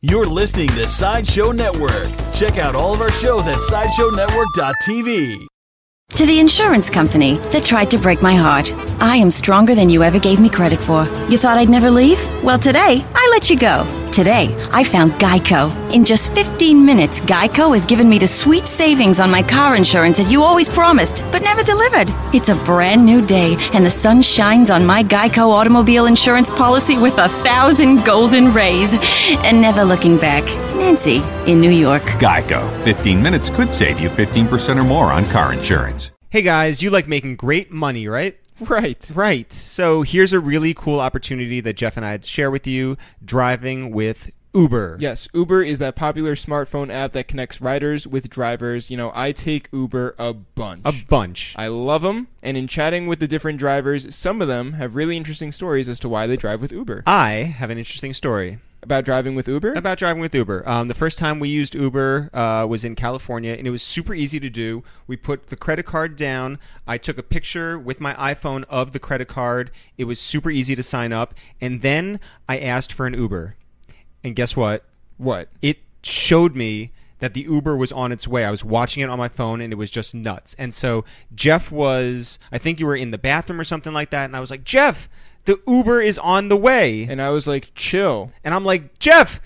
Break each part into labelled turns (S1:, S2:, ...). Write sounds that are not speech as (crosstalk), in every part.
S1: You're listening to Sideshow Network. Check out all of our shows at SideshowNetwork.tv.
S2: To the insurance company that tried to break my heart. I am stronger than you ever gave me credit for. You thought I'd never leave? Well, today, I let you go. Today, I found Geico. In just 15 minutes, Geico has given me the sweet savings on my car insurance that you always promised, but never delivered. It's a brand new day, and the sun shines on my Geico automobile insurance policy with a thousand golden rays. And never looking back. Nancy, in New York.
S3: Geico. 15 minutes could save you 15% or more on car insurance.
S4: Hey guys, you like making great money, right?
S5: Right.
S4: Right. So here's a really cool opportunity that Jeff and I had to share with you driving with Uber.
S5: Yes, Uber is that popular smartphone app that connects riders with drivers. You know, I take Uber a bunch.
S4: A bunch.
S5: I love them, and in chatting with the different drivers, some of them have really interesting stories as to why they drive with Uber.
S4: I have an interesting story.
S5: About driving with Uber?
S4: About driving with Uber. Um, the first time we used Uber uh, was in California, and it was super easy to do. We put the credit card down. I took a picture with my iPhone of the credit card. It was super easy to sign up. And then I asked for an Uber. And guess what?
S5: what?
S4: It showed me that the Uber was on its way. I was watching it on my phone, and it was just nuts. And so Jeff was, I think you were in the bathroom or something like that, and I was like, Jeff, the Uber is on the way.
S5: And I was like, chill.
S4: And I'm like, Jeff,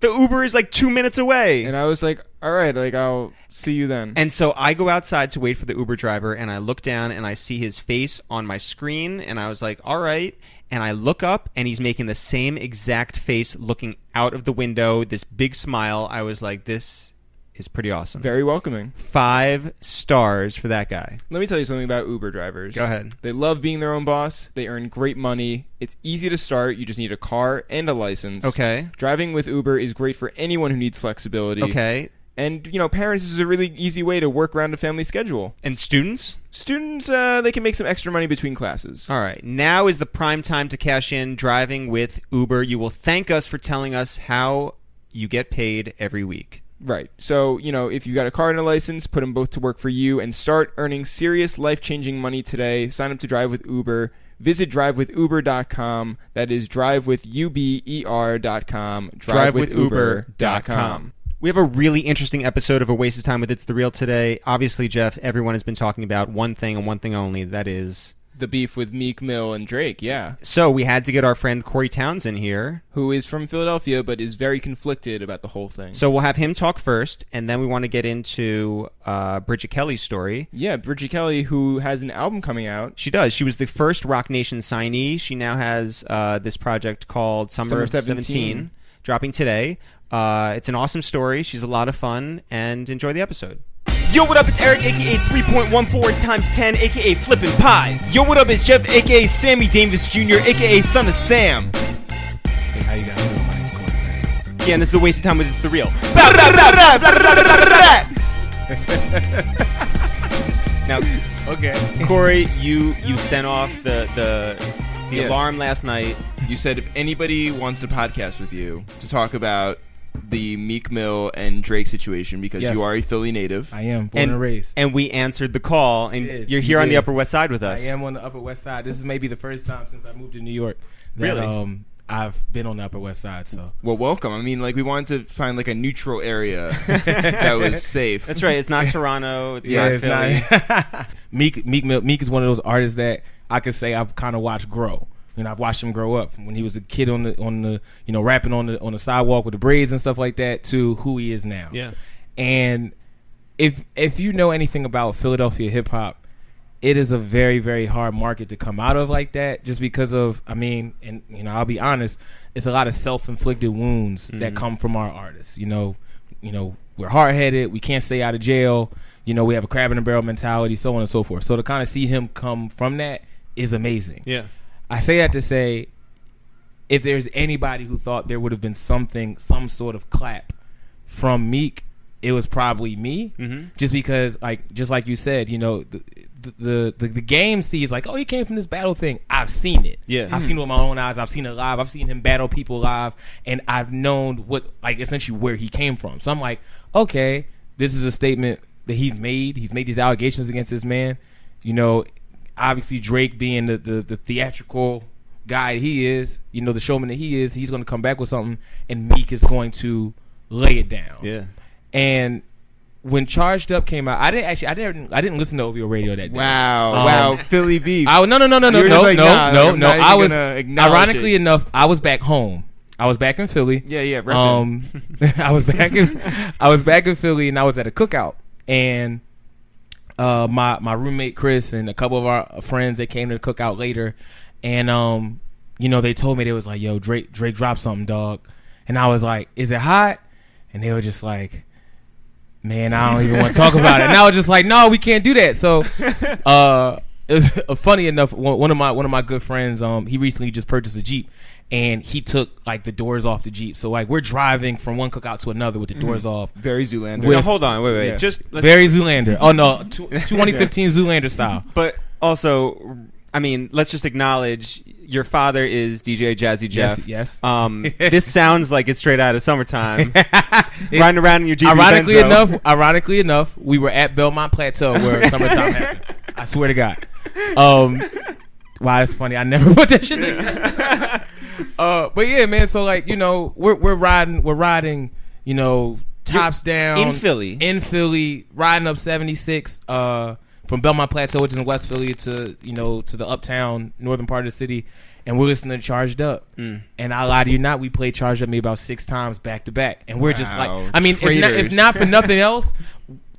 S4: the Uber is like two minutes away.
S5: And I was like, all right, like, I'll see you then.
S4: And so I go outside to wait for the Uber driver, and I look down and I see his face on my screen, and I was like, all right. And I look up, and he's making the same exact face looking out of the window, this big smile. I was like, this is pretty awesome.
S5: Very welcoming.
S4: Five stars for that guy.
S5: Let me tell you something about Uber drivers.
S4: Go ahead.
S5: They love being their own boss. They earn great money. It's easy to start. You just need a car and a license.
S4: Okay.
S5: Driving with Uber is great for anyone who needs flexibility.
S4: Okay.
S5: And, you know, parents, this is a really easy way to work around a family schedule.
S4: And students?
S5: Students, uh, they can make some extra money between classes.
S4: All right. Now is the prime time to cash in driving with Uber. You will thank us for telling us how you get paid every week.
S5: Right. So, you know, if you got a car and a license, put them both to work for you and start earning serious life changing money today. Sign up to drive with Uber. Visit drivewithuber.com. That is e drivewithuber.com.
S4: drivewithuber.com. We have a really interesting episode of A Waste of Time with It's the Real today. Obviously, Jeff, everyone has been talking about one thing and one thing only. That is.
S5: The beef with Meek Mill and Drake, yeah.
S4: So we had to get our friend Corey Townsend here.
S5: Who is from Philadelphia but is very conflicted about the whole thing.
S4: So we'll have him talk first, and then we want to get into uh, Bridget Kelly's story.
S5: yeah, Bridget Kelly, who has an album coming out,
S4: She does. She was the first Rock Nation signee. She now has uh, this project called Summer,
S5: Summer
S4: of 17,
S5: 17,
S4: dropping today. Uh, it's an awesome story. She's a lot of fun, and enjoy the episode. Yo, what up? It's Eric, aka 3.14 times 10, aka Flippin' Pies. Yo, what up? It's Jeff, aka Sammy Davis Jr., aka Son of Sam.
S6: How you guys doing? My name's Corey Tanks.
S4: Yeah, and this is a waste of time with It's the Real. (laughs) now,
S6: Okay.
S4: Corey, you you sent off the the, the
S5: Yeah.
S4: alarm last night.
S5: you said if
S7: anybody wants to podcast with you to talk about the Meek Mill and Drake situation because
S6: Yes.
S7: you are a Philly native.
S6: I am born and, raised.
S4: and we answered the call, and
S6: You did.
S4: you're here
S6: You
S4: on the
S6: did.
S4: Upper West Side with
S6: I
S4: us.
S6: am on the Upper West Side. This is maybe the first time since I moved to New York that
S4: Really?
S6: um, I've been on the Upper West Side. So
S7: well, welcome. I mean, like we wanted to find like a neutral
S6: (laughs)
S7: area that was safe.
S4: That's right. It's (laughs) not Toronto. It's not
S6: it's
S4: Philly.
S6: not- (laughs) Meek Meek Mill- Meek is one of those artists that I could say I've kind of watched grow. You know, I've watched him grow up from when he was a kid on the on the you know rapping on the on the sidewalk with the braids and stuff like that to who he is now.
S4: Yeah.
S6: and if if you know anything about Philadelphia hip hop, it is a very very hard market to come out of like that just because of I mean, and you know, I'll be honest, it's a lot of self-inflicted wounds that come from our artists, you know, you know, we're hard-headed, we can't stay out of jail, you know, we have a crab in a barrel mentality, so on and so forth. So to kind of see him come from that is amazing.
S4: Yeah.
S6: I say that to say if there's anybody who thought there would have been something, some sort of clap from Meek, it was probably me. Mm-hmm. Just because, like, just like you said, you know, the the, the the game sees like, oh, he came from this battle thing. I've seen it.
S4: Yeah.
S6: I've seen it with my own eyes. I've seen it live. I've seen him battle people live, and I've known what, like, essentially where he came from. So I'm like, okay, this is a statement that he's made. He's made these allegations against this man. You know, obviously Drake being the the, the theatrical guy he is, you know, the showman that he is, he's going to come back with something, and Meek is going to lay it down.
S5: Yeah.
S6: And when Charged Up came out, I didn't actually, I didn't, I didn't listen to OVO radio that day.
S5: Wow,
S6: Um,
S5: wow, Philly beef.
S6: I, no, no, no, no, no,
S5: You were
S6: no,
S5: just like,
S6: no,
S5: nah,
S6: no,
S5: I'm
S6: no.
S5: not even
S6: I was
S5: gonna acknowledge
S6: ironically
S5: it.
S6: enough, I was back home. I was back in Philly.
S5: Yeah, yeah, reppin'.
S6: Um, (laughs) I was back in, (laughs) I was back in Philly, and I was at a cookout, and uh, my my roommate Chris and a couple of our friends they came to the cookout later, and um, you know they told me they was like, "Yo, Drake Drake dropped something, dog," and I was like, "Is it hot?" And they were just like, "Man, I don't even want to talk about it." And I was just like, "No, we can't do that." So, uh, it was (laughs) uh, funny enough. One one of my one of my good friends, um, he recently just purchased a Jeep. And he took like the doors off the Jeep. So like we're driving from one cookout to another with the doors off.
S5: Very Zoolander.
S6: With-
S4: No, hold on, wait, wait.
S5: Yeah.
S4: Just let's,
S6: Very Zoolander. Oh no, tw- 2015 Zoolander style.
S4: but also, I mean, let's just acknowledge your father is DJ Jazzy Jeff.
S6: Yes, yes.
S4: Um,
S5: (laughs)
S4: this sounds like it's straight out of summertime. Riding around in your Jeep.
S6: ironically
S4: Benzo.
S6: enough, ironically enough, we were at Belmont
S4: (laughs)
S6: Plateau where summertime happened. I swear to God. Um, wow, that's funny. I never (laughs) put that shit.
S4: (laughs)
S6: Together. uh, but yeah, man. So like, you know, we're we're riding, we're riding, you know, tops down
S4: in Philly.
S6: in Philly, riding up 76 uh, from Belmont Plateau, which is in West Philly, to you know to the uptown northern part of the city, and we're listening to Charged Up.
S5: Mm.
S6: And I lie to you not, we played Charged Up maybe about six times back to back, and we're just like,
S5: Wow,
S6: I mean, if not, if
S5: traitors.
S6: not
S5: (laughs)
S6: for nothing else.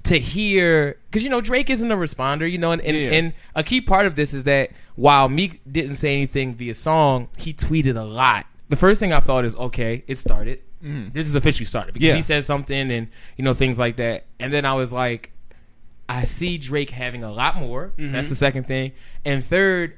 S6: To hear, because you know Drake isn't a responder, you know, and, and,
S5: Yeah.
S6: and a key part of this is that while Meek didn't say anything via song, he tweeted a lot. The first thing I thought is, okay, it started.
S5: Mm.
S6: This is officially started because
S4: Yeah.
S6: he said something and you know things like that. And then I was like, I see Drake having a lot more. So
S5: Mm-hmm.
S6: that's the second thing. And third,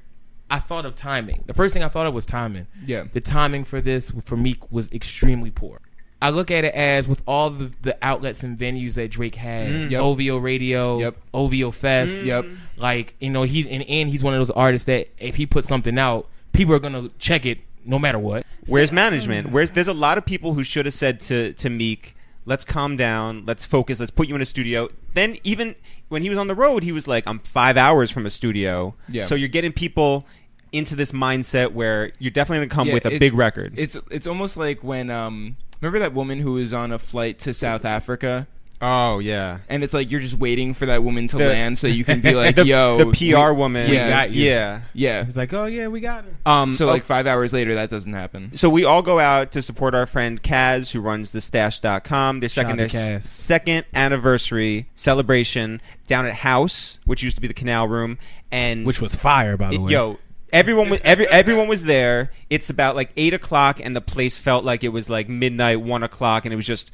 S6: I thought of timing. The first thing I thought of was timing.
S5: Yeah.
S6: The timing for this for Meek was extremely poor. I look at it as with all the, the outlets and venues that Drake has,
S5: Yep.
S6: OVO Radio,
S5: Yep.
S6: OVO Fest,
S5: Yep.
S6: like you know he's and, and he's one of those artists that if he puts something out, people are gonna check it no matter what.
S4: Where's management? Where's there's a lot of people who should have said to to Meek, "Let's calm down, let's focus, let's put you in a studio." Then even when he was on the road, he was like, "I'm five hours from a studio."
S5: Yeah.
S4: So you're getting people into this mindset where you're definitely gonna come
S5: Yeah,
S4: with a
S5: it's-
S4: big record.
S5: It's it's almost like when um remember that woman who was on a flight to South Africa
S4: oh yeah.
S5: and it's like you're just waiting for that woman to
S4: The-
S5: land so you
S4: (laughs)
S5: can be like
S4: the,
S5: yo
S4: the PR
S5: we-
S4: woman.
S5: yeah,
S6: got you.
S4: Yeah.
S5: yeah
S6: He's like, oh yeah, we got her.
S4: Um,
S5: so like 5 hours later that doesn't happen
S4: So we all go out to support our friend Kaz, who runs the stash.com. They're second their
S6: out to Kaz.
S4: second anniversary celebration down at House, which used to be the Canal Room, and
S6: Which was fire, by the
S4: it-
S6: way.
S4: yo. Everyone was every everyone was there. It's about like eight o'clock, and the place felt like it was like midnight, one o'clock, and it was just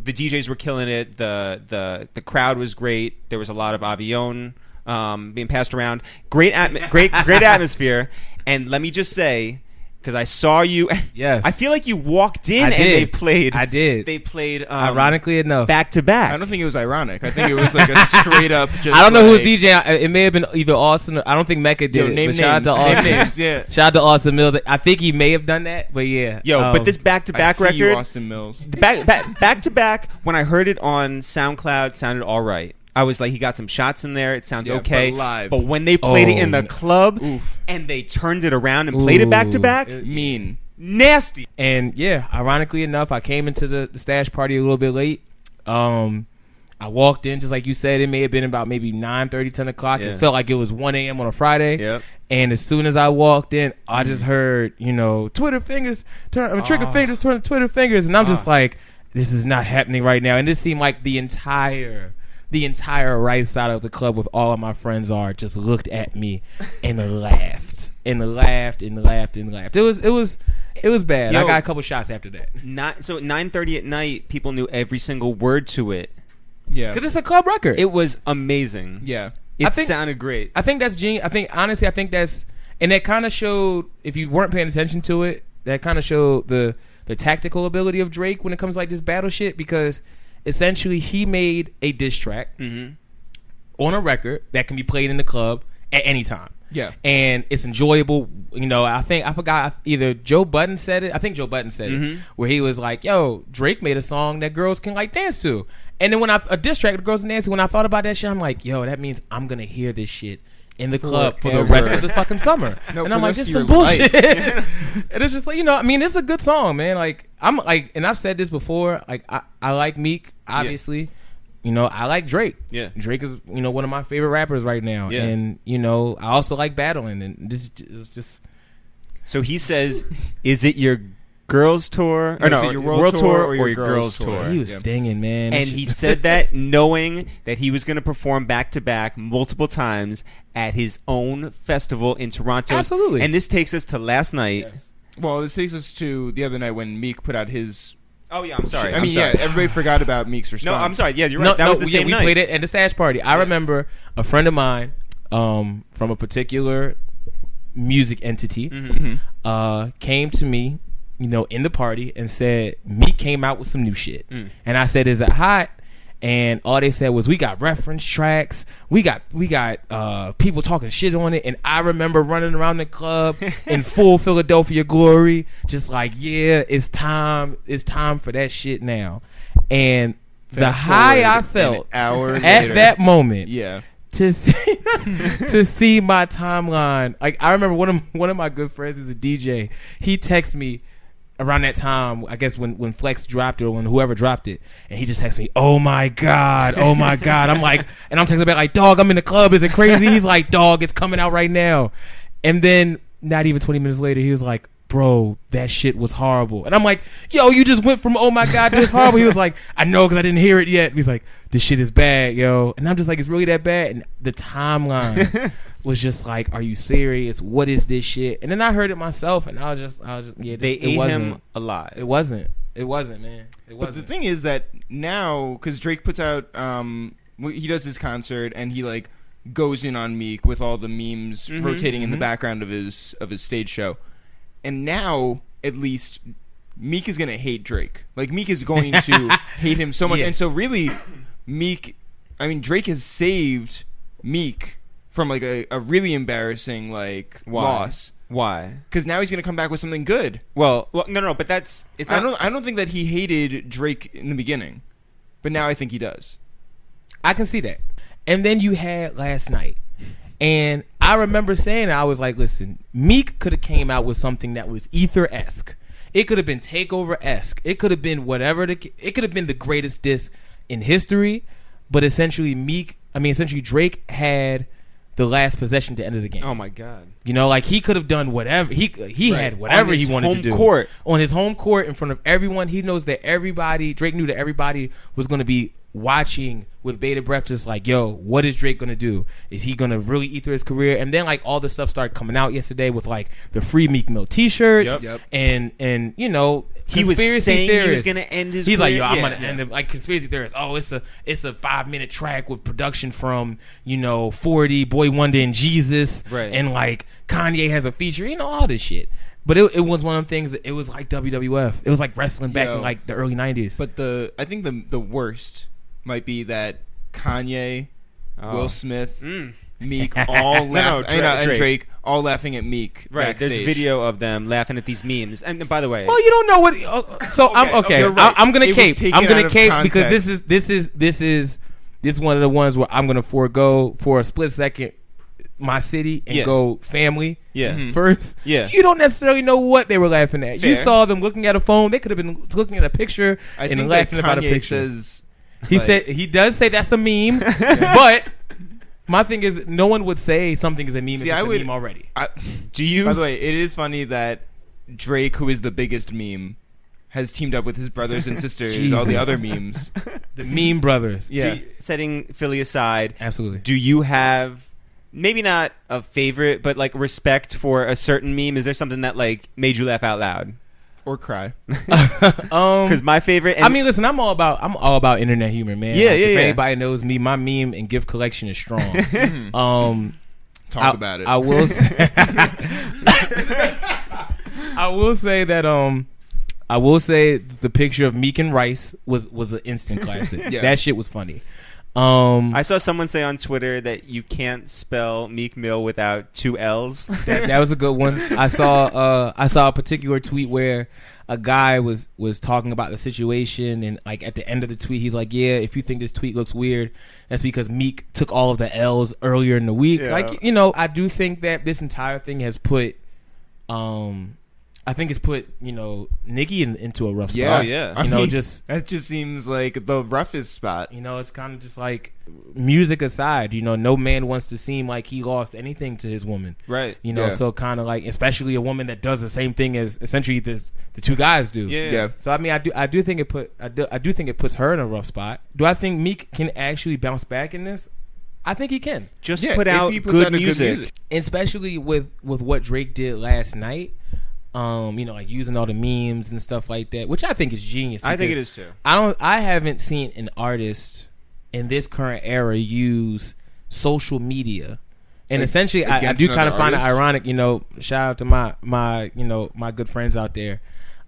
S4: the DJs were killing it. the the The crowd was great. There was a lot of avion um, being passed around. Great atm- great
S6: (laughs)
S4: great atmosphere. And let me just say, because I saw you, (laughs)
S6: Yes.
S4: I feel like you walked in
S6: I
S4: and
S6: did.
S4: they played.
S6: I did.
S4: They played. Um,
S6: Ironically enough,
S4: back to back.
S5: I don't think it was ironic I think it was like
S4: (laughs)
S5: a straight up just
S6: I don't know
S5: like,
S6: who was DJing. It may have been either Austin. Or, I don't think Mecca did.
S5: yo,
S6: it,
S5: name
S6: but shout
S5: names
S6: out to
S5: name
S6: Austin.
S5: (laughs) names yeah
S6: (laughs) Shout out to Austin Mills. I think he may have done that, but yeah.
S4: Yo,
S6: Um,
S4: but this back to back
S5: I see you,
S4: record,
S5: Austin Mills
S4: back, back back to back when I heard it on SoundCloud sounded all right. I was like, he got some shots in there. It sounds
S5: Yeah,
S4: okay.
S5: but live.
S4: But when they played it in
S6: Oh,
S4: the
S6: no.
S4: club
S5: Oof.
S4: and they turned it around and played it back to
S6: Ooh.
S4: back,
S5: Uh, mean
S4: nasty.
S6: and yeah, ironically enough, I came into the, the stash party a little bit late. Um, I walked in just like you said. It may have been about maybe 9, 10 o'clock.
S5: Yeah.
S6: It felt like it was one a.m. on a Friday.
S5: Yep.
S6: And as soon as I walked in, I just heard you know Twitter fingers turn uh, trigger fingers turn Twitter fingers, and I'm just like, this is not happening right now. And this seemed like the entire. The entire right side of the club with all of my friends are just looked at me and laughed and laughed and laughed and laughed. It was it was it was bad. I
S4: Yo. Mm.
S6: got a couple shots after that.
S4: Not so nine thirty at night, people knew every single word to it.
S5: yeah
S6: Because it's a club record.
S4: It was amazing.
S5: yeah
S4: it
S6: I think-
S4: sounded great.
S6: I think that's genius. I think honestly, I think that's and that kind of showed if you weren't paying attention to it, that kind of showed the the tactical ability of Drake when it comes to, like this battle shit because essentially he made a diss track on a record that can be played in the club at any time.
S5: Yeah.
S6: and it's enjoyable. You know, I think I forgot either Joe Button said it. I think Joe Button said it
S8: Mm-hmm.
S6: where he was like, "Yo, Drake made a song that girls can like dance to." And then when I a diss track, the girls can dance to. When I thought about that shit, I'm like, "Yo, that means I'm gonna hear this shit in the club for the rest of the fucking summer.
S8: No,
S6: and
S8: for
S6: I'm
S8: the rest
S6: like, this
S8: of
S6: is some
S8: your life.
S6: bullshit. (laughs) and it's just like you know, I mean, it's a good song, man. Like I'm like, and I've said this before. Like I, I like Meek, obviously. You know, I like Drake.
S4: Yeah.
S6: Drake is you know one of my favorite rappers right now,
S4: Yeah.
S6: and you know I also like battling, and this is just
S4: So he says, "Is it your girls tour? Or
S8: Is
S4: no,
S8: it your world tour or your girls tour?
S6: he was
S8: Yeah.
S6: stinging, man.
S4: And
S6: This
S4: he
S6: shit- (laughs)
S4: said that knowing that he was going to perform back to back multiple times at his own festival in Toronto.
S6: Absolutely.
S4: And this takes us to last night.
S5: Well, this takes us to the other night when Meek put out his.
S4: Oh yeah, I'm sorry.
S5: I
S4: I'm
S5: mean,
S4: sorry.
S5: yeah, everybody forgot about Meek's
S4: No,
S5: response.
S4: I'm sorry. Yeah, you're right.
S6: no,
S4: that
S6: no,
S4: was the
S6: yeah,
S4: same
S6: we
S4: night.
S6: played it at the stash party. I remember a friend of mine um, from a particular music entity
S5: Mm-hmm.
S6: uh, came to me, you know, in the party and said, Meek came out with some new shit.
S5: Mm.
S6: And I said, Is it hot? And all they said was, "We got reference tracks. We got we got uh, people talking shit on it." And I remember running around
S5: (laughs)
S6: the club in full Philadelphia glory, just like, "Yeah, it's time. It's time for that shit now." And the
S5: Fast
S6: high
S5: forward
S6: I
S5: an
S6: felt
S5: hour
S6: at
S5: later.
S6: that moment
S5: Yeah.
S6: to see (laughs) to see my timeline. Like I remember one of one of my good friends who's a DJ. He texted me around that time. I guess when when Flex dropped it or when whoever dropped it, and he just texted me, "Oh my god, oh my god." I'm like, and I'm texting back like, "Dog, I'm in the club. Is it crazy?" He's like, "Dog, it's coming out right now." And then not even 20 minutes later, he was like. Bro, that shit was horrible. And I'm like, yo, you just went from oh my god to it's horrible. He was like, I know because I didn't hear it yet. He's like, this shit is bad, yo. And I'm just like, it's really that bad. And
S4: (laughs)
S6: the timeline was just like, are you serious? What is this shit? And then I heard it myself, and I was just, I was just, yeah,
S4: They
S6: it
S4: ate
S6: wasn't,
S4: him alive.
S6: It wasn't. It wasn't, man. It
S5: But the
S6: wasn't.
S5: thing is that now, because Drake puts out, um, wh- he does his concert and he like goes in on Meek with all the memes rotating in the background of his of his stage show, and now at least Meek is gonna hate Drake. Like Meek is going to hate him so much,
S6: Yeah.
S5: and so really, Meek, I mean Drake has saved Meek from like a, a really embarrassing like
S4: Why?
S5: loss
S4: Why?
S5: because now he's gonna come back with something good.
S4: Well, well, no, no, but that's it's
S5: I
S4: not,
S5: don't. I don't think that he hated Drake in the beginning, but now I think he does.
S6: I can see that. And then you had last night. And I remember saying I was like, listen, Meek could have came out with something that was ether esque. It could have been takeover esque. It could have been whatever the it could have been the greatest disc in history. But essentially Meek I mean essentially Drake had the last possession to end of the game.
S4: Oh my god.
S6: You know, like he could have done whatever he he had
S4: On
S6: whatever
S4: his
S6: he wanted
S4: home
S6: to do
S4: court.
S6: on his home court in front of everyone. He knows that everybody Drake knew that everybody was going to be watching with bated breath, just like, yo, what is Drake going to do? Is he going to really eat through his career? And then like all the stuff started coming out yesterday with like the free Meek Mill T-shirts
S4: Yep.
S5: Yep.
S6: and and you know
S4: He was
S6: conspiracy
S4: saying he was
S6: theorists.
S4: gonna end his
S6: He's like,
S4: career.
S6: yo, I'm
S4: Yeah,
S6: gonna
S4: yeah.
S6: end the like conspiracy theorists. Oh, it's a it's a five minute track with production from you know 40 Boy Wonder and Jesus,
S4: Right.
S6: And like Kanye has a feature, you know all this shit. But it, it was one of the things. It was like WWF. It was like wrestling back
S5: Yo.
S6: in like the early nineties.
S5: But the I think the the worst might be that Kanye, Will Smith,
S4: (laughs)
S5: Meek all
S4: Oh. Mm. No,
S5: laugh,
S4: no,
S5: I know,
S4: Dra-
S5: and
S4: Drake.
S5: Drake all laughing at Meek.
S4: Right. There's
S5: backstage.
S4: video of them laughing at these memes. And by the way,
S6: well, you don't know what. oh, so
S5: Okay,
S6: I'm okay.
S5: you're right.
S6: I, am gonna
S5: It was
S6: cape.
S5: taken
S6: I'm
S5: out
S6: gonna
S5: of
S6: cape because
S5: context.
S6: this is this is this is this is one of the ones where I'm gonna forego for a split second my city and
S4: Yeah.
S6: go family. (laughs)
S4: Yeah. Mhm.
S6: First.
S4: Yeah.
S6: You don't necessarily know what they were laughing at. You
S5: Mm-hmm. Fair.
S6: saw them looking at a phone. They could have been looking at a picture
S5: I
S6: and
S5: think
S6: laughing
S5: that Kanye
S6: about a picture.
S5: says
S6: He
S5: Like-
S6: said he does say that's a meme,
S5: (laughs)
S6: but my thing is no one would say something is a meme.
S5: See,
S6: if it's
S5: I
S6: a
S5: would-
S6: meme already.
S5: I,
S4: do you
S5: by the way, it is funny that Drake, who is the biggest meme, has teamed up with his
S4: (laughs)
S5: brothers and sisters, all the
S6: Jesus.
S5: other memes.
S6: The meme brothers.
S5: Yeah.
S4: do you- setting Philly aside,
S6: Absolutely.
S4: do you have maybe not a favorite, but like respect for a certain meme? Is there something that like made you laugh out loud? (laughs)
S5: or cry.
S6: um
S4: Because my favorite, and
S6: I mean, listen, I'm all about I'm all about internet humor, man.
S4: Yeah,
S6: Like,
S4: yeah,
S6: If
S4: yeah.
S6: anybody knows me, my meme and gift collection is
S4: (laughs)
S6: strong.
S4: Mm-hmm.
S6: um,
S5: Talk
S6: I,
S5: about it.
S6: I will. Say,
S4: (laughs)
S6: I will say that um, I will say the picture of Meek and Rice was was an instant classic.
S5: Yeah.
S6: That shit was funny. Um,
S4: I saw someone say on Twitter that you can't spell Meek Mill without two L's.
S6: (laughs) that, that was a good one. I saw uh, I saw a particular tweet where a guy was was talking about the situation, and like at the end of the tweet, he's like, "Yeah, if you think this tweet looks weird, that's because Meek took all of the L's earlier in the week."
S4: Yeah.
S6: Like you know, I do think that this entire thing has put, um, I think it's put you know Nikki in, into a rough spot.
S4: Yeah. Oh, yeah.
S6: you know
S5: mean,
S6: just.
S5: that just seems like the roughest spot.
S6: You know, it's kind of just like music aside, you know, no man wants to seem like he lost anything to his woman.
S4: Right.
S6: You know,
S5: Yeah.
S6: so kind of like, especially a woman that does the same thing as essentially this the two guys do.
S4: Yeah.
S5: Yeah.
S6: So I mean, I do, I do think it put, I do, I do think it puts her in a rough spot. Do I think Meek can actually bounce back in this? I think he can,
S4: Just
S5: Yeah,
S4: put
S5: if
S4: out
S5: he puts
S4: good,
S5: out a good
S4: music.
S5: music.
S6: especially with with what Drake did last night. Um, you know, like using all the memes and stuff like that, which I think is genius.
S4: I think it
S6: because
S4: is too.
S6: I don't. I haven't seen an artist in this current era use social media, and essentially, I, I
S5: against
S6: do kind of
S5: another
S6: find it
S5: artist?
S6: ironic. You know, shout out to my my you know my good friends out there.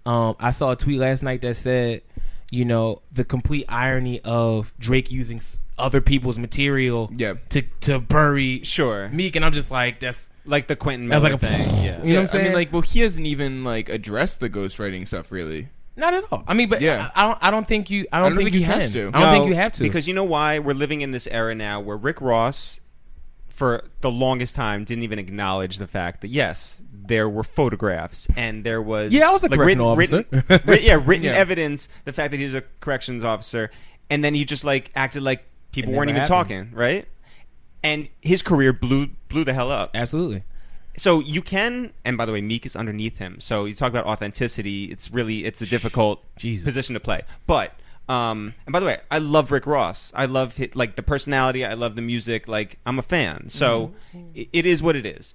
S6: Um, I saw a tweet last night that said, you know, the complete irony of Drake using s- other people's material
S5: Yeah.
S6: to to bury
S4: Sure.
S6: Meek, and I'm just like, that's
S4: Like the Quentin
S6: That
S4: Miller
S6: was like a-
S4: thing. Yeah.
S6: you know what I'm
S5: I
S6: saying?
S5: mean, like, well, he hasn't even like addressed the ghostwriting stuff really.
S6: Not at all. I mean, but
S5: Yeah.
S6: I, I don't. I don't think you. I don't, think, you
S5: he
S6: can.
S5: has to.
S6: I don't think
S4: No,
S6: you have to
S4: Because you know why? We're living in this era now where Rick Ross, for the longest time, didn't even acknowledge the fact that, yes, there were photographs and there was.
S6: Yeah, I was a correctional
S4: written,
S6: officer.
S4: written- writ- yeah, written
S6: (laughs)
S5: Yeah.
S4: evidence, the fact that he was a corrections officer. And then he just, like, acted like people
S6: It
S4: weren't even
S6: never
S4: talking, right? And his career blew blew the hell up.
S6: absolutely.
S4: So you can, and by the way, Meek is underneath him. So you talk about authenticity. It's really it's a difficult
S6: Jesus.
S4: position to play. But um, and by the way, I love Rick Ross. I love hi like the personality. I love the music. Like I'm a fan. So
S6: Mm-hmm.
S4: i- it is what it is.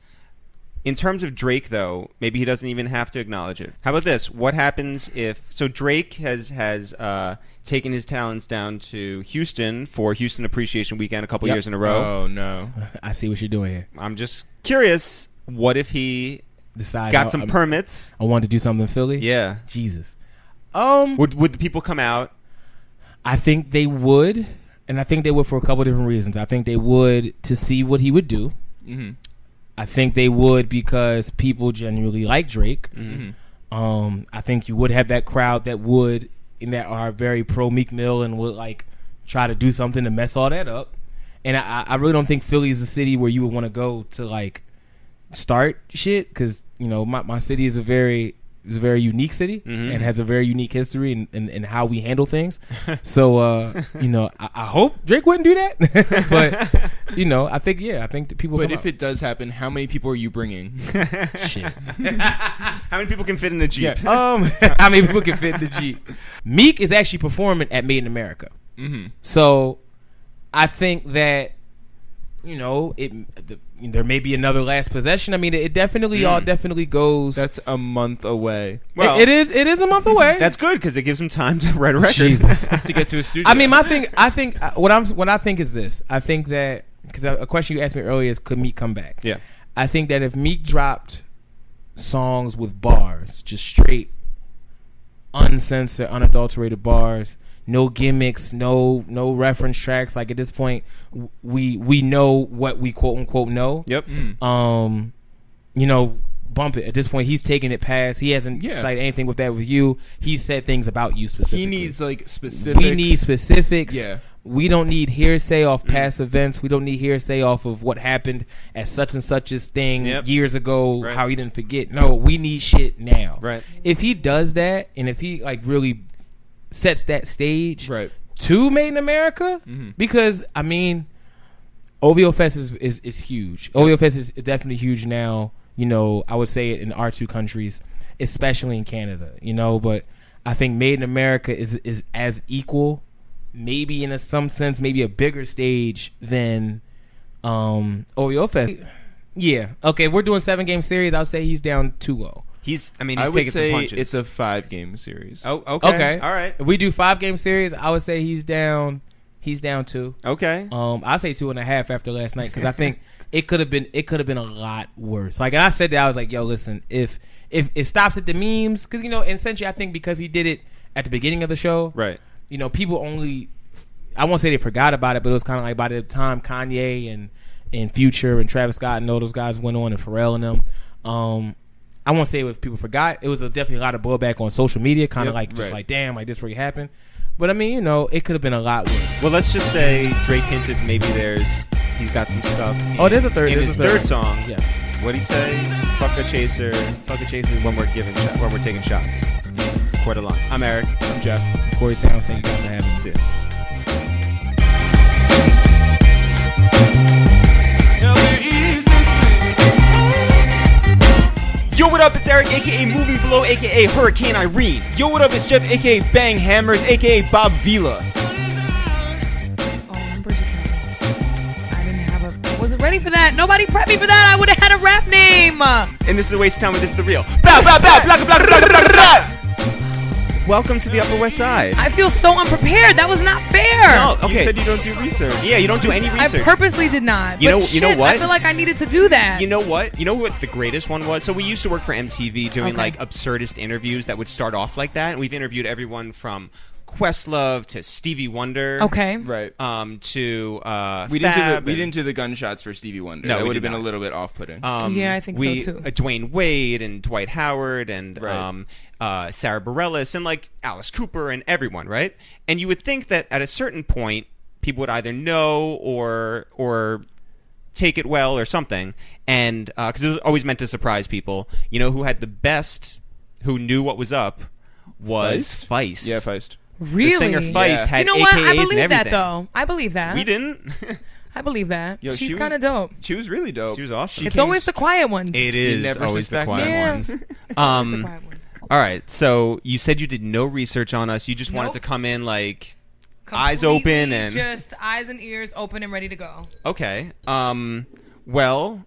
S4: In terms of Drake, though, maybe he doesn't even have to acknowledge it. How about this? What happens if so? Drake has has uh, taken his talents down to Houston for Houston Appreciation Weekend a couple
S6: Yep. Uh,
S4: years in a row.
S5: Oh no,
S6: I see what you're doing here.
S4: I'm just curious. What if he
S6: Decide.
S4: got
S6: I-
S4: some
S6: I'm-
S4: permits?
S6: I wanted to do something in Philly.
S4: Yeah.
S6: Jesus. Um,
S4: Would would the people come out?
S6: I think they would, and I think they would for a couple different reasons. I think they would to see what he would do. I think they would because people genuinely like Drake. Um, I think you would have that crowd that would and that are very pro Meek Mill and would like try to do something to mess all that up. And I, I really don't think Philly is a city where you would want to go to like start shit because you know my, my city is a very is a very unique city and has a very unique history and and, and how we handle things. (laughs) so uh, you know, I, I hope Drake wouldn't do that, (laughs) but you know, I think yeah, I think that people.
S5: but
S6: come
S5: if
S6: out-
S5: it does happen, how many people are you (laughs) bringing?
S6: shit.
S4: How many people can fit in a jeep?
S6: Um, (laughs) how many people can fit in the Jeep? Meek is actually performing at Made in America. So I think that you know it. The, there may be another last possession. I mean, it, definitely all definitely goes.
S5: That's a month away.
S4: Well,
S6: it is. It is a month away.
S4: That's good because it gives him time to write a record.
S6: Jesus.
S5: to get to a studio.
S6: I mean, my thing. I think uh, what I'm what I think is this. I think that because a a question you asked me earlier is, could Meek come back?
S4: Yeah.
S6: I think that if Meek dropped songs with bars, just straight, uncensored, unadulterated bars, no gimmicks, no no reference tracks. Like at this point, w- we we know what we quote unquote know.
S4: Yep.
S5: Hmm.
S6: Um, you know. Bump it. At this point, he's taking it past. He hasn't
S5: Yeah.
S6: cited anything with that with you. He said things about you specifically.
S5: he needs like specific.
S6: We need specifics.
S5: Yeah. Mm-hmm.
S6: We don't need hearsay off past events. We don't need hearsay off of what happened at such and such as thing
S4: Yep.
S6: years ago.
S4: Right.
S6: How he didn't forget. No, we need shit now.
S4: Right.
S6: If he does that, and if he like really sets that stage
S5: Right.
S6: to Made in America, because I mean, OVO Fest is is, is huge. OVO Fest is definitely huge now. You know, I would say it in our two countries, especially in Canada. You know, but I think Made in America is is as equal, maybe in a, some sense, maybe a bigger stage than um OVO Fest. Yeah. Okay, we're doing seven game series. I'll say he's down oh. 2-0.
S4: He's. I mean, he's
S5: I would
S4: taking
S5: say
S4: some punches.
S5: it's a five game series.
S4: Oh, okay.
S6: Okay.
S4: All right.
S6: If we do five game series, I would say he's down. He's down two.
S4: Okay.
S6: Um, I say two and a half after last night because
S4: (laughs)
S6: I think it could have been it could have been a lot worse. Like, and I said that I was like, "Yo, listen, if if it stops at the memes, because you know, essentially, I think because he did it at the beginning of the show,
S4: Right.
S6: You know, people only I won't say they forgot about it, but it was kind of like by the time Kanye and and Future and Travis Scott and all those guys went on and Pharrell and them. Um, I won't say if people forgot. It was a, definitely a lot of blowback on social media, kind of like just
S5: right.
S6: like damn, like this really happened. But I mean, you know, it could have been a lot worse.
S4: Well, let's just say Drake hinted maybe there's he's got some stuff.
S6: Oh, there's a third-
S4: In
S6: there's
S4: his
S6: a third.
S4: third song,
S6: Yes.
S4: What do you say? Fuck a chaser. Fuck a chaser. When we're giving shot, when we're taking shots. Quite a lot. I'm Eric.
S8: I'm Jeff.
S6: Corey Towns, thank you guys for having me.
S4: That's it. Yo, what up? It's Eric, aka Moving Below, aka Hurricane Irene.
S5: Yo, what up? It's Jeff, aka Bang Hammers, aka Bob Vila.
S9: All numbers Oh, are counted. I didn't have a. I wasn't ready for that. Nobody prepped me for that. I would have had a rap name.
S4: And this is a waste of time with this is the real. Bow, bow, bow, blah, blah, blah, blah, blah, blah. Welcome to the Upper West Side.
S9: I feel so unprepared. That was not fair.
S4: No, okay.
S5: Oh, You said you don't do research.
S4: yeah, you don't do any
S9: I
S4: research.
S9: purposely did not.
S4: You
S9: But
S4: know- you know
S9: shit,
S4: what?
S9: I feel like I needed to do that.
S4: You know what? You know what the greatest one was? So we used to work for MTV doing
S9: Okay.
S4: like absurdist interviews that would start off like that. And we've interviewed everyone from Questlove to Stevie Wonder.
S9: Okay.
S5: Right.
S4: Um, to uh,
S5: we didn't. Do the,
S4: Fab
S5: we
S4: and,
S5: didn't do the gunshots for Stevie Wonder.
S4: No,
S5: that
S4: we
S5: would have
S4: did
S5: been a
S4: not.
S5: little bit off-putting.
S4: Um,
S9: Yeah, I think so,
S4: we,
S9: too.
S4: Uh, Dwayne Wade and Dwight Howard and
S5: Right.
S4: um, uh, Sarah Bareilles and like Alice Cooper and everyone, right? And you would think that at a certain point, people would either know or or take it well or something. And because it was always meant to surprise people, you know who had the best, who knew what was up, was Feist.
S5: yeah, Feist.
S9: Really?
S4: The singer Feist
S5: Yeah.
S4: had
S9: you know
S4: AKAs
S9: what? I
S4: and
S9: believe
S4: everything.
S9: that though. I believe that.
S4: We didn't.
S9: I believe that.
S5: Yo, she
S9: She's
S5: was-
S9: kind of dope.
S5: (laughs) She was really dope.
S4: she was awesome.
S9: It's always the quiet ones.
S4: It
S5: You
S4: is
S5: never
S4: always the
S5: suspect
S4: quiet
S9: Yeah. (laughs)
S4: ones.
S9: The
S4: Um,
S9: quiet ones.
S4: All right. So you said you did no research on us. You just wanted to
S9: Nope.
S4: come in like eyes
S9: Completely
S4: open and-
S9: just eyes and ears open and ready to go.
S4: okay. Um. Well. Uh.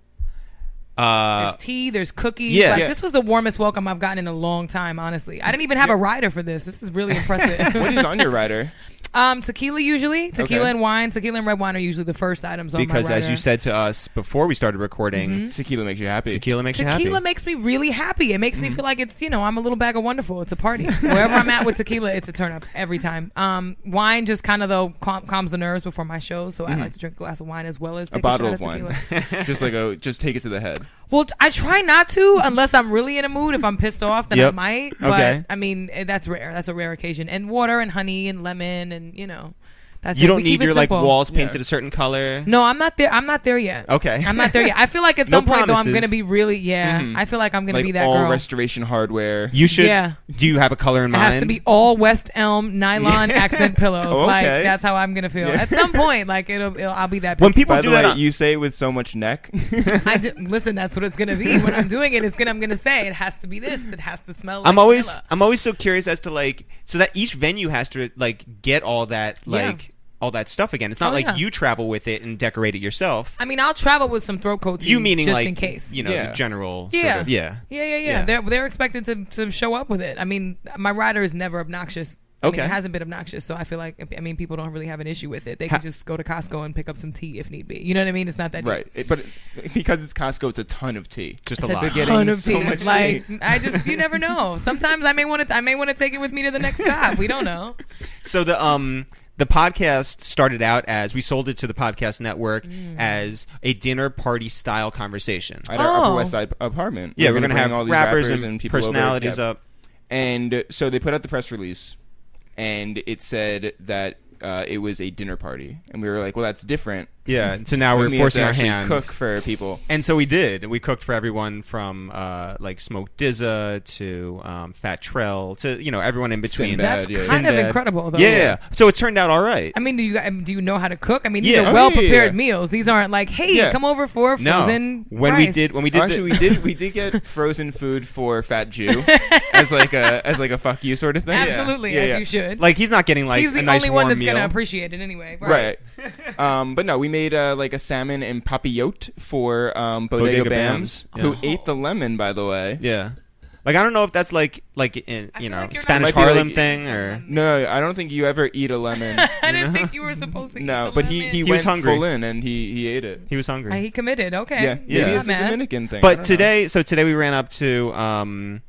S9: There's tea, there's cookies.
S4: yeah.
S9: like,
S4: Yeah.
S9: This was the warmest welcome I've gotten in a long time, honestly. I didn't even have a rider for this. This
S4: (laughs)
S9: is really
S5: What
S9: impressive.
S5: is on your (laughs) rider?
S9: (laughs) um, tequila usually, tequila
S5: Okay.
S9: and wine, tequila and red wine are usually the first items on
S4: Because
S9: my rider.
S4: as you said to us before we started recording,
S5: Tequila makes you happy.
S4: tequila makes you
S9: Mm-hmm.
S4: happy.
S9: tequila
S4: Mm-hmm.
S9: makes me really happy. It makes me feel like it's you know I'm a little bag of wonderful. It's
S4: (laughs)
S9: a party wherever I'm at with tequila. It's a turn up every time. Um, wine just kind of though calm, calms the nerves before my shows, so I
S4: Mm-hmm.
S9: like to drink a glass of wine as well as take a,
S5: bottle
S9: shot
S5: of
S9: of
S5: wine. (laughs)
S9: tequila.
S5: just like a, just take it to the head.
S9: Well, I try not to unless I'm really in a mood. If I'm pissed off, then I
S4: Yep.
S9: might. But
S4: Okay.
S9: I mean, eh, that's rare. That's a rare occasion. And water and honey and lemon and you know, that's
S4: You
S9: it.
S4: don't
S9: We keep
S4: need
S9: it
S4: your like
S9: simple. Mm-hmm.
S4: walls painted a certain color.
S9: No, I'm not there. I'm not there yet.
S4: Okay.
S9: I'm not there yet. I feel like at
S4: (laughs) No
S9: some point though, I'm
S4: promises. Mm-hmm.
S9: gonna be really. Yeah, I feel like I'm gonna
S5: Like
S9: be that
S5: all
S9: girl.
S5: restoration hardware.
S4: You should.
S9: Yeah.
S4: Do you have a color in
S9: it
S4: mind?
S9: has to be all West Elm nylon
S4: (laughs)
S9: accent pillows.
S4: Oh,
S9: Like
S5: Okay.
S9: that's how I'm gonna feel at some point. Like it'll, it'll I'll be that.
S4: when
S9: picky.
S4: people
S5: By
S4: do
S5: the way,
S4: that, on-
S5: you say it with so much neck.
S4: (laughs)
S9: I do, listen, that's what it's gonna be when I'm doing it. It's gonna I'm gonna say it has to be this. It has to smell.
S4: I'm
S9: like
S4: always
S9: vanilla.
S4: I'm always so curious as to like so that each venue has to like get all that
S9: Yeah.
S4: like all that stuff again. It's not
S9: Oh,
S4: like
S9: yeah.
S4: you travel with it and decorate it yourself.
S9: I mean, I'll travel with some throat coat.
S4: You meaning
S9: just
S4: like
S9: in case.
S4: you know
S5: Yeah.
S4: the general
S9: Yeah.
S4: sort of, yeah
S9: yeah, yeah, yeah.
S4: Yeah.
S9: They're they're expected to, to show up with it. I mean, my rider is never obnoxious. I mean,
S4: Okay.
S9: it hasn't been obnoxious, so I feel like I mean people don't really have an issue with it. They can just go to Costco and pick up some tea if need be. You know what I mean? It's not that deep.
S5: right. It- but it- because it's Costco, it's a ton of tea.
S4: just
S9: It's
S4: a
S9: a
S4: lot.
S9: ton of
S5: so
S9: tea.
S5: much
S9: like (laughs) I just you never know. Sometimes I may want to I may want to take it with me to the next stop. We don't know.
S4: So the um the podcast started out as we sold it to the podcast network
S9: Mm.
S4: as a dinner party style conversation.
S5: (laughs) At our Upper
S9: Oh.
S5: West Side apartment.
S4: yeah, we're, gonna,
S5: bring
S4: have
S5: all these
S4: rappers, and,
S5: people over.
S4: personalities
S5: Yep.
S4: up.
S5: And uh, so they put out the press release, and it said that uh, it was a dinner party, and we were like, "Well, that's different."
S4: Yeah, so now we're
S5: We have to
S4: forcing our
S5: actually
S4: hands.
S5: Cook for people.
S4: And so we did. We cooked for everyone from uh, like Smoke Dizza to um, Fat Trell to you know everyone in between.
S5: Sinbad,
S9: That's
S5: yeah.
S9: kind of
S4: Sinbad.
S9: incredible though.
S4: Yeah, yeah. So it turned out all right.
S9: I mean, do you do you know how to cook? I mean, these
S4: Yeah. Oh, yeah,
S9: are well prepared
S5: yeah, yeah.
S9: meals. These aren't like, hey,
S5: Yeah.
S9: come over for
S4: no,
S9: frozen.
S4: when we
S9: rice.
S4: did when we did
S5: Oh,
S4: the-
S5: actually, we did we did get (laughs) frozen food for Fat Jew as like a as like a fuck you sort of thing.
S9: absolutely
S5: Yeah,
S9: as
S5: yeah.
S9: you should.
S4: like he's not getting like
S9: he's the
S4: a nice
S9: only one
S4: warm
S9: that's
S4: meal.
S9: gonna appreciate it anyway.
S5: Right.
S9: (laughs)
S5: um, but no, we made uh, like a salmon and papillote for um, Bodega,
S4: Bodega
S5: Bams,
S4: Bams,
S5: who
S4: yeah.
S5: ate the lemon, by the way.
S4: Yeah. Like I don't know if that's like like in,
S9: I
S4: you
S9: feel
S4: know
S9: like you're
S4: Spanish
S5: not- Might be
S4: Harlem
S5: like-
S4: thing or
S5: No, I don't think you ever eat a
S9: (laughs)
S5: lemon.
S9: I didn't think you were supposed to. eat
S5: no,
S9: the
S5: but he,
S9: lemon.
S5: he,
S4: was
S5: went
S4: hungry.
S5: full in and he, he ate it.
S4: he was hungry.
S9: Ah, he committed. Okay.
S5: Yeah,
S9: yeah.
S5: maybe
S9: Not
S5: it's a
S9: mad.
S5: Dominican thing. I don't
S4: but
S5: know.
S4: today, so today we ran up to um,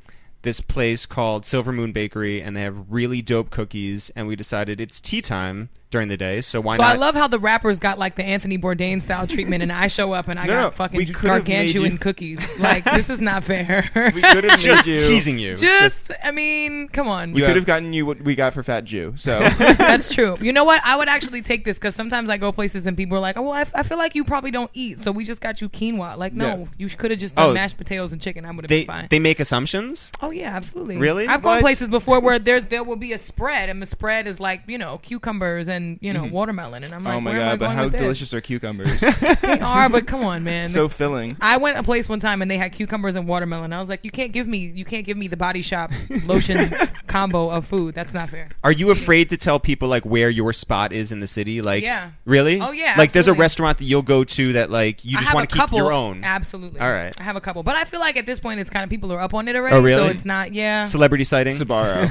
S4: this place called Silver Moon Bakery, and they have really dope cookies. And we decided it's tea time. during the day. So why
S9: So
S4: not?
S9: I love how the rappers got like the Anthony Bourdain style treatment, and I show up and I
S4: No,
S9: got
S4: no, we
S9: fucking
S4: could have made
S9: gargantuan
S4: you-
S9: cookies. Like this is not fair.
S5: (laughs) We could have
S4: just
S5: made you.
S4: teasing you.
S9: (laughs) just, I mean, come on.
S5: We
S4: Yeah.
S5: could have gotten you what we got for Fat Jew. So
S9: (laughs) That's true. You know what? I would actually take this because sometimes I go places and people are like, "Oh, well, I, f- I feel like you probably don't eat, so we just got you quinoa." Like, no,
S5: Yeah.
S9: you could have just done
S4: Oh.
S9: mashed potatoes and chicken. I would have
S4: they
S9: been fine.
S4: they make assumptions.
S9: oh yeah, absolutely.
S4: Really?
S9: I've gone
S4: What?
S9: places before where there's there will be a spread, and the spread is like you know cucumbers and
S4: Mm-hmm.
S9: you know watermelon, and I'm like,
S5: oh my
S9: (laughs) where am I
S5: god, but
S9: going
S5: how
S9: with this?
S5: delicious are cucumbers?
S9: (laughs) they are. But come on,
S4: (laughs)
S9: man.
S5: so filling.
S9: I went a place one time and they had cucumbers and watermelon. I was like, you can't give me you can't give me the
S4: (laughs)
S9: Body Shop lotion combo of food. That's not fair.
S4: Are you afraid to tell people like where your spot is in the city? Like,
S9: Yeah.
S4: really?
S9: Oh, yeah,
S4: Like, there's a
S9: absolutely.
S4: restaurant that you'll go to that like you
S9: I
S4: just
S9: have
S4: want
S9: a
S4: to keep
S9: couple,
S4: your own.
S9: Absolutely.
S4: All right.
S9: I have a couple, but I feel like at this point it's kind of people are up on it already.
S4: Oh, really?
S9: So it's not. Yeah.
S4: Celebrity sighting.
S5: Sabaro.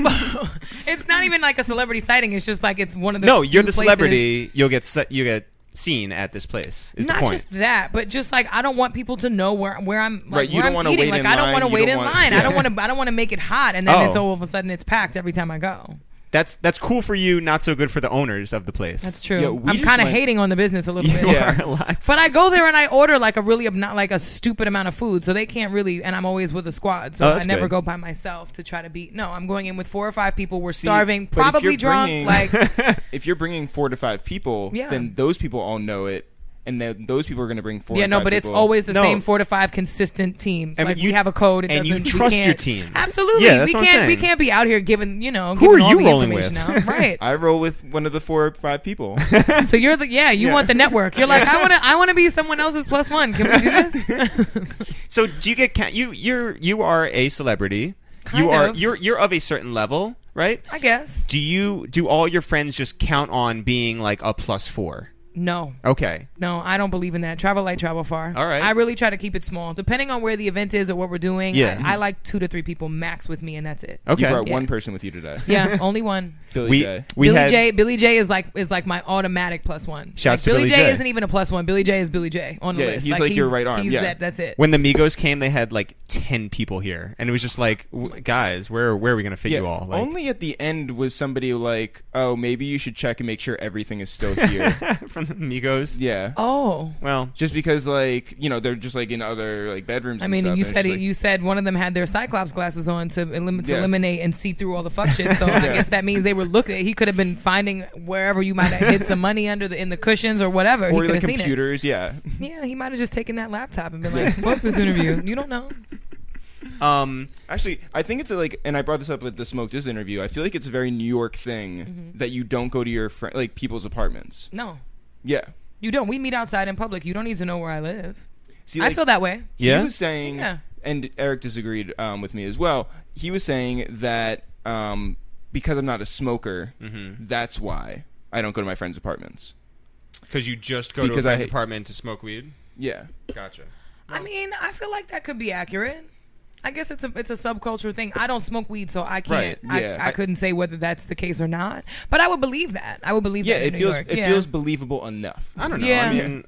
S9: (laughs) Not- so- (laughs) it's not even like a celebrity sighting. It's just like it's one of the.
S4: no, you're
S9: few
S4: the
S9: places-
S4: celebrity. You'll get se- you get seen at this place. Is
S9: not
S4: the point?
S9: just that, but just like I don't want people to know where where I'm like
S5: Right, you
S9: where
S5: don't
S9: I'm
S5: wanna
S9: eating.
S5: wait
S9: Like
S5: in
S9: I don't
S5: line,
S9: want to
S5: you
S9: wait
S5: don't
S9: in
S5: wanna-
S9: line. I don't
S5: Yeah.
S9: want to. I don't want to make it hot, and then
S4: Oh.
S9: it's all of a sudden it's packed every time I go.
S4: That's that's cool for you. Not so good for the owners of the place.
S9: That's true.
S5: Yeah, we
S9: I'm
S5: just
S9: kind of
S5: went-
S9: hating on the business a little bit.
S4: You
S5: Yeah.
S4: are a lot.
S9: (laughs) But I go there and I order like a really obno- like a stupid amount of food, so they can't really. And I'm always with a squad, so
S4: Oh,
S9: I
S4: that's
S9: never
S4: good.
S9: go by myself to try to beat. No, I'm going in with four or five people. We're starving,
S5: but if
S9: probably
S5: you're
S9: drunk.
S5: bringing- (laughs)
S9: Like
S5: if you're bringing four to five people,
S9: Yeah.
S5: then those people all know it, and then those people are going to bring four.
S9: yeah,
S5: to
S9: no,
S5: five
S9: but it's
S5: people.
S9: always the
S4: No.
S9: same four to five consistent team.
S4: And
S9: like
S4: you-
S9: we have a code, it
S4: and you
S9: doesn't- we
S4: trust your
S9: can't-
S4: team.
S9: Absolutely,
S4: Yeah, that's
S9: we
S4: what I'm
S9: can't. We
S4: saying.
S9: can't be out here giving you know.
S4: Who
S9: giving
S4: are
S9: all
S4: you
S9: the
S4: rolling
S9: information
S4: with?
S9: Out. Right.
S5: I roll with one of the four or five
S9: (laughs)
S5: people.
S4: (laughs)
S9: so you're the yeah. You want the network. You're like I want to. I want to be someone else's plus one. Can we
S4: (laughs)
S9: do this?
S4: so do you get ca- you you're you are a celebrity.
S9: Kind
S4: you are
S9: of.
S4: you're you're of a certain level, right?
S9: I guess
S4: Do you do all your friends just count on being like a plus four?
S9: no.
S4: Okay.
S9: No, I don't believe in that. Travel light, travel far.
S4: All right.
S9: I really try to keep it small, depending on where the event is or what we're doing.
S4: Yeah.
S9: I, I like two to three people max with me, and that's it.
S5: You
S4: Okay.
S5: brought
S9: Yeah.
S5: one person with you today.
S4: (laughs)
S9: Yeah, only one.
S5: Billy
S4: we
S5: J.
S4: we
S9: Billy
S4: had
S9: J. Billy J. is like is like my automatic plus one.
S4: Shouts
S9: Like,
S4: to
S9: Billy
S4: Billy
S9: J.
S4: J.
S9: Isn't even a plus one. Billy J. is Billy J. On the
S5: Yeah,
S9: list.
S5: he's like your right arm,
S9: he's
S5: yeah.
S9: that- that's it.
S4: when the Migos came, they had like ten people here, and it was just like, w- guys, where where are we gonna fit you all? Like,
S5: only at the end was somebody like, "Oh, maybe you should check and make sure everything is still
S9: (laughs)
S5: here."
S4: (laughs) from the Migos.
S5: yeah.
S9: oh.
S4: Well,
S5: Just because, like, you know, they're just like in other like bedrooms.
S9: I mean,
S5: and
S9: you
S5: stuff,
S9: said it,
S5: and it's
S9: you said one of them had their Cyclops glasses on to, elim- to
S5: Yeah.
S9: eliminate and see through all the fuck shit.
S5: (laughs)
S9: So I guess that means they were looking. He could have been finding wherever you might have hid some money under the in the cushions or whatever. he
S5: like,
S9: could
S5: or
S9: have
S5: like
S9: seen it.
S5: computers. Yeah.
S9: Yeah, he might have just taken that laptop and been like, "Fuck this interview."
S5: (laughs)
S9: You don't know.
S4: um,
S5: Actually, I think it's a, like, and I brought this up with the Smoke Diz interview. I feel like it's a very New York thing
S9: Mm-hmm.
S5: that you don't go to your fri like people's apartments.
S9: No,
S5: Yeah.
S9: you don't. We meet outside in public. You don't need to know where I live.
S5: See,
S9: I
S5: like,
S9: feel that way.
S4: Yeah?
S5: He was saying,
S9: Yeah.
S5: and Eric disagreed um, with me as well. He was saying that um, because I'm not a smoker,
S4: Mm-hmm.
S5: that's why I don't go to my friends' apartments.
S4: because you just go
S5: Because I
S4: to a friend's
S5: hate-
S4: apartment to smoke weed.
S5: Yeah.
S4: Gotcha.
S9: I mean, I feel like that could be accurate. I guess it's a it's a subculture thing. I don't smoke weed, so I can't.
S5: Right, yeah.
S9: I, I, couldn't say whether that's the case or not. But I would believe that. I would believe
S5: Yeah,
S9: that. in
S5: it
S9: New
S5: feels
S9: York.
S5: it
S9: Yeah.
S5: feels believable enough.
S4: I don't know.
S9: Yeah.
S4: I mean,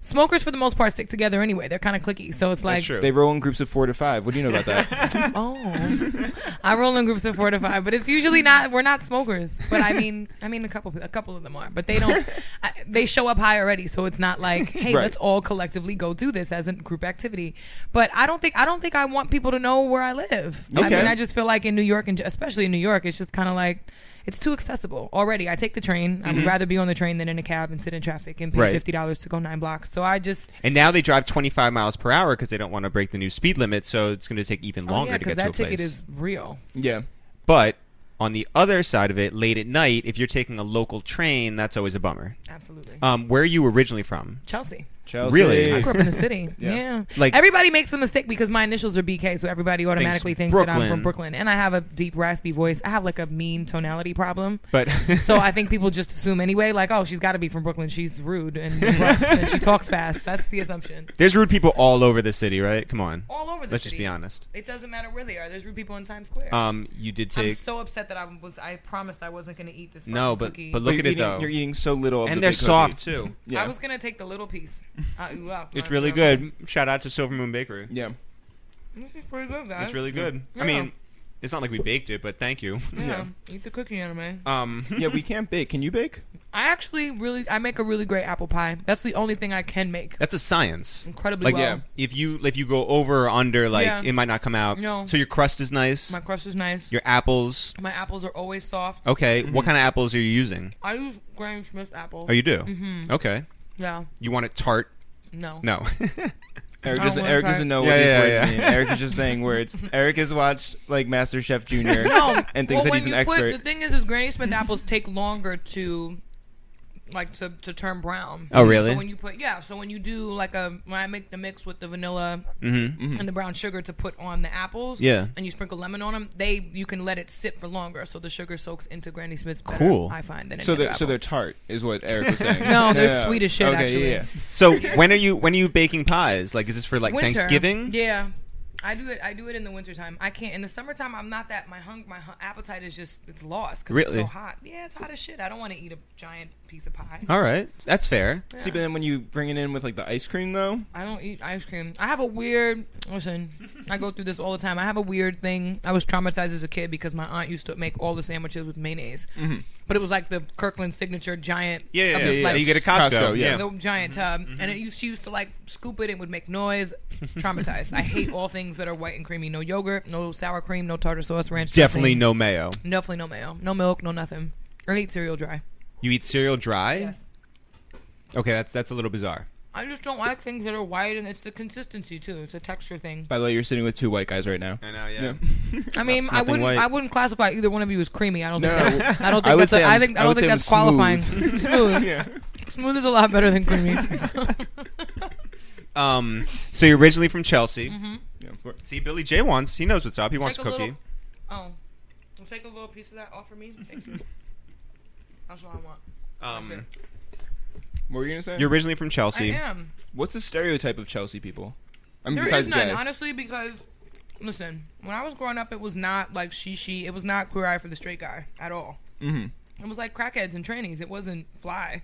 S9: smokers for the most part stick together anyway. They're kind of clicky, so it's like
S4: that's true.
S5: They roll in groups of four to five. What do you know about
S4: (laughs)
S5: that?
S9: oh, (laughs) I roll in groups of four to five, but it's usually not. We're not smokers, but I mean, I mean, a couple, a couple of them are, but they don't. I, they show up high already, so it's not like, hey,
S5: Right.
S9: let's all collectively go do this as a group activity. But I don't think, I don't think I want people to know where I live. I
S5: Okay.
S9: mean, I just feel like in New York, and especially in New York, it's just kind of like. It's too accessible already. I take the train. I would rather be on the train than in a cab and sit in traffic and pay
S4: Mm-hmm. Right.
S9: fifty dollars to go nine blocks. So I just
S4: and now they drive 25 miles per hour because they don't want to break the new speed limit, so it's going to take even
S9: oh,
S4: longer to
S9: yeah, because
S4: get
S9: that
S4: to a
S9: ticket
S4: place.
S9: is real.
S5: yeah.
S4: But on the other side of it, late at night, if you're taking a local train, that's always a bummer.
S9: Absolutely.
S4: Um, where are you originally from?
S9: Chelsea.
S5: Chelsea.
S4: Really?
S9: I grew up in
S4: (laughs)
S9: the city. yeah.
S4: Like-
S9: Like everybody makes a mistake because my initials are BK, so everybody automatically thinks,
S4: Thinks
S9: that I'm
S4: Brooklyn.
S9: from Brooklyn. And I have a deep raspy voice. I have like a mean tonality problem.
S4: But
S9: so
S4: (laughs)
S9: I think people just assume anyway, like, oh, she's got to be from Brooklyn. She's rude and, rough and she talks fast. That's the assumption.
S4: there's rude people all over the city, right? Come on.
S9: All over the
S4: Let's just
S9: city.
S4: be honest.
S9: It doesn't matter where they are. There's rude people in Times Square.
S4: Um, you did
S9: I'm
S4: take
S9: so upset that I was. I promised I wasn't going to eat this.
S4: no,
S9: fucking
S4: but
S9: cookie.
S4: but look
S5: You're
S4: at it
S5: eating-
S4: though,
S5: You're eating so little of the
S4: and they're
S5: big cookie.
S4: soft too.
S5: Yeah.
S9: I was going to take the
S4: (laughs)
S9: little piece. Uh, wow.
S4: It's really good. Shout out to Silver Moon Bakery.
S5: yeah.
S9: It's pretty good, guys.
S4: It's really good.
S9: Yeah.
S4: I mean, It's not like we baked it, but thank you.
S9: Yeah. Eat the cookie, anime.
S4: (laughs) Um,
S5: yeah, we can't bake. Can you bake?
S9: I actually really, I make a really great apple pie. That's the only thing I can make.
S4: that's a science.
S9: Incredibly
S4: Like
S9: well.
S4: if you if you go over or under, like
S9: Yeah.
S4: it might not come out.
S9: No.
S4: So your crust is nice.
S9: My crust is nice.
S4: your apples.
S9: My apples are always
S5: Oh.
S9: soft.
S4: Okay. What
S9: Mm-hmm.
S4: kind of apples are you using?
S9: I use Graham Smith apples.
S4: Oh, you do. Mm-hmm. Okay.
S9: yeah.
S4: You want it tart?
S9: No.
S4: No. (laughs)
S5: (laughs) Eric
S9: I
S5: doesn't,
S9: wanna
S5: Eric
S9: try it.
S5: doesn't know
S4: Yeah,
S5: what these
S4: yeah,
S5: words
S4: yeah.
S5: mean. Eric is just saying (laughs) words. Eric has watched like (laughs) MasterChef Junior
S9: No.
S5: and
S9: well,
S5: thinks that he's
S9: when
S5: an
S9: you
S5: expert.
S9: Put, the thing is, is Granny Smith apples take longer to, like, to, to turn brown.
S4: Oh, really?
S9: So when you put, yeah. So when you do like a, when I make the mix with the vanilla
S5: Mm-hmm,
S9: and the brown sugar to put on the apples,
S4: Yeah.
S9: and you sprinkle lemon on them, they you can let it sit for longer, so the sugar soaks into Granny Smith's. Better,
S4: Cool.
S9: I find than
S5: so
S9: any
S5: they're
S9: other
S5: so they're
S9: apple.
S5: tart is what Eric was saying.
S9: (laughs) no, they're
S5: Yeah.
S9: sweet as shit.
S5: Okay,
S9: actually,
S5: yeah,
S9: (laughs)
S4: so when are you when are you baking pies? Like, is this for like
S9: Winter.
S4: Thanksgiving?
S9: Yeah. I do it. I do it in the wintertime. I can't in the summertime. I'm not that my hung my hu- appetite is just it's lost because
S4: Really?
S9: it's so hot. Yeah, it's hot as shit. I don't want to eat a giant piece of pie.
S4: All right, that's fair.
S5: yeah. See, but then when you bring it in with like the ice cream though,
S9: I don't eat ice cream. I have a weird listen. I go through this all the time. I have a weird thing. I was traumatized as a kid because my aunt used to make all the sandwiches with mayonnaise, but it was like the Kirkland signature giant.
S4: Mm-hmm. Yeah, yeah,
S9: of
S4: yeah,
S9: the,
S4: yeah.
S9: like,
S4: you get a Costco. Mm-hmm.
S5: Costco,
S4: yeah.
S5: yeah.
S9: the giant tub, and it used, she used to like scoop it and would make noise. Traumatized. I hate all things that are white and creamy. No yogurt, no sour cream, no tartar sauce, ranch.
S4: Definitely
S9: dressing.
S4: no mayo.
S9: Definitely no mayo, no milk, no nothing. I hate cereal dry.
S4: You eat cereal dry?
S9: Yes.
S4: Okay, that's that's a little bizarre.
S9: I just don't like things that are white, and it's the consistency too. It's a texture thing.
S5: by the way, you're sitting with two white guys right (laughs) now.
S4: I know, yeah.
S9: I mean, I
S4: nothing
S9: wouldn't,
S4: white.
S9: I wouldn't classify either one of you as creamy. I don't think.
S5: No. (laughs)
S9: that's, I don't think
S5: I would
S9: that's.
S5: say
S9: A, I
S5: I'm-
S9: think. I
S5: I
S9: don't
S5: would
S9: think
S5: say I'm
S9: that's qualifying. (laughs) smooth. Smooth is a lot better than creamy.
S4: Um, so you're originally from Chelsea.
S5: Yeah, of course.
S4: See, Billy J wants. He knows what's up. He wants
S9: Mm-hmm. Take
S4: a
S9: a
S4: cookie.
S9: little- oh, I'll take a little piece of that off for me. Thank you. That's what I want.
S5: Mm-hmm.
S4: um,
S5: What were you gonna say?
S4: you're originally from
S9: I
S4: Chelsea.
S9: am.
S5: What's the stereotype of Chelsea people? I mean,
S9: There
S5: besides
S9: is none,
S5: gay.
S9: honestly, because listen, when I was growing up, it was not like she she. It was not queer eye for the straight guy at all. Mm-hmm. It was like crackheads and trannies. It wasn't fly.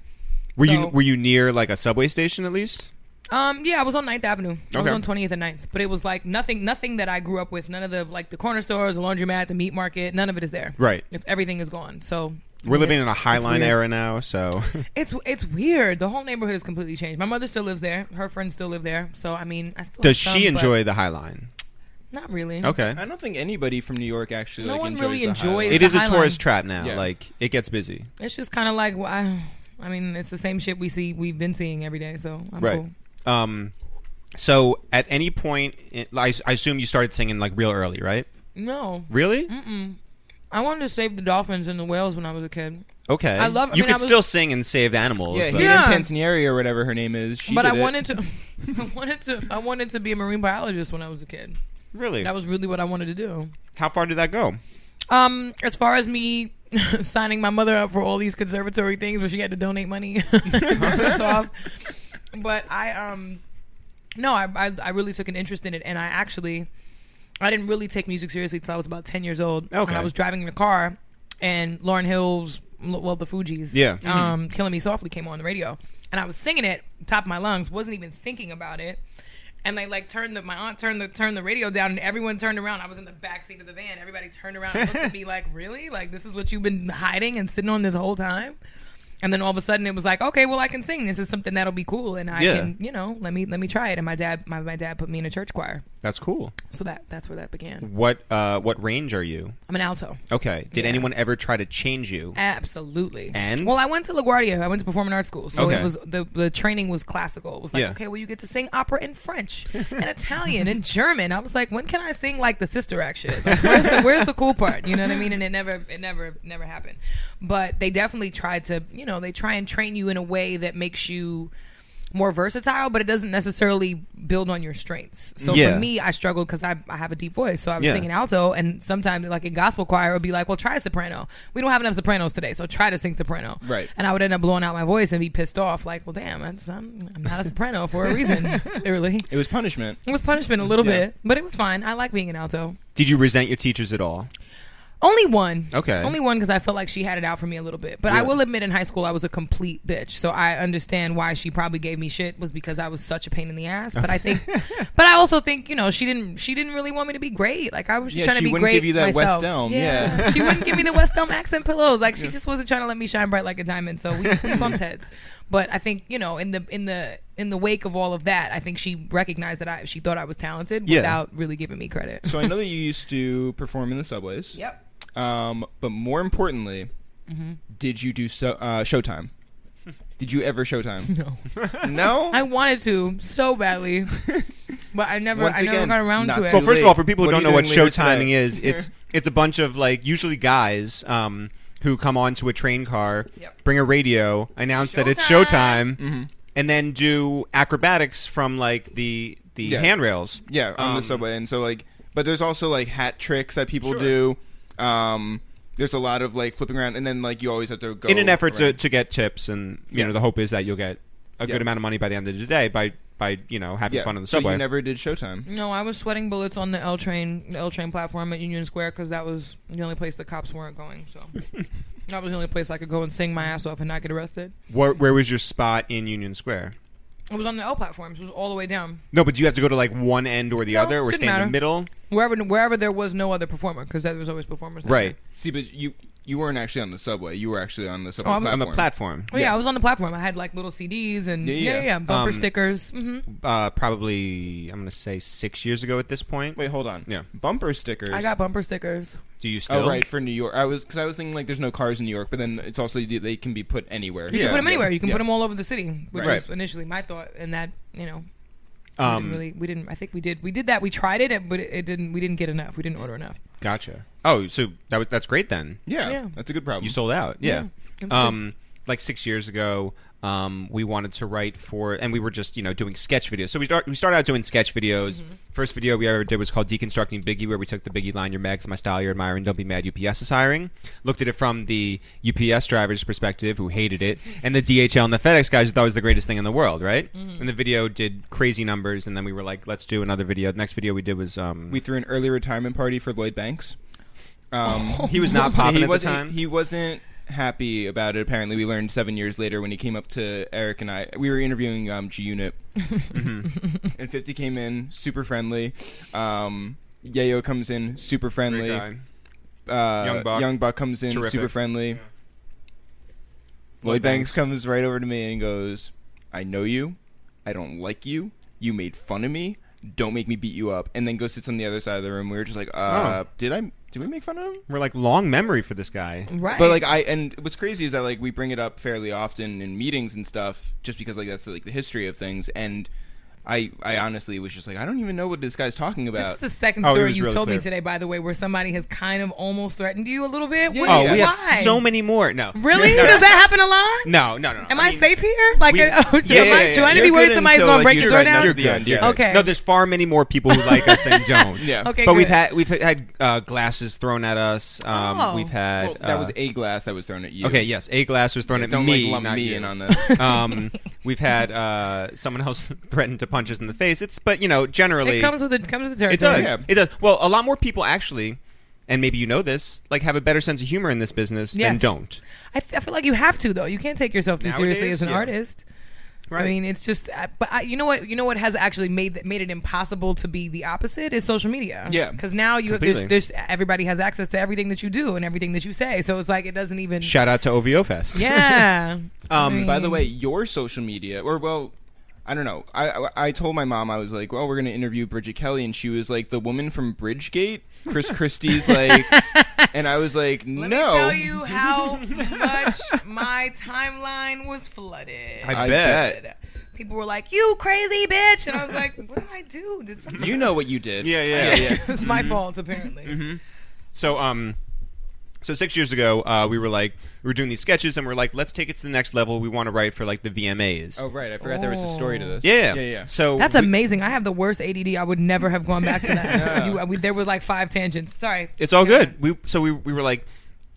S4: Were you
S9: So-
S4: were you near like a subway station at least?
S9: Um, yeah, I was on 9th Avenue. I
S4: Okay.
S9: was on 20th and 9th, but it was like nothing, nothing that I grew up with. None of the like the corner stores, the laundromat, the meat market. None of it is there.
S4: Right.
S9: It's everything is gone. So
S4: We're living in a
S9: high
S4: Highline era now,
S9: (laughs)
S4: so
S9: It's it's weird. The whole neighborhood has completely changed. My mother still lives there. Her friends still live there. So I mean, I
S4: (laughs)
S9: still
S4: does
S9: have
S4: she
S9: some, but
S4: enjoy the Highline?
S9: Not really.
S4: Okay,
S5: I don't think anybody from New York actually.
S9: No
S5: like,
S9: one
S5: enjoys
S9: really
S5: the
S9: enjoys-
S5: highlight.
S4: it is
S9: the
S4: a tourist
S9: Highline.
S4: trap now.
S5: Yeah.
S4: Like it gets busy.
S9: It's just kind of like well, I, I mean, it's the same shit we see. We've been seeing every day. So I'm
S4: Right.
S9: cool.
S4: Um, so at any point, in, I, I assume you started singing like real early, right?
S9: No,
S4: Really?
S9: I wanted to save the dolphins and the whales when I was a kid.
S4: Okay.
S9: I love- I
S4: you
S9: mean,
S4: could
S9: I was-
S4: still sing and save animals.
S5: Yeah,
S4: but-
S5: Hayden
S9: Yeah.
S5: Panettiere or whatever her name is. She
S9: but I
S5: did it.
S9: wanted to, (laughs) I wanted to, I wanted to be a marine biologist when I was a kid.
S4: Really?
S9: That was really what I wanted to do.
S4: How far did that go?
S9: Um, as far as me (laughs) signing my mother up for all these conservatory things where she had to donate money, (laughs) first off. but I um, no, I, I I really took an interest in it, and I actually, I didn't really take music seriously until I was about ten years old. when
S4: Okay.
S9: I was driving in the car, and Lauren Hill's well, the Fugees,
S4: Yeah.
S9: um, "Killing Me Softly" came on the radio, and I was singing it top of my lungs, wasn't even thinking about it. And they like turned the my aunt turned the turned the radio down, and everyone turned around. I was in the back seat of the van. Everybody turned around and looked at me like, "Really? Like this is what you've been hiding and sitting on this whole time?" And then all of a sudden, it was like, "Okay, well, I can sing. This is something that'll be cool, and I
S4: Yeah.
S9: can, you know, let me let me try it." And my dad my, my dad put me in a church choir,
S4: That's cool.
S9: so that that's where that began.
S4: What uh, what range are you?
S9: I'm an alto.
S4: Okay. Did
S9: Yeah.
S4: anyone ever try to change you?
S9: Absolutely.
S4: And?
S9: well, I went to LaGuardia. I went to performing arts school, so
S4: Okay.
S9: it was the the training was classical. It was like,
S4: Yeah.
S9: okay, well, you get to sing opera
S4: (laughs)
S9: in French and Italian and German. I was like, when can I sing like the sister act shit? Like, where's, the, where's the cool part? You know what I mean? And it never, it never, never happened. But they definitely tried to, you know, they try and train you in a way that makes you more versatile, but it doesn't necessarily build on your strengths. So
S4: Yeah.
S9: for me, I struggled because I, I have a deep voice. So I was
S4: Yeah.
S9: singing alto, and sometimes, like in gospel choir, it would be like, well, try soprano. We don't have enough sopranos today, so try to sing soprano.
S5: Right.
S9: And I would end up blowing out my voice and be pissed off, like, well, damn, that's, I'm, I'm not a soprano for a reason, clearly.
S5: It was punishment.
S9: It was punishment a little bit, but it was fine. I like being an alto.
S4: Did you resent your teachers at all?
S9: Only one.
S4: Okay.
S9: Only one because I felt like she had it out for me a little bit. But I will admit, in high school, I was a complete bitch. So I understand why she probably gave me shit was because I was such a pain in the ass. But
S5: (laughs)
S9: I think, but I also think you know she didn't she didn't really want me to be great. Like I was just
S5: Yeah,
S9: trying
S5: she
S9: to be
S5: wouldn't
S9: great.
S5: give you that West
S9: myself.
S5: Elm, yeah.
S9: (laughs) she wouldn't give me the West Elm accent pillows. Like she just wasn't trying to let me shine bright like a diamond. So we,
S5: (laughs)
S9: we bumped heads. But I think you know in the in the in the wake of all of that, I think she recognized that I she thought I was talented
S4: Yeah.
S9: without really giving me credit.
S5: So I know that you used to perform in the subways.
S9: Yep. Mm-hmm.
S5: Um, but more importantly, did you do so, uh, Showtime? Did you ever Showtime?
S9: (laughs) No.
S5: no.
S9: (laughs) I wanted to
S5: (laughs)
S9: so badly, but I never,
S5: Once
S9: I never
S5: again,
S9: got around
S5: not
S9: to it.
S5: so
S4: Well, first
S5: late.
S4: of all, for people who
S5: What are
S4: don't
S5: you
S4: know what
S5: doing later
S4: show timing
S5: today? (laughs)
S4: is, it's it's a bunch of like usually guys um, who come onto a train car,
S9: Yep.
S4: bring a radio, announce that it's showtime,
S9: Showtime!
S5: Mm-hmm.
S4: and then do acrobatics from like the the
S5: Yeah.
S4: handrails.
S5: Yeah, on the
S4: Um,
S5: subway, and so like, but there's also like hat tricks that people do. Um, there's a lot of like flipping around, and then like you always have to go
S4: in an effort to,
S5: around.
S4: to get tips, and you
S5: Oh, Yeah.
S4: know the hope is that you'll get a
S5: Yeah.
S4: good amount of money by the end of the day by by you know having
S5: yeah.
S4: fun on the
S5: so
S4: subway.
S5: you never did Showtime.
S9: No, I was sweating bullets on the L train, the L train platform at Union Square because that was the only place the cops weren't going.
S5: (laughs)
S9: So that was the only place I could go and sing my ass off and not get arrested.
S4: where, where was your spot in Union Square?
S9: It was on the L platform, so it was all the way down,
S4: No, but do you have to go to like one end or the other, or
S9: didn't
S4: stay in
S9: matter.
S4: the middle?
S9: wherever wherever there was no other performer because there was always performers. down
S4: Right
S5: See, but you you weren't actually on the subway. You were actually on the subway
S9: I'm-
S5: platform.
S4: on the platform.
S9: there. Oh, yeah. I was on the platform. I had like little CDs and
S5: Yeah,
S9: yeah,
S5: yeah,
S9: yeah,
S5: yeah.
S9: bumper
S4: Um,
S9: stickers. hmm
S4: uh, probably I'm gonna say six years ago at this point.
S5: Wait, hold on.
S4: Yeah.
S5: bumper stickers.
S9: I got bumper stickers.
S4: do you still?
S5: Oh right, for New York. I was because I was thinking like there's no cars in New York, but then it's also they can be put anywhere.
S9: You can put them anywhere. You can
S5: Yeah.
S9: put them all over the city, which
S4: Right.
S9: was initially my thought, and that you know we
S4: Um,
S9: didn't really we didn't i think we did we did that we tried it but it, it didn't we didn't get enough we didn't order enough
S4: Gotcha. Oh, so that was, that's great then.
S5: Yeah,
S9: Yeah.
S5: that's a good problem.
S4: You sold out. Yeah.
S9: that's good.
S4: um, like six years ago, um, we wanted to write for, and we were just you know doing sketch videos. So we start we started out doing sketch videos.
S9: Mm-hmm.
S4: First video we ever did was called "Deconstructing Biggie," where we took the Biggie line, "Your Meg's my style, you're admiring, don't be mad, UPS is hiring." Looked at it from the UPS driver's perspective, who hated it, and the DHL and the FedEx guys who thought it was the greatest thing in the world, right?
S9: Mm-hmm.
S4: And the video did crazy numbers, and then we were like, "Let's do another video." The next video we did was um,
S5: we threw an early retirement party for Lloyd Banks.
S9: (laughs)
S5: Um,
S9: Oh,
S4: he was not popping
S5: (laughs) he
S4: at the
S5: wasn't,
S4: time.
S5: He wasn't happy about it. Apparently, we learned seven years later when he came up to Eric and I. We were interviewing um, G
S9: (laughs)
S5: Unit,
S4: Mm-hmm.
S5: and Fifty came in super friendly. Um, Yayo comes in super friendly.
S4: guy.
S5: Uh,
S4: Young Buck.
S5: comes in
S4: Terrific.
S5: super friendly. Lloyd Banks comes right over to me and goes, "I know you. I don't like you. You made fun of me. Don't make me beat you up." And then goes sits on the other side of the room. We were just like, "Uh,
S4: Oh.
S5: did I? Did we make fun of him?"
S4: We're like long memory for this guy.
S9: right
S5: But like I and what's crazy is that like we bring it up fairly often in meetings and stuff, just because like that's like the history of things. And I I honestly was just like I don't even know what this guy's talking
S9: this
S5: about.
S9: is the second
S4: Oh, it
S9: story
S4: was
S9: you
S4: really
S9: told
S4: clear.
S9: me today by the way where somebody has kind of almost threatened you a little bit What-
S4: Oh, we have
S9: why?
S4: so many more. No,
S9: really
S4: No,
S9: does that happen a lot
S4: No, no, no. no.
S9: am i, safe here like (laughs)
S4: we-
S9: Oh, am I
S4: Yeah, yeah, yeah,
S9: trying
S5: You're
S9: to be
S5: good
S9: worried somebody's
S5: until,
S9: gonna
S5: like,
S9: break
S5: you
S9: your
S5: try-
S9: door down
S5: You're
S4: You're
S5: good.
S4: good.
S5: You're
S4: Yeah.
S9: good. Okay.
S4: No, there's far many more people who like us
S9: (laughs)
S4: than don't.
S5: Yeah.
S9: okay
S4: But we've
S9: good.
S4: had we've had uh, glasses thrown at us. Um,
S9: Oh.
S4: We've had
S5: Well, that
S4: uh,
S5: was a glass that was thrown at you.
S4: okay. Yes, a glass was thrown at
S5: Don't
S4: me.
S5: like lump
S4: not
S5: me
S4: you.
S5: in on
S4: (laughs)
S5: that.
S4: um,
S5: (laughs)
S4: we've had uh, someone else (laughs) threaten to punch us in the face. It's but you know generally
S9: it comes with the comes with the
S4: It
S9: territory
S4: does.
S5: Yeah.
S4: It does. Well, a lot more people actually, and maybe you know this, like have a better sense of humor in this business than
S9: Yes.
S4: don't.
S9: I, th- I feel like you have to though you can't take yourself too seriously
S4: Nowadays,
S9: as an
S4: yeah.
S9: artist
S4: Right.
S9: I mean, it's just, I- but I, you know what? You know what has actually made that made it impossible to be the opposite is social media.
S5: Yeah.
S9: because now you
S4: Completely.
S9: there's, there's everybody has access to everything that you do and everything that you say, so it's like it doesn't even.
S4: Shout out to OVO Fest. (laughs)
S9: (laughs) yeah.
S4: Um,
S5: By the way, your social media, or well, I don't know. I I, I told my mom I was like, well, we're gonna interview Bridget Kelly, and she was like, the woman from Bridgegate,
S9: (laughs)
S5: Chris Christie's like, and I was like,
S9: Let
S5: no.
S9: me tell you
S4: (laughs)
S9: how much my timeline was flooded.
S4: I,
S5: I
S4: bet.
S5: bet.
S9: People were like, "You crazy bitch," and I was like, "What did I do? Did something?"
S5: You know what you did.
S4: Yeah, yeah, (laughs) yeah.
S9: (laughs) it was my fault, apparently.
S4: Mm-hmm. So um so six years ago, uh, we were like we were doing these sketches and we are like, let's take it to the next level. We want to write for like the VMAs.
S5: Oh right, I forgot there was a story to this.
S4: Yeah.
S5: yeah, yeah.
S4: So
S9: That's
S4: we-
S9: amazing. I have the worst ADD. I would never have gone back to that. You- uh, we- there was like five tangents. Sorry.
S4: it's all
S9: Go
S4: good.
S9: on.
S4: We so we, we were like,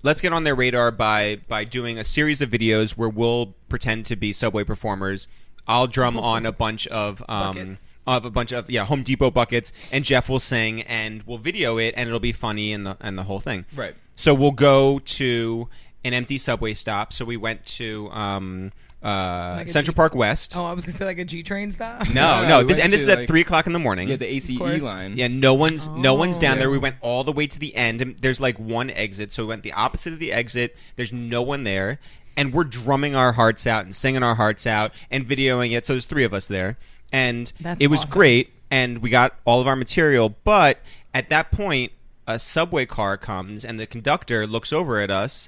S4: let's get on their radar by by doing a series of videos where we'll pretend to be subway performers. I'll drum on a bunch of um
S9: Buckets.
S4: of a bunch of yeah Home Depot buckets, and Jeff will sing, and we'll video it, and it'll be funny and the and the whole thing.
S5: Right.
S4: So we'll go to an empty subway stop. So we went to um, uh,
S9: Like a
S4: Central
S9: G-
S4: Park West.
S9: Oh, I was gonna say like a G train stop.
S4: No,
S5: No,
S4: no.
S5: we
S4: This
S5: went
S4: and this
S5: to,
S4: is at
S5: like-
S4: three o'clock in the morning.
S5: Yeah, the ACE
S9: course.
S5: line.
S4: Yeah, no one's no one's down
S9: Oh.
S4: there. We went all the way to the end, and there's like one exit, so we went the opposite of the exit. There's no one there, and we're drumming our hearts out and singing our hearts out and videoing it. So there's three of us there, and
S9: That's
S4: it was
S9: awesome.
S4: great, and we got all of our material. But at that point, a subway car comes, and the conductor looks over at us.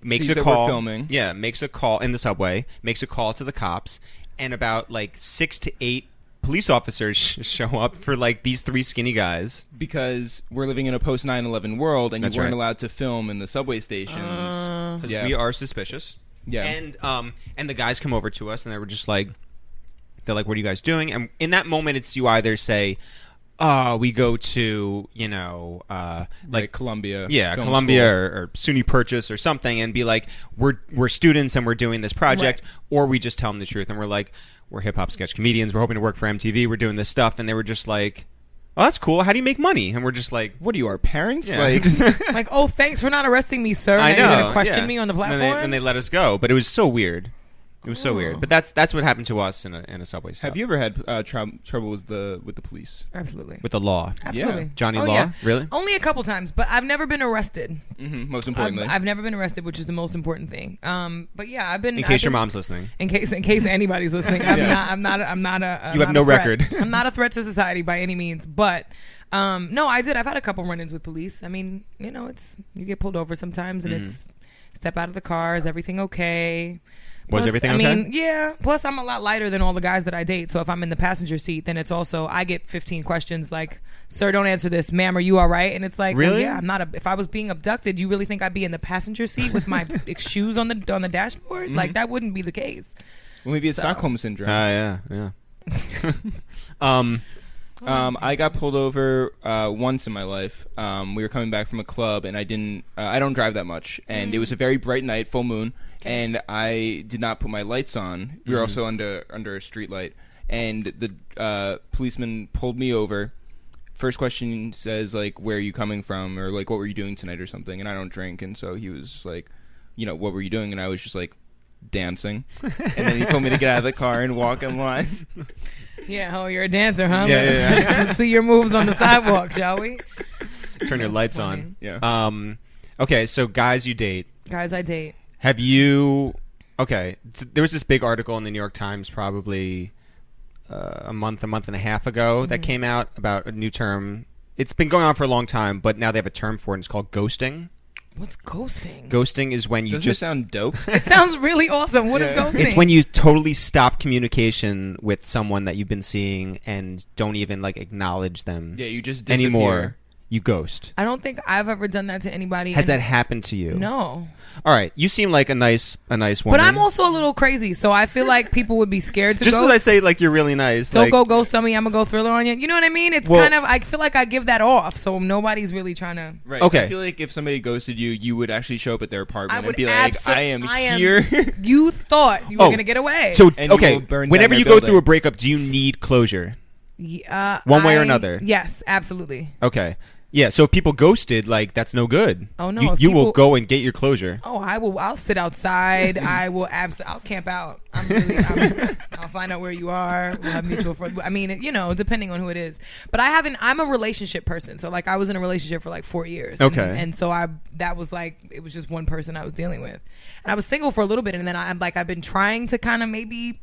S4: Makes
S5: Sees
S4: a
S5: that we're
S4: call.
S5: filming.
S4: Yeah, makes a call in the subway. Makes a call to the cops, and about like six to eight police officers (laughs) sh- show up for like these three skinny guys.
S5: because we're living in a post 9/11 world and
S4: That's
S5: you weren't
S4: right.
S5: allowed to film in the subway stations.
S9: Uh,
S4: 'cause
S5: yeah.
S4: we are suspicious.
S5: Yeah.
S4: and um, and the guys come over to us, and they were just like, they're like, "What are you guys doing?" And in that moment, it's you either say, "Ah, we go to you know, uh,
S5: like,
S4: like."
S5: Columbia.
S4: yeah,
S5: Film
S4: Columbia
S5: School.
S4: or, or SUNY Purchase or something, and be like, we're we're students and we're doing this project, or we just tell them the truth and we're like, we're hip hop sketch comedians. We're hoping to work for MTV. We're doing this stuff, and they were just like, oh, that's cool. How do you make money? And we're just like,
S5: What are you, our parents?
S4: Yeah.
S5: Like,
S9: (laughs)
S4: (laughs)
S9: Like, oh, thanks for not arresting me, sir.
S4: I
S9: now
S4: know.
S9: You're gonna question
S4: yeah.
S9: me on the
S4: And then
S9: platform. Oh.
S4: they- Then they, let us go, but it was so weird. It was so weird. But that's that's what happened to us in a, in a subway. Stop.
S5: have you ever had uh, trou- trouble with the with the police?
S9: Absolutely.
S4: with the law?
S9: Absolutely.
S4: Johnny
S9: Oh,
S4: Law?
S9: yeah.
S4: Really?
S9: Only a couple times, but I've never been arrested.
S5: Mm-hmm, most
S9: I've,
S5: importantly,
S9: I've never been arrested, which is the most important thing. Um, but yeah, I've been.
S4: In
S9: I've
S4: case your
S9: been-
S4: mom's
S9: (laughs)
S4: listening,
S9: In case, in case anybody's listening,
S4: (laughs)
S9: I'm not. I'm not. I'm not a. I'm
S4: You have
S9: not
S4: no
S9: a threat.
S4: record.
S9: (laughs) I'm not a threat to society by any means, but. Um, no, I did. I've had a couple run-ins with police. I mean, you know, it's you get pulled over sometimes,
S4: Mm-hmm.
S9: and it's step out of the car. Is everything okay?
S4: Was everything
S9: I
S4: okay?
S9: mean, yeah. Plus, I'm a lot lighter than all the guys that I date. So if I'm in the passenger seat, then it's also I get 15 questions like, "Sir, don't answer this. Ma'am, are you all right?" And it's like, well,
S4: Really?
S9: yeah, I'm not. A, if I was being abducted, you really think I'd be in the passenger seat
S4: (laughs)
S9: with my shoes on the on the dashboard?
S4: Mm-hmm.
S9: Like that wouldn't be the case.
S5: well, maybe it's Stockholm syndrome.
S4: Ah, yeah, yeah.
S9: (laughs)
S4: (laughs) um,
S5: Um, I got pulled over uh, once in my life. Um, we were coming back from a club, and I didn't. Uh, I don't drive that much, and it was a very bright night, full moon, and I did not put my lights on. We were also under under a street light, and the uh, policeman pulled me over. First question says like, "Where are you coming from?" or like, "What were you doing tonight?" or something. And I don't drink, and so he was just like, "You know, what were you doing?" And I was just like, "Dancing," and then he told me to get out of the car and walk in line.
S9: Yeah, oh, you're a dancer, huh?
S4: Yeah, yeah, yeah.
S9: Let's (laughs) see your moves on the sidewalk, shall we?
S4: turn your lights on.
S5: Yeah.
S4: Um, okay, so guys, you date.
S9: Guys, I date.
S4: Have you? Okay, t- there was this big article in the New York Times probably uh, a month, a month and a half ago
S9: Mm-hmm.
S4: that came out about a new term. It's been going on for a long time, but now they have a term for it. and it's called ghosting.
S9: What's ghosting?
S4: Ghosting is when you
S5: Doesn't
S4: just
S5: it
S4: (laughs)
S5: sound dope?
S9: it sounds really awesome. What is ghosting?
S4: It's when you totally stop communication with someone that you've been seeing and don't even like acknowledge them
S5: yeah, you just disappear.
S4: anymore. You ghost.
S9: I don't think I've ever done that to anybody.
S4: Has
S9: and-
S4: that happened to you?
S9: No.
S4: All right. You seem like a nice, a nice woman.
S9: But I'm also a little crazy, so I feel like people would be scared to
S4: just
S9: ghost.
S4: as I say, like you're really nice.
S9: don't
S4: like,
S9: go ghost on me. I'm gonna go thriller on you. You know what I mean? It's
S4: Well-
S9: kind of I feel like I give that off, so nobody's really trying to.
S5: Right.
S4: Okay.
S5: I feel like if somebody ghosted you, you would actually show up at their apartment
S9: I
S5: and
S9: would
S5: be like,
S9: abso-
S5: "I am
S9: I am-
S5: here."
S9: You thought you
S4: Oh.
S9: were gonna get away.
S4: So
S5: And you
S4: okay,
S5: will burn down
S4: whenever
S5: their
S4: you go
S5: building.
S4: through a breakup, do you need closure?
S9: Yeah,
S4: One way or
S9: I-
S4: another.
S9: Yes, absolutely.
S4: Okay. Yeah. So if people ghosted, like that's no good.
S9: Oh, no,
S4: You,
S9: if
S4: you will
S9: people-
S4: go and get your closure.
S9: Oh, I will. I'll
S4: (laughs)
S9: sit outside. I will. Abs- I'll camp out. I'm really. I'm, I'll find out where you are. We'll have mutual friends. I mean, you know, depending on who it is. But I haven't. I'm a relationship person. So like, I was in a relationship for like four years.
S4: Okay.
S9: And, and so I that was like it was just one person I was dealing with, and I was single for a little bit, and then I, I'm like I've been trying to kind of maybe.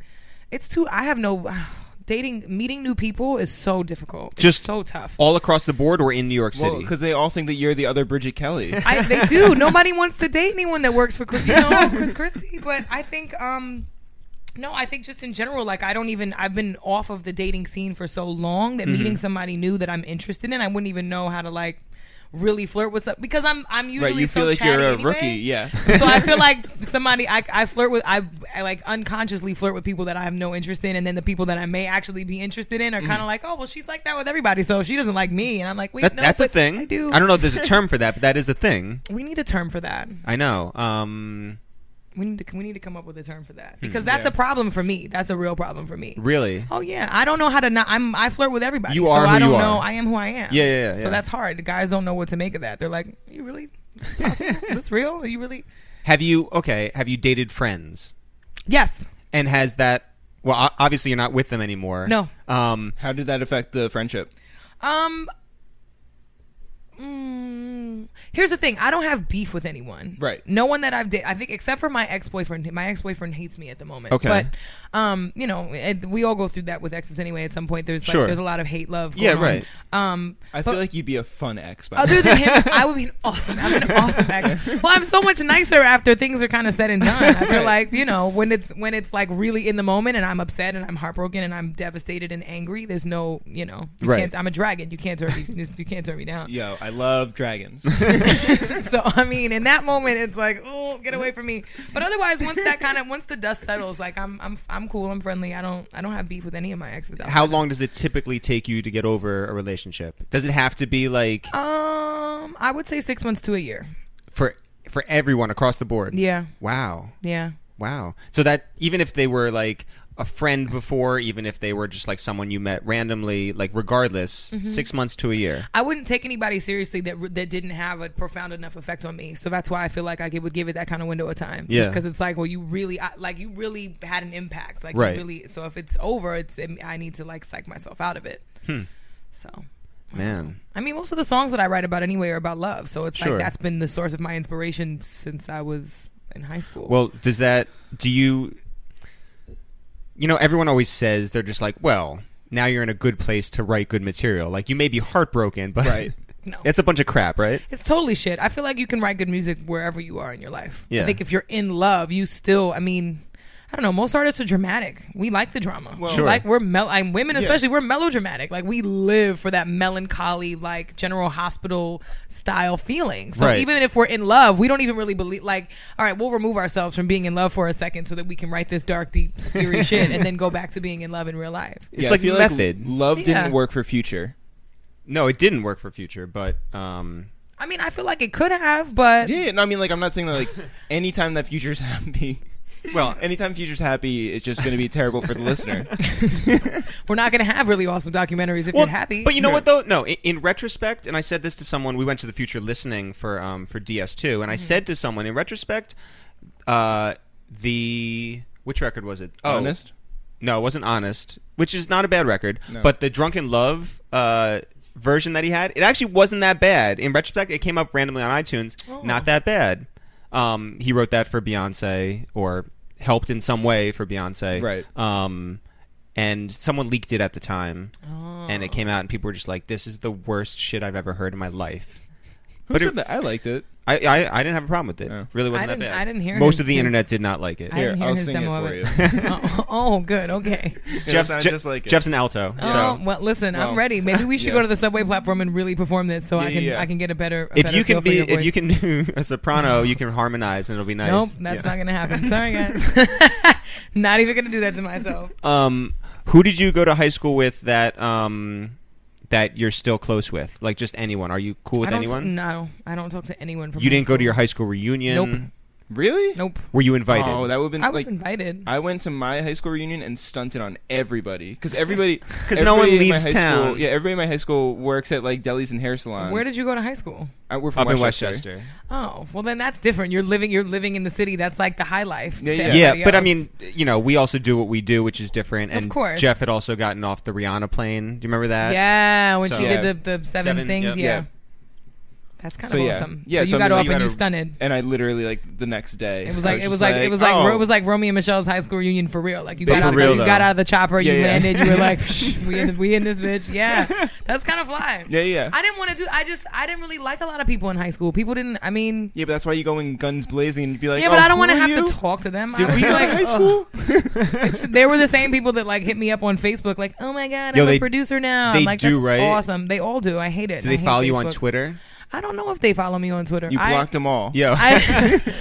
S9: It's too. I have no. (sighs) Dating, meeting new people is so difficult. It's
S4: Just
S9: so tough.
S4: All across the board, or in New York
S5: well,
S4: City.
S5: because they all think that you're the other Bridget
S9: (laughs)
S5: Kelly.
S9: I,
S5: (laughs)
S9: they do. Nobody wants to date anyone that works for Chris- you know Chris Christie. But I think um, no, I think just in general, like I don't even I've been off of the dating scene for so long
S5: Mm-hmm.
S9: that meeting somebody new that I'm interested in, I wouldn't even know how to like really flirt with some, because I'm I'm usually
S5: right. You
S9: so
S5: feel like
S9: chatty
S5: you're a
S9: anyway.
S5: rookie. Yeah.
S9: (laughs) so
S5: (laughs)
S9: I feel like somebody I, I flirt with I, I like unconsciously flirt with people that I have no interest in, and then the people that I may actually be interested in are kind
S5: Mm.
S9: of like, oh well, she's like that with everybody, so she doesn't like me, and I'm like, wait,
S4: That-
S9: no,
S4: that's a
S9: but
S4: thing.
S9: I do.
S4: I don't know if
S9: (laughs)
S4: there's a term for that, but that is a thing.
S9: We need a term for that.
S4: I know. Um,
S9: We need to we need to come up with a term for that because
S4: Hmm,
S9: that's a problem for me. That's a real problem for me.
S4: really?
S9: Oh yeah, I don't know how to not. I'm I flirt with everybody.
S4: You
S9: so
S4: are
S9: I
S4: who
S9: don't
S4: you
S9: know.
S4: are.
S9: I am who I am.
S4: Yeah, yeah, yeah,
S9: So
S4: yeah. (laughs)
S9: that's hard. The guys don't know what to make of that. They're like, you really (laughs) Is this real? Are you really?
S4: Have you okay? Have you dated friends?
S9: Yes.
S4: And has that? Well, o- obviously you're not with them anymore.
S9: No.
S4: Um,
S5: How did that affect the friendship?
S9: Um. mm, Here's the thing. I don't have beef with anyone.
S5: Right.
S9: No one that I've dated. I think except for my ex boyfriend. My ex boyfriend hates me at the moment.
S4: Okay.
S9: But, um, you know, it, we all go through that with exes anyway. At some point, there's like
S4: Sure.
S9: there's a lot of hate love.
S4: Yeah,
S9: Going
S4: right.
S9: On. Um,
S5: I
S9: but
S5: feel like you'd be a fun ex. By
S9: other than him, I would be an awesome. I'm an awesome
S4: (laughs)
S9: ex. Well, I'm so much nicer after things are kind of said and done. I feel like you know when it's when it's like really in the moment, and I'm upset and I'm heartbroken and I'm devastated and angry. There's no, you know, you
S4: Right.
S9: Can't, I'm a dragon. You can't turn me. You can't turn me down.
S5: Yo, I
S4: (laughs)
S5: love dragons.
S9: So I mean, in that moment, it's like, oh, get away from me. But otherwise, once that kind of once the dust settles, like I'm I'm I'm cool. I'm friendly. I don't I don't have beef with any of my exes.
S4: how long does it typically take you to get over a relationship? Does it have to be like
S9: Um, I would say six months to a year.
S4: for for everyone across the board?
S9: Yeah.
S4: Wow.
S9: Yeah.
S4: Wow. So that even if they were like a friend before, even if they were just like someone you met randomly, like regardless,
S9: Mm-hmm.
S4: six months to a year.
S9: I wouldn't take anybody seriously that that didn't have a profound enough effect on me. So that's why I feel like I could- would give it that kind of window of time.
S4: Yeah.
S9: because it's like, well, you really I, like you really had an impact. Like
S4: Right.
S9: you really. So if it's over, it's I need to like psych myself out of it.
S4: Hmm.
S9: So.
S4: Man.
S9: I mean, most of the songs that I write about anyway are about love. So it's
S4: Sure.
S9: like that's been the source of my inspiration since I was in high school.
S4: Well, does that do you You know, everyone always says they're just like, well, now you're in a good place to write good material. Like you may be heartbroken, but (laughs)
S5: Right.
S9: No.
S4: it's a bunch of crap, right?
S9: it's totally shit. I feel like you can write good music wherever you are in your life.
S4: Yeah.
S9: I think if you're in love, you still, I mean, I don't know. Most artists are dramatic. We like the drama. We
S4: Sure.
S9: Like we're mel- I'm women especially we're melodramatic. Like we live for that melancholy, like General Hospital style feeling. So
S4: Right.
S9: even if we're in love, we don't even really believe. Like, all right, we'll remove ourselves from being in love for a second so that we can write this dark, deep,
S4: (laughs)
S9: eerie shit, and then go back to being in love in real life.
S4: It's like method.
S5: love
S9: Yeah.
S5: didn't work for future.
S4: no, it didn't work for future, but um
S9: I mean, I feel like it could have, but
S5: Yeah, no, I mean, like, I'm not saying that,
S9: (laughs)
S5: like, anytime that future's (laughs) happy, well, anytime future's happy, it's just going to be terrible
S9: (laughs)
S5: for the listener.
S9: we're not gonna have really awesome documentaries if you're happy.
S4: But you know what though? No, in, in retrospect, and I said this to someone. We went to the future listening for um for DS2, and I
S9: Mm-hmm.
S4: said to someone in retrospect, uh, the which record was it? Oh,
S5: Honest?
S4: No, it wasn't honest, which is not a bad record. But the Drunken Love uh version that he had, it actually wasn't that bad. In retrospect, it came up randomly on iTunes.
S5: Oh,
S4: Not that bad. Um, he wrote that for Beyonce or helped in some way for Beyonce.
S5: Right.
S4: Um, and someone leaked it at the time,
S5: Oh.
S4: and it came out, and people were just like, "This is the worst shit I've ever heard in my life."
S5: But I liked it.
S4: I, I I didn't have a problem with it. Really wasn't
S9: I
S4: that
S9: didn't-
S4: bad.
S9: I didn't hear
S4: Most
S9: his-
S4: of the
S9: his-
S4: internet did not like it.
S9: I didn't
S5: Here,
S9: hear
S5: I'll
S9: his
S5: sing it
S9: demo
S5: for
S9: of
S5: you.
S9: (laughs) it. oh, oh, good, okay.
S4: Jeff's,
S5: sounds
S4: Je-
S5: just like it.
S4: Jeff's an alto. so
S9: Oh, well, listen, I'm ready. Maybe we should go to the subway platform and really perform this, so I can
S5: yeah.
S9: I can get a better. A
S4: if
S9: better
S4: you
S9: feel
S4: can
S9: for
S4: be
S9: your
S4: if
S9: voice.
S4: you can (laughs) do a soprano, you can harmonize, and it'll be nice.
S9: Nope, that's not
S4: (laughs)
S9: gonna happen. Sorry, guys. (laughs) not even gonna do that to myself.
S4: Um, who did you go to high school with that um that you're still close with? Like just anyone? Are you cool with
S9: I don't
S4: anyone?
S9: no, I don't talk to anyone from.
S4: you
S9: high
S4: didn't go to
S9: school.
S4: your high school reunion.
S9: Nope.
S5: Really?
S9: Nope.
S4: Were you invited?
S5: Oh, that would have been
S9: I was
S5: like.
S9: invited.
S5: I went to my high school reunion and stunted on everybody
S4: (laughs)
S5: because everybody because
S4: no one leaves town.
S5: yeah, everybody in my high school works at like delis and hair salons.
S9: Where did you go to high school?
S5: I, we're from
S4: Up in
S5: Westchester.
S4: Westchester.
S9: Oh, well then that's different. You're living you're living in the city. That's like the high life. to
S5: yeah.
S4: Yeah,
S9: everybody
S4: but I
S9: else.
S4: mean, you know, we also do what we do, which is different. And
S9: course.
S4: Jeff had also gotten off the Rihanna plane. Do you remember that?
S9: yeah, when
S4: so-
S9: she
S5: Yeah.
S9: did the, the seven,
S4: Seven,
S9: things,
S4: yeah.
S9: yeah.
S4: Yeah.
S9: That's kind
S5: So,
S9: of
S5: yeah.
S9: awesome.
S5: Yeah,
S9: so
S5: so
S9: you
S5: I
S9: got
S5: mean,
S9: off
S5: you
S9: and
S4: gotta-
S9: you stunted.
S5: And I literally like the next day.
S9: It was like
S5: I
S9: it was
S5: just
S9: like it was like
S5: oh.
S9: Ro- it was like Romeo and Michelle's high school reunion for real. Like you got
S4: For
S9: out, of-
S4: real,
S9: you
S4: though.
S9: got out of the chopper, you
S5: Yeah, yeah.
S9: landed, you
S5: (laughs)
S9: were like, Psh, we in we in this bitch. Yeah, that's kind of fly.
S5: Yeah, yeah.
S9: I didn't want to do. I just I didn't really like a lot of people in high school. People didn't. I mean,
S5: yeah, but that's why you go in guns blazing and be like,
S9: yeah, but
S5: "Oh,
S9: I don't
S5: who
S9: want to
S5: are
S9: have
S5: you?
S9: to talk to them.
S5: Did
S9: I
S5: we go
S9: was like,
S5: to high
S9: "Ugh."
S5: school?
S9: They were the same people that like hit me up on Facebook, like, oh my god,
S4: Yo,
S9: I'm
S4: they-
S9: a producer now.
S4: they
S9: I'm like,
S4: do,
S9: that's
S4: right?
S9: Awesome. They all do. I hate it.
S4: Do
S9: I
S4: they
S9: hate
S4: follow you on
S9: Facebook.
S4: Twitter?
S9: I don't know if they follow me on Twitter.
S5: You
S9: I-
S5: blocked them all. (laughs)
S4: Yo.
S9: I,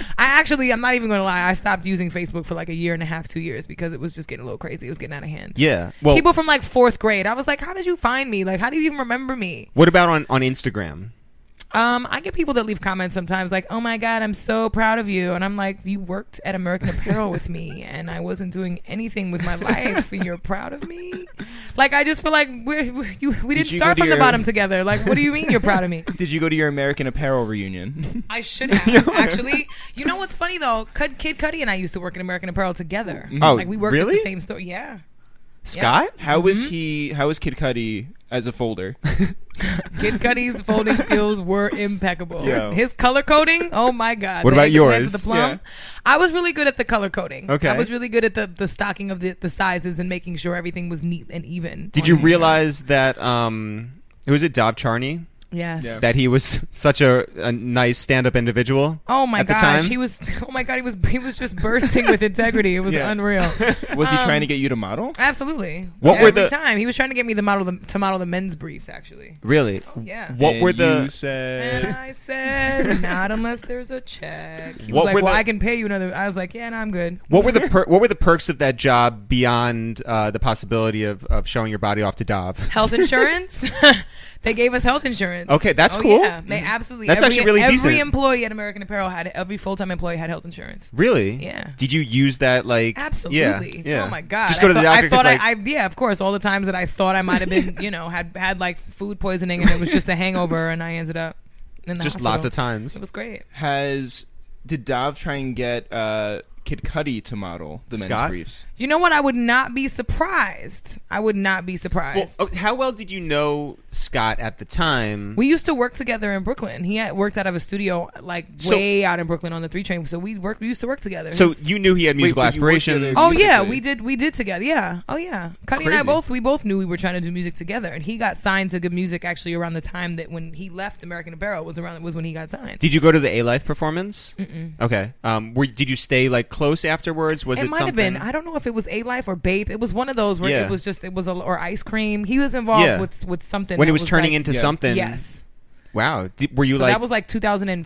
S9: (laughs) I actually, I'm not even going to lie. I stopped using Facebook for like a year and a half, two years because it was just getting a little crazy. It was getting out of hand.
S4: yeah. Well,
S9: People from like fourth grade. I was like, how did you find me? Like, how do you even remember me?
S4: what about on on Instagram?
S9: Um, I get people that leave comments sometimes like, oh my God, I'm so proud of you. And I'm like, you worked
S5: (laughs)
S9: at American Apparel with me and I wasn't doing anything with my life and you're proud of me? Like I just feel like we're, we're, you, we didn't
S5: you
S9: start
S5: go to
S9: from the
S5: your-
S9: bottom together. Like, what do you mean you're proud
S5: (laughs)
S9: of me?
S5: Did you go to your American Apparel reunion?
S9: (laughs) I
S4: (laughs)
S9: should have actually. You know what's funny though? Kid, Kid Cudi and I used to work in American Apparel together.
S4: Oh,
S9: like we worked at
S4: really?
S9: the same store. Yeah.
S4: Scott?
S5: How was
S9: Mm-hmm.
S5: he? How was Kid Cudi as a folder?
S9: Kid Cudi's
S4: (laughs)
S9: folding skills were impeccable.
S5: Yo.
S9: His color coding, oh my god! What
S5: about yours?
S9: The plum.
S5: Yeah.
S9: I was really good at the color coding.
S4: Okay.
S9: I was really good at the, the stocking of the, the sizes and making sure everything was neat and even.
S4: Did
S9: on
S4: you
S9: the-
S4: realize that um who was it, Dov Charney?
S9: Yes.
S4: That he was (laughs) such a, a nice stand up individual.
S9: Oh my
S4: at the
S9: gosh,
S4: time?
S9: he was. (laughs) Oh my god, he was. He was just bursting with integrity. It was
S4: (laughs)
S5: Yeah.
S9: unreal.
S5: Was
S9: Um,
S5: he trying to get you to model?
S9: Absolutely.
S4: What
S9: Every
S4: were the-
S9: time he was trying to get me the model the, to model the men's briefs actually.
S4: Really?
S9: Oh, Yeah.
S4: What
S5: And
S4: were the
S5: You said,
S9: And I said, not unless there's a check. He was
S4: What
S9: like,
S4: were
S9: well,
S4: the-
S9: I can pay you another. I was like, yeah, no, I'm good.
S4: what were
S9: (laughs)
S4: the per- what were the perks of that job beyond uh, the possibility of, of showing your body off to Dov?
S9: health insurance. (laughs) they gave us health insurance.
S4: Okay, that's
S9: Oh,
S4: cool. Mm-hmm.
S9: Yeah, they absolutely.
S4: That's
S9: every,
S4: actually really
S9: every
S4: decent.
S9: employee at American Apparel had every full time employee had health insurance.
S4: (laughs) Really?
S9: Yeah.
S4: Did you use that like?
S9: Absolutely.
S4: Yeah. yeah.
S9: Oh my god.
S4: Just go to the
S9: I
S4: doctor. 'cause,
S9: thought, I
S4: like,
S9: thought I, I yeah, of course. All the times that I thought I might have been, you know, had had like food poisoning and it was just a hangover, and I ended up in the
S4: just
S9: hospital.
S4: lots of times.
S9: It was great.
S5: "Has did Dov try and get uh, Kid Cudi to model the men's
S4: Scott?
S5: briefs?"
S9: You know what? I would not be surprised. I would not be
S4: Well,
S9: surprised.
S4: oh, how well did you know Scott at the time?
S9: We used to work together in Brooklyn. He had worked out of a studio like
S4: So-
S9: way out in Brooklyn on the three train. So we worked. We used to work together.
S4: so
S9: His-
S4: you knew he had musical
S5: but you worked
S4: aspirations.
S5: together-
S9: Oh yeah,
S5: musically.
S9: we did. We did together. Yeah. Oh yeah. Cuddy and I
S4: Crazy.
S9: both. We both knew we were trying to do music together, and he got signed to good music actually around the time that when he left American Apparel was around was when he got signed.
S4: Did you go to the A Life performance? Mm-mm. Okay. Um, were, did you stay like close afterwards? Was it,
S9: it might have
S4: something?
S9: been. I don't know if it was A Life or Babe. It was one of those where
S4: Yeah.
S9: it was just it was a, or ice cream. He was involved
S4: Yeah.
S9: with with something
S4: when
S9: that
S4: it was, turning
S9: like-
S4: into
S5: Yeah.
S4: something.
S9: Yes.
S4: Wow. Did, were you
S9: so
S4: like?
S9: that was like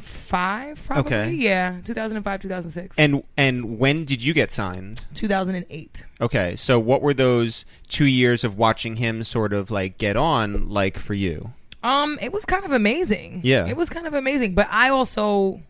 S9: 2005 probably.
S4: Okay.
S9: Yeah, 2005, 2006,
S4: and and when did you get signed?
S9: 2008.
S4: Okay. So what were those two years of watching him sort of like get on like for you?
S9: Um, it was kind of amazing.
S4: Yeah.
S9: it was kind of amazing. But I also,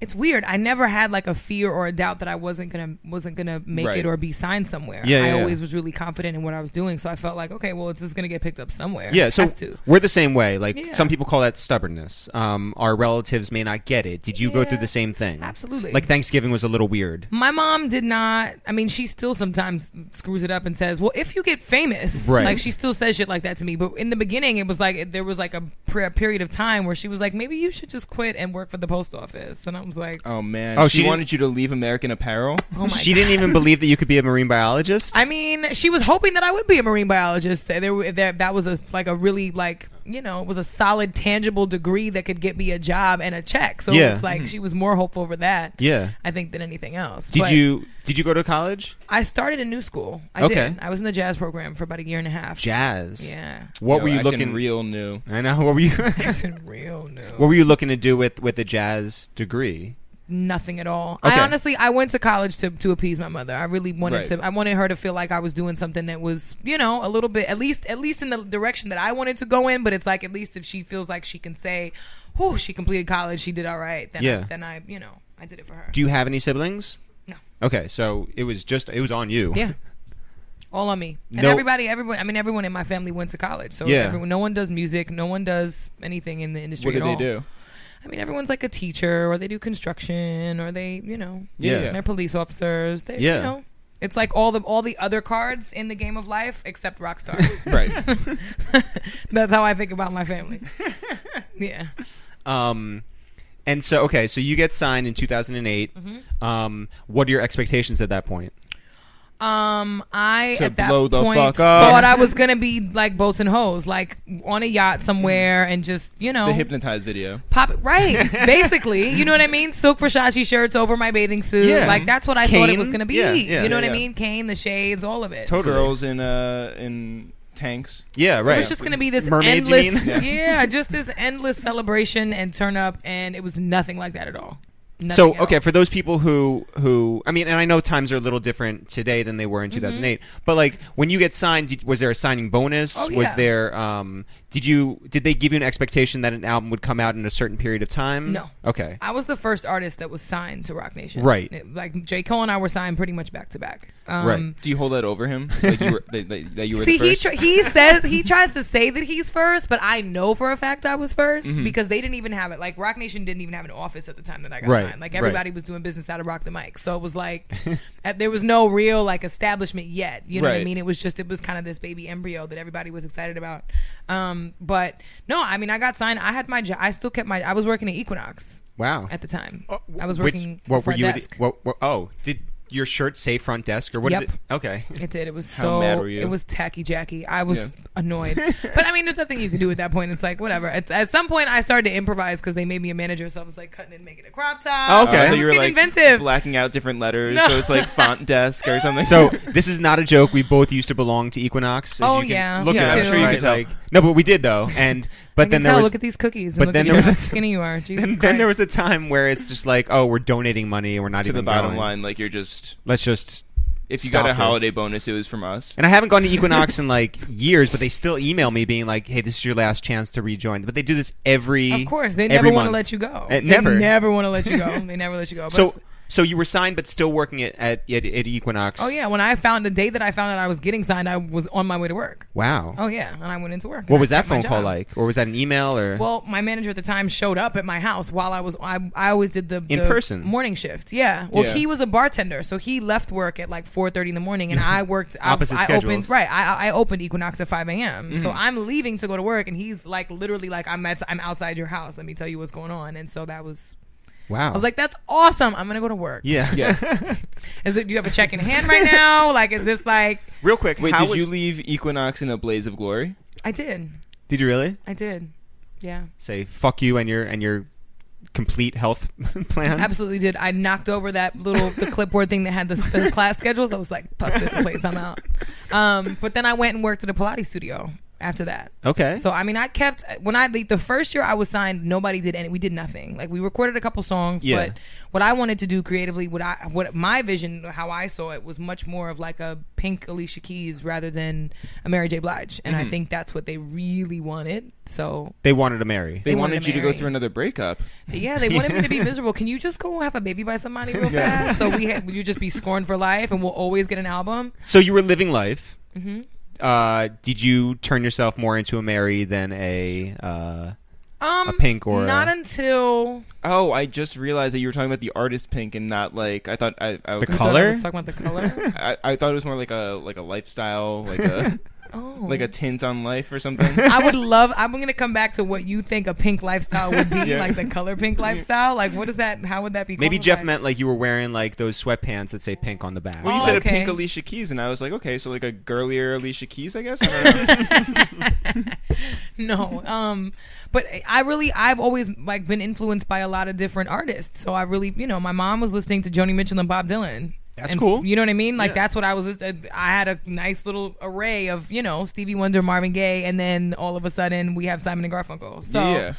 S9: it's weird. I never had like a fear or a doubt that I wasn't gonna wasn't gonna make
S5: Right.
S9: it or be signed somewhere.
S4: Yeah,
S9: I
S4: yeah,
S9: always
S4: yeah.
S9: was really confident in what I was doing, so I felt like, okay, well, it's just gonna get picked up somewhere.
S4: Yeah,
S9: It
S4: so
S9: has to.
S4: we're the same way. Like
S9: Yeah.
S4: some people call that stubbornness. Um, our relatives may not get it. Did you go through the
S9: Yeah,
S4: same thing?
S9: absolutely.
S4: Like Thanksgiving was a little weird.
S9: My mom did not. I mean, she still sometimes screws it up and says, "Well, if you get famous,
S4: Right.
S9: like she still says shit like that to me." But in the beginning, it was like there was like a, pre- a period of time where she was like, "Maybe you should just quit and work for the post office." And I was like,
S5: Oh man!
S4: Oh,
S5: she,
S4: she didn't-
S5: wanted you to leave American Apparel.
S9: "Oh my
S4: she didn't even believe that you could be a marine biologist.
S9: I mean, she was hoping that I would be a marine biologist. There, were- that that was a like a really like you know it was a solid, tangible degree that could get me a job and a check. So
S4: Yeah.
S9: it's like she was more hopeful for that.
S4: Yeah.
S9: I think than anything else.
S4: Did
S9: But
S4: you did you go to college?
S9: I started a new school. I
S4: Okay.
S9: did. I was in the jazz program for about a year and a half.
S4: Jazz.
S9: Yeah.
S4: (laughs)
S9: (laughs)
S4: What
S5: Yo,
S4: were you
S5: acting
S4: looking?
S5: real new?
S4: I know. (laughs) What were you?
S9: That's real new.
S4: what were you looking to do with with a jazz degree?
S9: nothing at all.
S4: Okay.
S9: I honestly, I went to college to, to appease my mother. I really wanted
S5: Right.
S9: to. I wanted her to feel like I was doing something that was, you know, a little bit at least at least in the direction that I wanted to go in. But it's like at least if she feels like she can say, "Oh, she completed college, she did all right." Then
S4: Yeah.
S9: I, then I, you know, I did it for her.
S4: Do you have any siblings?
S9: No.
S4: Okay, so it was just it was on you.
S9: yeah. All on me. And
S4: No-
S9: everybody, everyone, I mean, everyone in my family went to college. So
S4: Yeah.
S9: everyone, no one does music. No one does anything in the industry
S5: What did
S9: at
S5: they
S9: all.
S5: do?
S9: I mean, everyone's like a teacher, or they do construction, or they, you know,
S4: Yeah.
S9: they're police officers. They,
S4: Yeah.
S9: you know, it's like all the all the other cards in the game of life except Rockstar.
S4: (laughs)
S9: (laughs)
S5: Right.
S9: That's how I think about my family. Yeah,
S4: Um, and so okay, so you get signed in 2008.
S9: Mm-hmm.
S4: Um, what are your expectations at that point?
S9: um, I
S5: To
S9: at that
S5: blow the
S9: point
S5: fuck up.
S9: thought I was gonna be like boats and hoes, like on a yacht somewhere, and just you know,
S5: the hypnotized video.
S9: pop it right basically you know what i mean silk versace shirts over my bathing suit
S4: Yeah.
S9: like that's what i thought it
S4: Cane.
S9: was going to be
S4: Yeah, yeah,
S9: you know
S4: yeah,
S9: what
S5: yeah.
S9: i mean cane the shades all of it
S4: Totally.
S5: Girls in uh in tanks.
S4: Yeah, right.
S9: It was just going to be this
S4: Mermaids, you
S9: (laughs) endless,
S4: mean?
S9: yeah. just this endless celebration and turn up, and it was nothing like that at all. Nothing
S4: so
S9: at
S4: okay
S9: all.
S4: for those people who who I mean, and I know times are a little different today than they were in
S9: Mm-hmm.
S4: 2008. But like when you get signed, did, was there a signing bonus?
S9: Oh,
S4: Was
S9: yeah.
S4: there um did you did they give you an expectation that an album would come out in a certain period of time?
S9: No.
S4: Okay.
S9: I was the first artist that was signed to Rock Nation.
S4: Right.
S9: It- like J. Cole and I were signed pretty much back to back. Um,
S5: right. Do you hold that
S4: (laughs)
S5: over him? Like you were, that, that, that you were
S9: See,
S5: the
S9: he
S5: first?
S9: tr- he says he tries to say that he's first, but I know for a fact I was 1st
S4: Mm-hmm.
S9: because they didn't even have it. Like Rock Nation didn't even have an office at the time that I got
S4: Right,
S9: signed.
S4: right.
S9: Like everybody was doing business out of Rock the Mic, so it was like uh, there was no real like establishment yet. You know what I
S5: Right.
S9: mean? It was just it was kind of this baby embryo that everybody was excited about. Um, but no, I mean I got signed. I had my job. I still kept my. I was working at Equinox
S4: Wow.
S9: at the time.
S4: Oh,
S9: I was
S4: which-
S9: working.
S4: what were
S9: front
S4: you? the-
S9: desk.
S4: What, what- oh, did your shirt say front desk or what is
S9: Yep.
S4: it?
S9: (laughs)
S4: Okay.
S9: It did. It was
S5: How
S9: so.
S5: mad were you?
S9: It was tacky, Jackie. I was
S5: Yeah.
S9: (laughs)
S4: (laughs)
S9: annoyed, but I mean, there's nothing you can do at that point. It's like whatever. At, at some point, I started to improvise because they made me a manager, so I was like cutting and making a crop top.
S4: Oh, okay.
S5: I
S9: I
S5: thought
S9: was
S5: you were
S9: getting
S5: like
S9: inventive.
S5: blacking out different letters,
S9: No.
S5: so it's like
S9: (laughs)
S5: font desk or something.
S4: So this is not a joke. We both used to belong to Equinox. as
S9: Oh,
S4: you can
S9: yeah,
S4: look
S9: me
S4: at
S9: too.
S4: us,
S9: I'm sure you
S4: right?
S5: can tell.
S4: Like, no, but we did though, and but
S9: (laughs) I
S4: then
S9: can
S4: there
S9: tell.
S4: was
S9: look at these cookies.
S4: but
S9: But look
S4: then
S9: then
S4: there was
S9: how
S4: a-
S9: skinny
S4: (laughs)
S9: you are. Jesus
S4: then, then there was
S9: Christ.
S4: a time where it's just like, oh, we're donating money and we're not
S5: (laughs) to
S4: even
S5: the bottom
S4: going.
S5: line, like you're just
S4: Let's just.
S5: if you
S4: Stop
S5: got a
S4: this.
S5: holiday bonus, it was from us.
S4: And I haven't gone to Equinox in like years, but they still email me being like, "Hey, this is your last chance to rejoin." But they do this every.
S9: Of course, they
S4: every
S9: never want to
S4: month.
S9: let you go.
S4: Uh, never.
S9: They never want to let
S4: (laughs)
S9: you go. They never let you go. But
S4: So
S9: it's-
S4: so you were signed, but still working at at, at, at Equinox.
S9: Oh yeah, when I found the day that I found out I was getting signed, I was on my way to work.
S4: Wow.
S9: Oh yeah, and I went into work. and
S4: What
S9: I
S4: was that
S9: kept my
S4: phone call
S9: job.
S4: like, or was that an email, or?
S9: Well, my manager at the time showed up at my house while I was I, I always did the,
S4: In
S9: the
S4: person?
S9: morning shift. Yeah. Well,
S5: Yeah.
S9: he was a bartender, so he left work at like four thirty in the
S4: (laughs)
S9: morning, and I worked I-
S4: Opposite
S9: I,
S4: schedules. Mm-hmm.
S9: opened right. I, I opened Equinox at five a.m. So I'm leaving to go to work, and he's like literally like I'm at, I'm outside your house. Let me tell you what's going on. And so that was
S4: wow.
S9: I was like, that's awesome. I'm gonna go to work. (laughs)
S4: yeah, yeah.
S9: Is it? Do you have a check in hand
S4: (laughs)
S9: right now? like, is this like?
S4: Real quick,
S5: Wait,
S4: how
S5: did
S4: was-
S5: you leave Equinox in a blaze of glory?
S9: I did.
S4: Did you really
S9: I did. Yeah.
S4: say fuck you and your and your complete health (laughs) plan?
S9: Absolutely did. I knocked over that little the clipboard thing that had the, the class schedules. I was like, "Fuck this place, I'm out." Um, but then I went and worked at a Pilates studio after that.
S4: Okay.
S9: So I mean, I kept when I the, the first year I was signed, nobody did any. We did nothing. Like we recorded a couple songs,
S4: Yeah.
S9: but what I wanted to do creatively, what I what my vision, how I saw it, was much more of like a Pink Alicia Keys rather than a Mary J. Blige, and
S4: Mm-hmm.
S9: I think that's what they really wanted. So
S4: they wanted to marry.
S5: They,
S9: They wanted
S5: wanted
S9: to
S5: you to go
S9: marry.
S5: through another breakup.
S9: yeah, they wanted me to be
S4: (laughs)
S9: miserable. Can you just go have a baby by somebody real fast? So we ha- you just be scorned for life, and we'll always get an album.
S4: so you were living life.
S9: Mm-hmm.
S4: Uh, did you turn yourself more into a Mary than a? Uh,
S9: Um,
S4: A pink or uh, a-
S9: not until
S5: Oh, I just realized that you were talking about the artist pink and not like I thought. I I,
S4: The col-
S9: You thought I
S4: Color?
S9: was talking about the color.
S5: I, I thought it was more like a like a lifestyle, like
S4: (laughs)
S5: a
S9: Oh,
S5: like a tint on life or something.
S9: I would love. I'm gonna come back to what you think a pink lifestyle
S4: (laughs)
S9: would be, like the color pink lifestyle. Like, what is that? How would that be?
S4: maybe Jeff
S9: qualified?
S4: meant like you were wearing like those sweatpants that say pink on the back.
S5: Well, you
S9: Oh,
S5: said a
S9: okay.
S5: pink Alicia Keys, and I was like, okay, so like a girlier Alicia Keys, I guess. I don't (laughs) know.
S9: (laughs) no um but i really i've always like been influenced by a lot of different artists so i really you know my mom was listening to joni mitchell and bob dylan
S4: That's
S9: And-
S4: cool.
S9: you know what i mean like that's what i was listening i had a nice little array of you know stevie wonder marvin gaye and then all of a sudden we have simon and garfunkel so
S5: Yeah.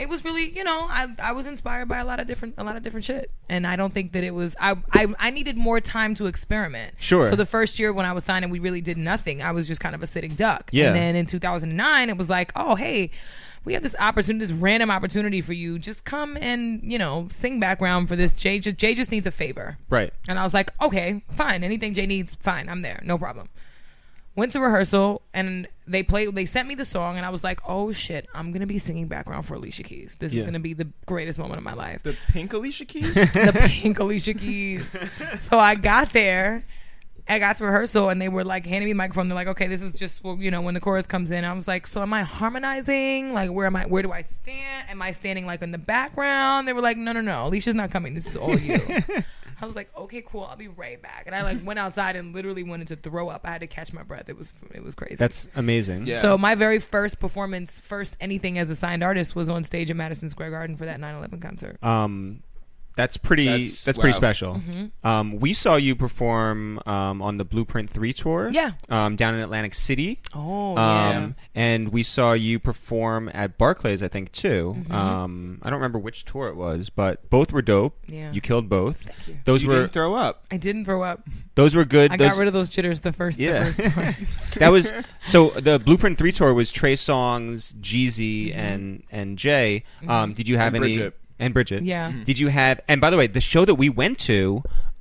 S9: It was really, you know, I, I was inspired by a lot of different a lot of different shit, and I don't think that it was. I I, I needed more time to experiment.
S4: Sure.
S9: So the first year when I was signing, we really did nothing. I was just kind of a sitting duck.
S4: Yeah.
S9: And then in 2009, it was like, oh, hey, we have this opportunity, this random opportunity for you. Just come and, you know, sing background for this. Jay just, Jay just needs a favor.
S4: right.
S9: And I was like, okay, fine. Anything Jay needs, fine. I'm there. No problem. Went to rehearsal and they played, they sent me the song and I was like, oh shit, I'm going to be singing background for Alicia Keys. This is going to be the greatest moment of my life
S5: the pink Alicia (laughs) Keys.
S9: the pink Alicia Keys. So I got there. I got to rehearsal and they were like handing me the microphone. They're like, "Okay, this is just well, you know when the chorus comes in." I was like, "So am I harmonizing? Like, where am I? Where do I stand? Am I standing like in the background?" They were like, "No, no, no, Alicia's not coming. This is
S4: (laughs)
S9: all you." I was like, "Okay, cool. I'll be right back." And I like went outside and literally wanted to throw up. I had to catch my breath. It was it was crazy.
S4: That's amazing.
S5: Yeah.
S9: so my very first performance,
S4: Uh,
S9: first anything as a signed artist, was on stage at Madison Square Garden for that 9/11 concert.
S4: Um, That's pretty. That's,
S5: That's-
S4: pretty
S5: wow.
S4: special.
S9: Mm-hmm.
S4: Um, we saw you perform um, on the Blueprint Three tour.
S9: Yeah.
S4: Um, down in Atlantic City.
S9: Oh,
S4: Um, And we saw you perform at Barclays, I think, too.
S9: Mm-hmm.
S4: Um, I don't remember which tour it was, but both were dope.
S9: Yeah.
S4: You killed both. Those
S5: You
S4: were
S5: didn't throw up.
S9: I didn't throw up.
S4: those were good.
S9: I
S4: those,
S9: got rid of those jitters the first.
S4: yeah.
S9: The
S4: (laughs)
S9: first time.
S4: that
S9: (laughs)
S4: was so. The Blueprint Three tour was Trey Songs, Jeezy,
S9: Mm-hmm.
S4: and and Jay. Um, did you have
S5: And
S4: any?
S5: Bridget. Mm-hmm.
S4: And Bridget.
S9: Yeah. Mhm.
S4: Did you have? And by the way, the show that we went to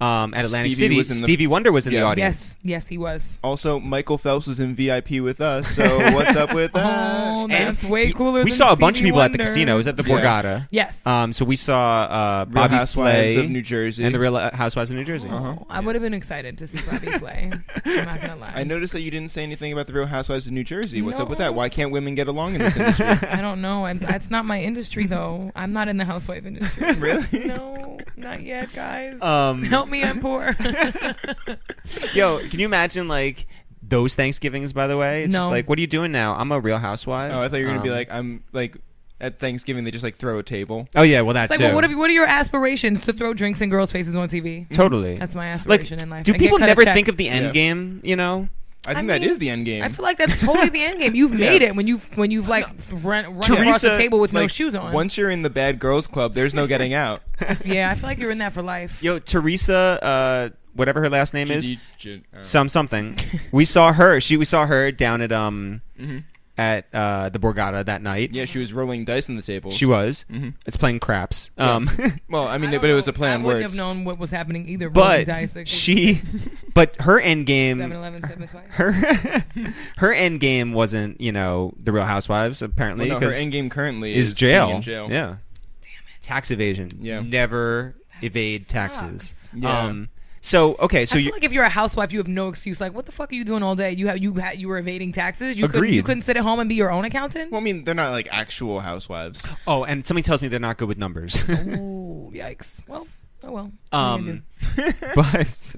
S4: um, at Atlantic
S5: Stevie
S4: City,
S5: was in the-
S4: Stevie Wonder was in
S5: Yeah.
S4: the audience.
S9: yes, yes, he was.
S5: Also, Michael Phelps was in VIP with us. So what's up (laughs) with that?
S9: Oh, that's way cooler.
S4: We
S9: than
S4: saw a bunch of
S9: Stevie
S4: people at the
S9: Wonder.
S4: casinos at the
S5: Yeah.
S4: Borgata.
S9: Yes.
S4: Um, so we saw uh,
S5: Real
S4: Bobby
S5: Housewives
S4: Flay
S5: of New Jersey. Uh-huh.
S4: and the Real uh, Housewives of New Jersey.
S9: Oh, I would have been excited to see
S4: (laughs)
S9: Bobby Flay. I'm not gonna lie.
S5: I noticed that you didn't say anything about the Real Housewives of New Jersey. What's up with
S9: No.
S5: that? Why can't women get along in this industry?
S9: (laughs) I don't know. I'm, that's not my industry, though. I'm not in the housewife
S4: (laughs)
S9: industry.
S5: really?
S9: No, not yet, guys.
S4: Um,
S9: (laughs) Help me, I'm
S5: (laughs)
S9: poor.
S4: Yo, can you imagine like those Thanksgivings? By the way, it's
S9: No.
S4: just like, what are you doing now? I'm a Real Housewife.
S5: Oh, I thought you were gonna be
S4: Um,
S5: like, I'm like, at Thanksgiving they just like throw a table.
S4: Oh yeah, well that's
S9: Like,
S4: too.
S9: well, what, have you, what are your aspirations to throw drinks in girls' faces on TV?
S4: (laughs) Totally.
S9: That's my
S4: like,
S9: aspiration in life.
S4: do
S9: I get
S4: people
S9: cut a
S4: never
S9: check.
S4: think of the end
S5: Yeah.
S4: game? You know,
S5: I think
S9: mean,
S5: that is the end game.
S9: I feel like that's totally the end game. You've made it when you've when you've like th- run, run across the
S4: Teresa,
S9: table with no
S5: Like,
S9: shoes on.
S5: Once you're in the bad girls club, there's no
S9: (laughs)
S5: getting out.
S9: yeah, I feel like you're in that for life.
S4: yo Teresa, uh, whatever her last name is,
S5: So
S4: some
S9: (laughs)
S4: something. we saw her. She we saw her down at um at uh, the Borgata that night.
S5: Mm-hmm. yeah, Mm-hmm. she was rolling dice on the table.
S4: She was. It's playing craps. Um, (laughs)
S5: well, I mean,
S9: don't
S5: but it was
S9: know.
S5: a play on
S9: I wouldn't
S5: words.
S9: have known what was happening either. Rolling dice,
S4: but
S9: like,
S4: she, (laughs) but her end game.
S9: 7-Eleven, seven twice.
S4: her (laughs) her end game wasn't you know the Real Housewives apparently.
S5: Well, no, her
S4: 'cause
S5: end game currently
S4: is
S5: is,
S4: jail.
S5: being in jail.
S4: Yeah. Tax evasion.
S5: Yeah.
S4: Never evade taxes.
S5: Yeah.
S4: Um. So okay. So
S9: I feel
S4: you.
S9: like if you're a housewife, you have no excuse. Like, what the fuck are you doing all day? You have you had you were evading taxes. You couldn't you
S4: Agreed.
S9: couldn't sit at home and be your own accountant.
S5: Well, I mean, they're not like actual housewives.
S4: oh, and somebody tells me they're not good with numbers. (laughs)
S9: Oh, Ooh, yikes. Well, oh well. What are you gonna
S4: um.
S9: (laughs)
S4: but.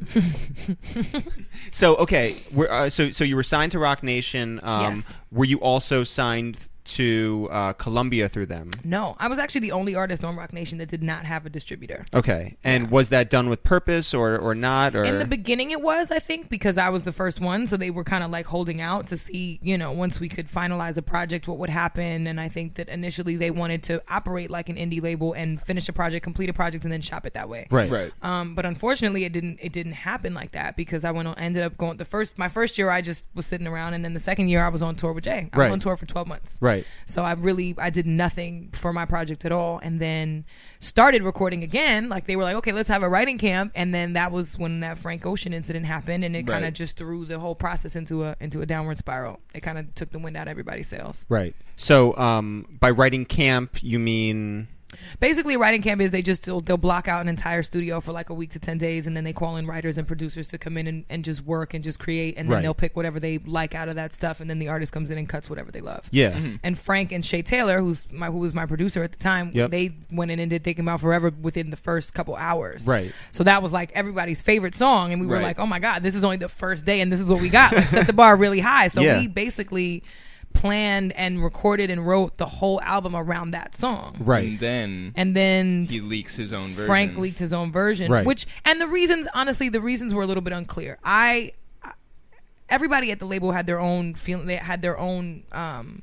S4: so okay. We're, uh, so so you were signed to Rock Nation. Um,
S9: Yes.
S4: Were you also signed to uh, Columbia through them?
S9: do? No, I was actually the only artist on Rock Nation that did not have a distributor.
S4: Okay. And was that done with purpose or or not? Or
S9: In the beginning, it was, I think, because I was the first one. So they were kind of like holding out to see, you know, once we could finalize a project, what would happen. And I think that initially they wanted to operate like an indie label and finish a project, complete a project, and then shop it that way.
S4: right.
S5: Right.
S9: Um, but unfortunately, it didn't. It didn't happen like that because I went on. Ended up going the first. My first year, I just was sitting around, and then the second year, I was on tour with Jay. I
S4: Right.
S9: was on tour for twelve months.
S4: Right.
S9: So I really I did nothing for my project at all, and then started recording again. Like they were like, okay, let's have a writing camp, and then that was when that Frank Ocean incident happened, and it kind of
S5: Right.
S9: just threw the whole process into a into a downward spiral. It kind of took the wind out of everybody's sails.
S4: Right. So um, by writing camp, you mean
S9: basically writing camp is they just they'll, they'll block out an entire studio for like a week to 10 days and then they call in writers and producers to come in and, and just work and just create and then
S4: Right.
S9: they'll pick whatever they like out of that stuff and then the artist comes in and cuts whatever they love
S4: yeah.
S5: Mm-hmm.
S9: and Frank and Shay Taylor, who's my who was my producer at the time,
S4: Yep.
S9: they went in and did "Thinking About Forever" within the first couple hours.
S4: Right.
S9: So that was like everybody's favorite song, and we were
S5: Right.
S9: like, "Oh my god, this is only the first day, and this is what we got." Like, set the bar really high. So
S4: Yeah.
S9: we basically planned and recorded and wrote the whole album around that song.
S4: Right.
S5: And then
S9: And then
S5: he leaks his own version.
S9: Frank leaked his own version,
S4: Right.
S9: which and the reasons, honestly, the reasons were a little bit unclear. I, I- everybody at the label had their own feeling. They had their own. Um,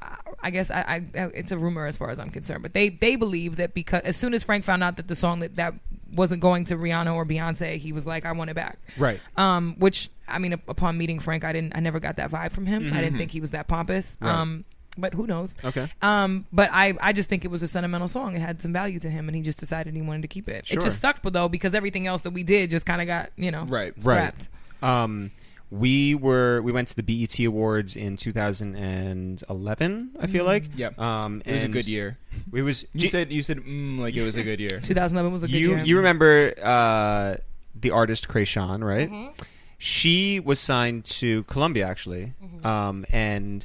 S9: I- I guess I, I. It's a rumor as far as I'm concerned, but they they believe that because as soon as Frank found out that the song that that wasn't going to Rihanna or Beyonce, he was like, I want it back.
S4: Right.
S9: Um, which I mean, up- upon meeting Frank, I didn't. I never got that vibe from him. I
S4: Mm-hmm.
S9: didn't think he was that pompous. Um. But who knows?
S4: Okay.
S9: Um, but I, I just think it was a sentimental song. It had some value to him, and he just decided he wanted to keep it. It
S4: Sure.
S9: just sucked, but though, because everything else that we did just kind of got, you know,
S5: Right.
S9: scrapped.
S4: Um, we were we went to the BET Awards in 2011. I feel like.
S5: Mm-hmm. Yep.
S4: Um,
S5: It was a
S4: and
S5: good year.
S4: It was.
S5: You said you said mm, like it was a good
S9: (laughs)
S5: year.
S9: 2011 was a good
S4: you
S9: year.
S4: you remember uh, the artist Krayshawn, right?
S9: Mm-hmm.
S4: She was signed to Columbia actually,
S9: Mm-hmm.
S4: um, and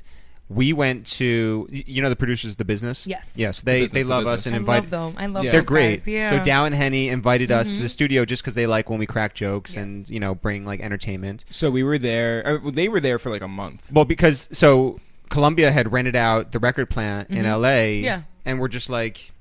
S4: we went to y- you know the producers of the business.
S9: Yes.
S4: Yes, they
S5: business,
S4: they
S5: the
S4: love us
S5: business.
S4: and
S9: I
S4: invite
S9: love them. I love
S5: Yeah.
S9: those
S4: They're great.
S9: guys. Yeah. Mm-hmm.
S4: So Dow and Henny invited us to the studio just because they like when we crack jokes and you know bring like entertainment.
S5: So we were there. Uh, well, they were there for like a month.
S4: Well, because so Columbia had rented out the record plant in L.A.
S9: Mm-hmm. Yeah.
S4: and we're just like,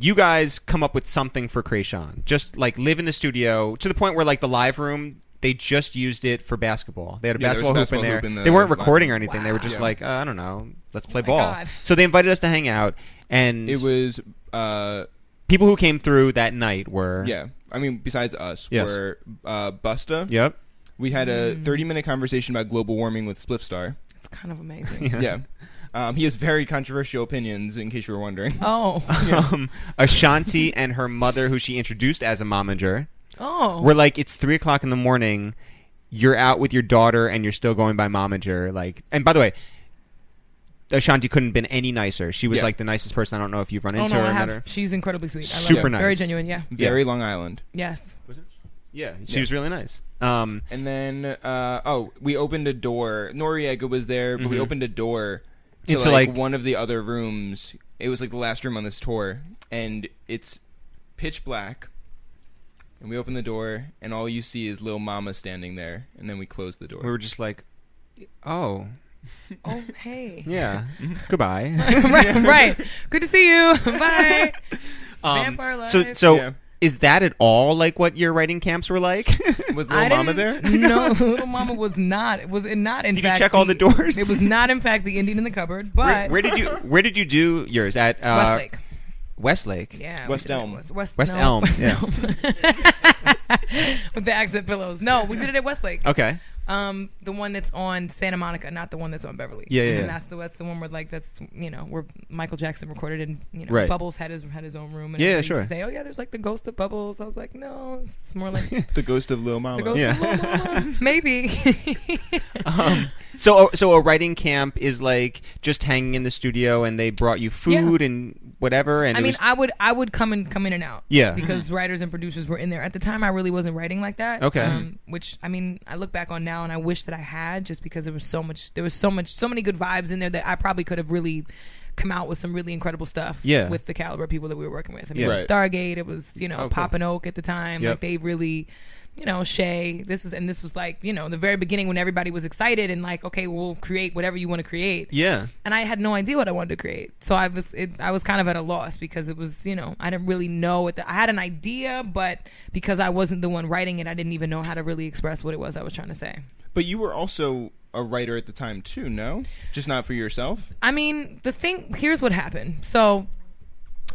S4: you guys come up with something for Krayshawn. Just like live in the studio to the point where like the live room, they just used it for basketball. They had a
S5: Yeah, there was
S4: basketball, hoop,
S5: a
S4: in
S5: basketball
S4: there.
S5: hoop in the
S4: they weren't
S5: live room.
S4: recording or anything. They were
S9: Wow.
S4: just
S5: Yeah.
S4: like, uh, I don't know, let's play
S9: Oh my
S4: ball.
S9: God.
S4: So they invited us to hang out, and
S5: It was, uh,
S4: people who came through that night were
S5: yeah. I mean, besides us,
S4: Yes.
S5: were uh, Busta.
S4: yep,
S5: We had a 30 minute conversation about global warming with Spliffstar.
S9: It's kind of
S4: (laughs)
S9: amazing.
S5: yeah. Um, he has very controversial opinions, in case you were
S9: (laughs)
S5: wondering.
S4: (laughs)
S9: Oh,
S4: um, Ashanti and her mother, who she introduced as a momager.
S9: oh.
S4: We're like, it's three o'clock in the morning. You're out with your daughter, and you're still going by momager. Like, and by the way, Ashanti couldn't have been any nicer. She was
S5: Yeah.
S4: like the nicest person. I don't know if you've run
S9: oh
S4: into
S9: no,
S4: her
S9: I
S4: or met
S9: have.
S4: her.
S9: She's incredibly sweet. I love
S4: Super
S9: her. Very
S4: nice.
S9: genuine. Yeah.
S5: Very Long Island.
S4: (laughs)
S9: Yes.
S4: Yeah, she was really nice. Um,
S5: And then, uh, oh, we opened a door. Noriega was there, but we opened a door to
S4: Into,
S5: Mm-hmm. like,
S4: like-
S5: one of the other rooms. It was like the last room on this tour, and it's pitch black. And we open the door, and all you see is Lil Mama standing there. And then we close the door.
S4: we were just like, oh
S9: Oh hey.
S4: (laughs) yeah, goodbye.
S9: right. (laughs) Right. Good to see you. (laughs) Bye.
S4: um,
S9: (laughs) Vampire
S4: so
S9: life.
S4: so.
S5: Yeah.
S4: Is that at all like what your writing camps were like?
S5: (laughs) was
S9: I
S5: Lil Mama there?
S9: didn't- (laughs)
S4: (laughs)
S9: No, little mama was not. Was it not in
S4: Did you
S9: fact?
S4: check all the doors?
S9: It was not in fact the Indian in the cupboard, but
S4: where, where did you Where did you do yours at? Uh,
S9: Westlake.
S4: Westlake.
S9: Yeah. we
S5: West
S9: did it at
S5: Elm.
S9: West, West,
S4: West
S9: no,
S4: Elm,
S9: West
S4: yeah.
S9: Elm. (laughs) With the accent pillows. No, we did it at Westlake.
S4: Okay.
S9: Um, the one that's on Santa Monica, not the one that's on Beverly.
S4: Yeah, yeah, yeah.
S9: And that's the that's the one where like that's you know where Michael Jackson recorded and you know
S4: Right.
S9: Bubbles had his had his own room. And
S4: Yeah,
S9: everybody used to
S4: sure.
S9: Say, oh yeah, there's like the ghost of Bubbles. I was like, no, it's it's
S4: (laughs)
S9: more like the
S5: The ghost of Lil Mama.
S9: ghost
S4: Yeah.
S9: of Lil Mama. Maybe. (laughs)
S4: Um, so, so a writing camp is like just hanging in the studio, and they brought you food and whatever. And
S9: I
S4: it
S9: mean,
S4: was-
S9: I would I would come and come in and out.
S4: Yeah.
S9: because writers and producers were in there at the time. I really wasn't writing like that.
S4: Okay.
S9: um, which I mean, I look back on now and I wish that I had, just because there was so much, there was so much, so many good vibes in there that I probably could have really come out with some really incredible stuff.
S4: Yeah.
S9: with the caliber of people that we were working with. I mean,
S4: Yeah.
S9: it was Stargate. It was you know
S4: Oh, cool.
S9: Pop and Oak at the time.
S4: Yep.
S9: Like they really. You know, Shay. This is and this was like you know the very beginning when everybody was excited and like, okay, we'll create whatever you want to create
S4: yeah,
S9: and I had no idea what I wanted to create. So I was it, I was kind of at a loss because it was you know I didn't really know what the, I had an idea, but because I wasn't the one writing it, I didn't even know how to really express what it was I was trying to say.
S5: But you were also a writer at the time too, no? Just not for yourself.
S9: I mean, the thing here's what happened. So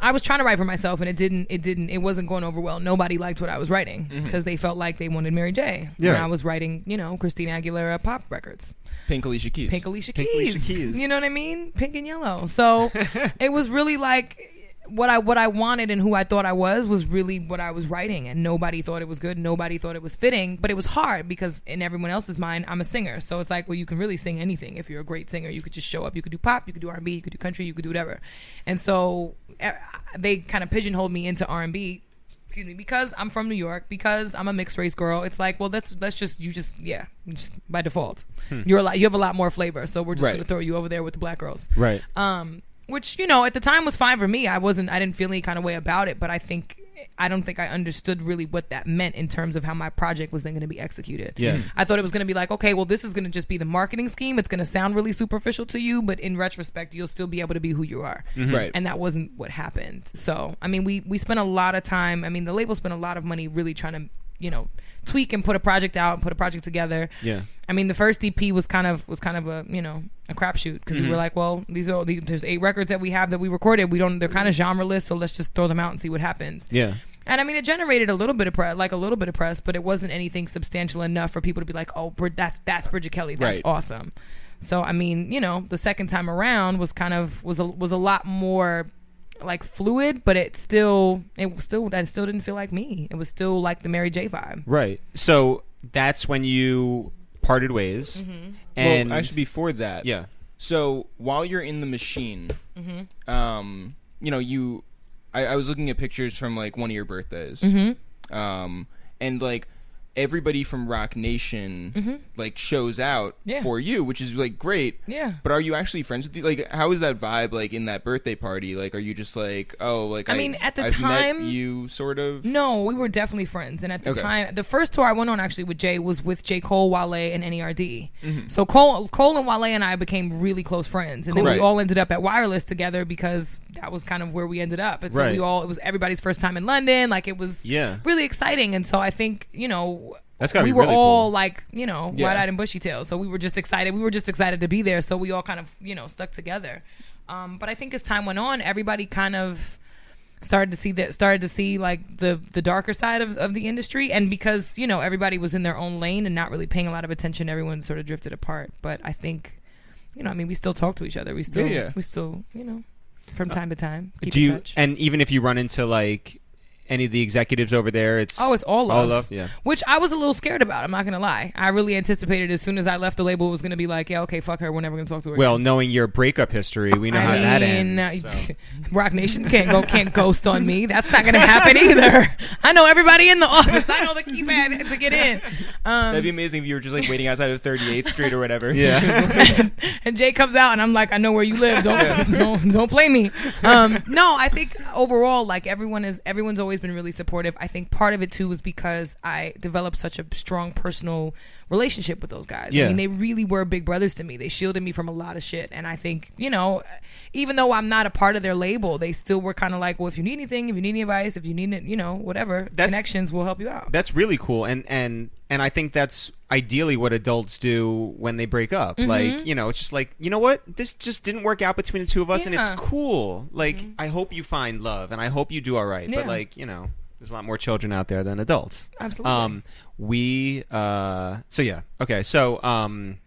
S9: I was trying to write for myself, and it didn't. It didn't. It wasn't going over well. Nobody liked what I was writing because they felt like they wanted Mary J.
S4: Yeah.
S9: And I was writing, you know, Christina Aguilera pop records.
S5: Pink Alicia Keys.
S9: Pink Alicia,
S4: Pink
S9: Keys.
S4: Alicia Keys.
S9: You know what I mean? Pink and
S4: (laughs)
S9: yellow. So it was really like what I what I wanted and who I thought I was was really what I was writing and nobody thought it was good, nobody thought it was fitting, but it was hard because in everyone else's mind I'm a singer. So it's like, well you can really sing anything if you're a great singer. You could just show up, you could do pop, you could do R&B, you could do country, you could do whatever. And so eh, they kind of pigeonholed me into R&B excuse me because i'm from new york because i'm a mixed race girl it's like well that's that's just you just yeah just by default you're a lot you have a lot more flavor so we're just
S5: Right.
S9: gonna throw you over there with the black girls
S6: Right.
S9: um which you know at the time was fine for me i wasn't i didn't feel any kind of way about it but i think i don't think i understood really what that meant in terms of how my project was then going to be executed
S4: Yeah.
S9: i thought it was going to be like okay well this is going to just be the marketing scheme it's going to sound really superficial to you but in retrospect you'll still be able to be who you are
S4: Mm-hmm.
S5: Right.
S9: and that wasn't what happened so i mean we we spent a lot of time i mean the label spent a lot of money really trying to you know tweak and put a project out and put a project together
S4: Yeah.
S9: I mean, the first EP was kind of was kind of a you know a crapshoot because we were like, well, these are these, there's eight records that we have that we recorded. We don't they're kind of genreless, so let's just throw them out and see what happens.
S4: yeah.
S9: And I mean, it generated a little bit of press, like a little bit of press, but it wasn't anything substantial enough for people to be like, oh, Brid- that's that's Bridget Kelly, that's
S5: Right.
S9: awesome. So I mean, you know, the second time around was kind of was a was a lot more like fluid, but it still it still that still didn't feel like me. It was still like the Mary J vibe.
S4: Right. So that's when you parted ways,
S9: Mm-hmm.
S4: and
S5: well, actually before that.
S4: yeah,
S5: So while you're in the machine,
S9: Mm-hmm.
S5: um, you know, you, I, I was looking at pictures from like one of your birthdays,
S9: Mm-hmm.
S5: um, and like everybody from Rock Nation like shows out
S9: Mm-hmm. Yeah.
S5: for you, which is like great.
S9: Yeah.
S5: But are you actually friends with the, like? How is that vibe like in that birthday party? Like, are you just like, oh, like
S9: I mean, at the
S5: I've met
S9: time-
S5: you sort of
S9: No, we were definitely friends. And at the
S5: Okay.
S9: time, the first tour I went on actually with Jay was with J. Cole, Wale, and E NERD.
S4: Mm-hmm.
S9: So Cole, Cole and Wale and I became really close friends. And then
S5: Right.
S9: we all ended up at Wireless together because that was kind of where we ended up. And so
S4: Right.
S9: we all it was everybody's first time in London. Like it was
S4: Yeah.
S9: really exciting. And so I think you know.
S4: That's gotta
S9: we
S4: be
S9: were
S4: really
S9: all
S4: cool.
S9: like, you know,
S4: Yeah.
S9: wide-eyed and bushy-tailed. So we were just excited. We were just excited to be there. So we all kind of, you know, stuck together. Um, but I think as time went on, everybody kind of started to see that started to see like the the darker side of, of the industry and because you know everybody was in their own lane and not really paying a lot of attention everyone sort of drifted apart but i think you know i mean we still talk to each other we still
S5: yeah.
S9: we still you know from time to time keep
S4: Do
S9: in
S4: you?
S9: touch
S4: And even if you run into like any of the executives over there, it's
S9: Oh, it's all love.
S4: all love. Yeah.
S9: Which I was a little scared about. I'm not gonna lie. I really anticipated as soon as I left the label it was gonna be like, yeah, okay, fuck her. We're never gonna talk to her.
S4: Well,
S9: again.
S4: knowing your breakup history, we know how that ends.
S9: uh,
S4: so.
S9: (laughs) Rock Nation can't go, can't ghost on me. That's not gonna happen either. I know everybody in the office. I know the keypad to get in. Um,
S5: That'd be amazing if you were just like waiting outside of 38th Street or whatever. (laughs)
S4: Yeah.
S9: and Jay comes out, and I'm like, I know where you live. Don't (laughs) don't don't play me. Um, no, I think overall, like everyone is, everyone's always been really supportive. I think part of it too was because I developed such a strong personal relationship with those guys.
S4: Yeah.
S9: I mean, they really were big brothers to me. They shielded me from a lot of shit, and I think you know, even though I'm not a part of their label, they still were kind of like, well, if you need anything, if you need any advice, if you need it, you know, whatever
S4: That's-
S9: connections will help you out.
S4: that's really cool and and and i think that's ideally what adults do when they break up
S9: Mm-hmm.
S4: like you know it's just like you know what this just didn't work out between the two of us and it's
S9: Yeah. Mm-hmm.
S4: cool like i hope you find love and i hope you do all right but
S9: Yeah.
S4: like you know there's a lot more children out there than adults
S9: Absolutely.
S4: um we uh so yeah okay so um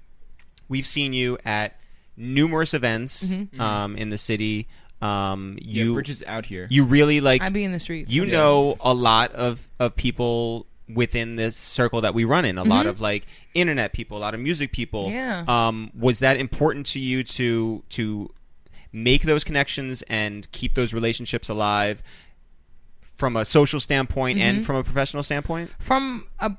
S4: we've seen you at numerous events
S9: Mm-hmm.
S4: um in the city um
S5: You,
S4: you
S5: yeah, Bridges out here.
S4: you really like
S9: I be in the streets.
S4: you know a lot of of people within this circle that we run in a lot of like internet people a lot of music people
S9: Mm-hmm. Yeah.
S4: um was that important to you to to make those connections and keep those relationships alive from a social standpoint
S9: Mm-hmm.
S4: and from a professional standpoint
S9: from a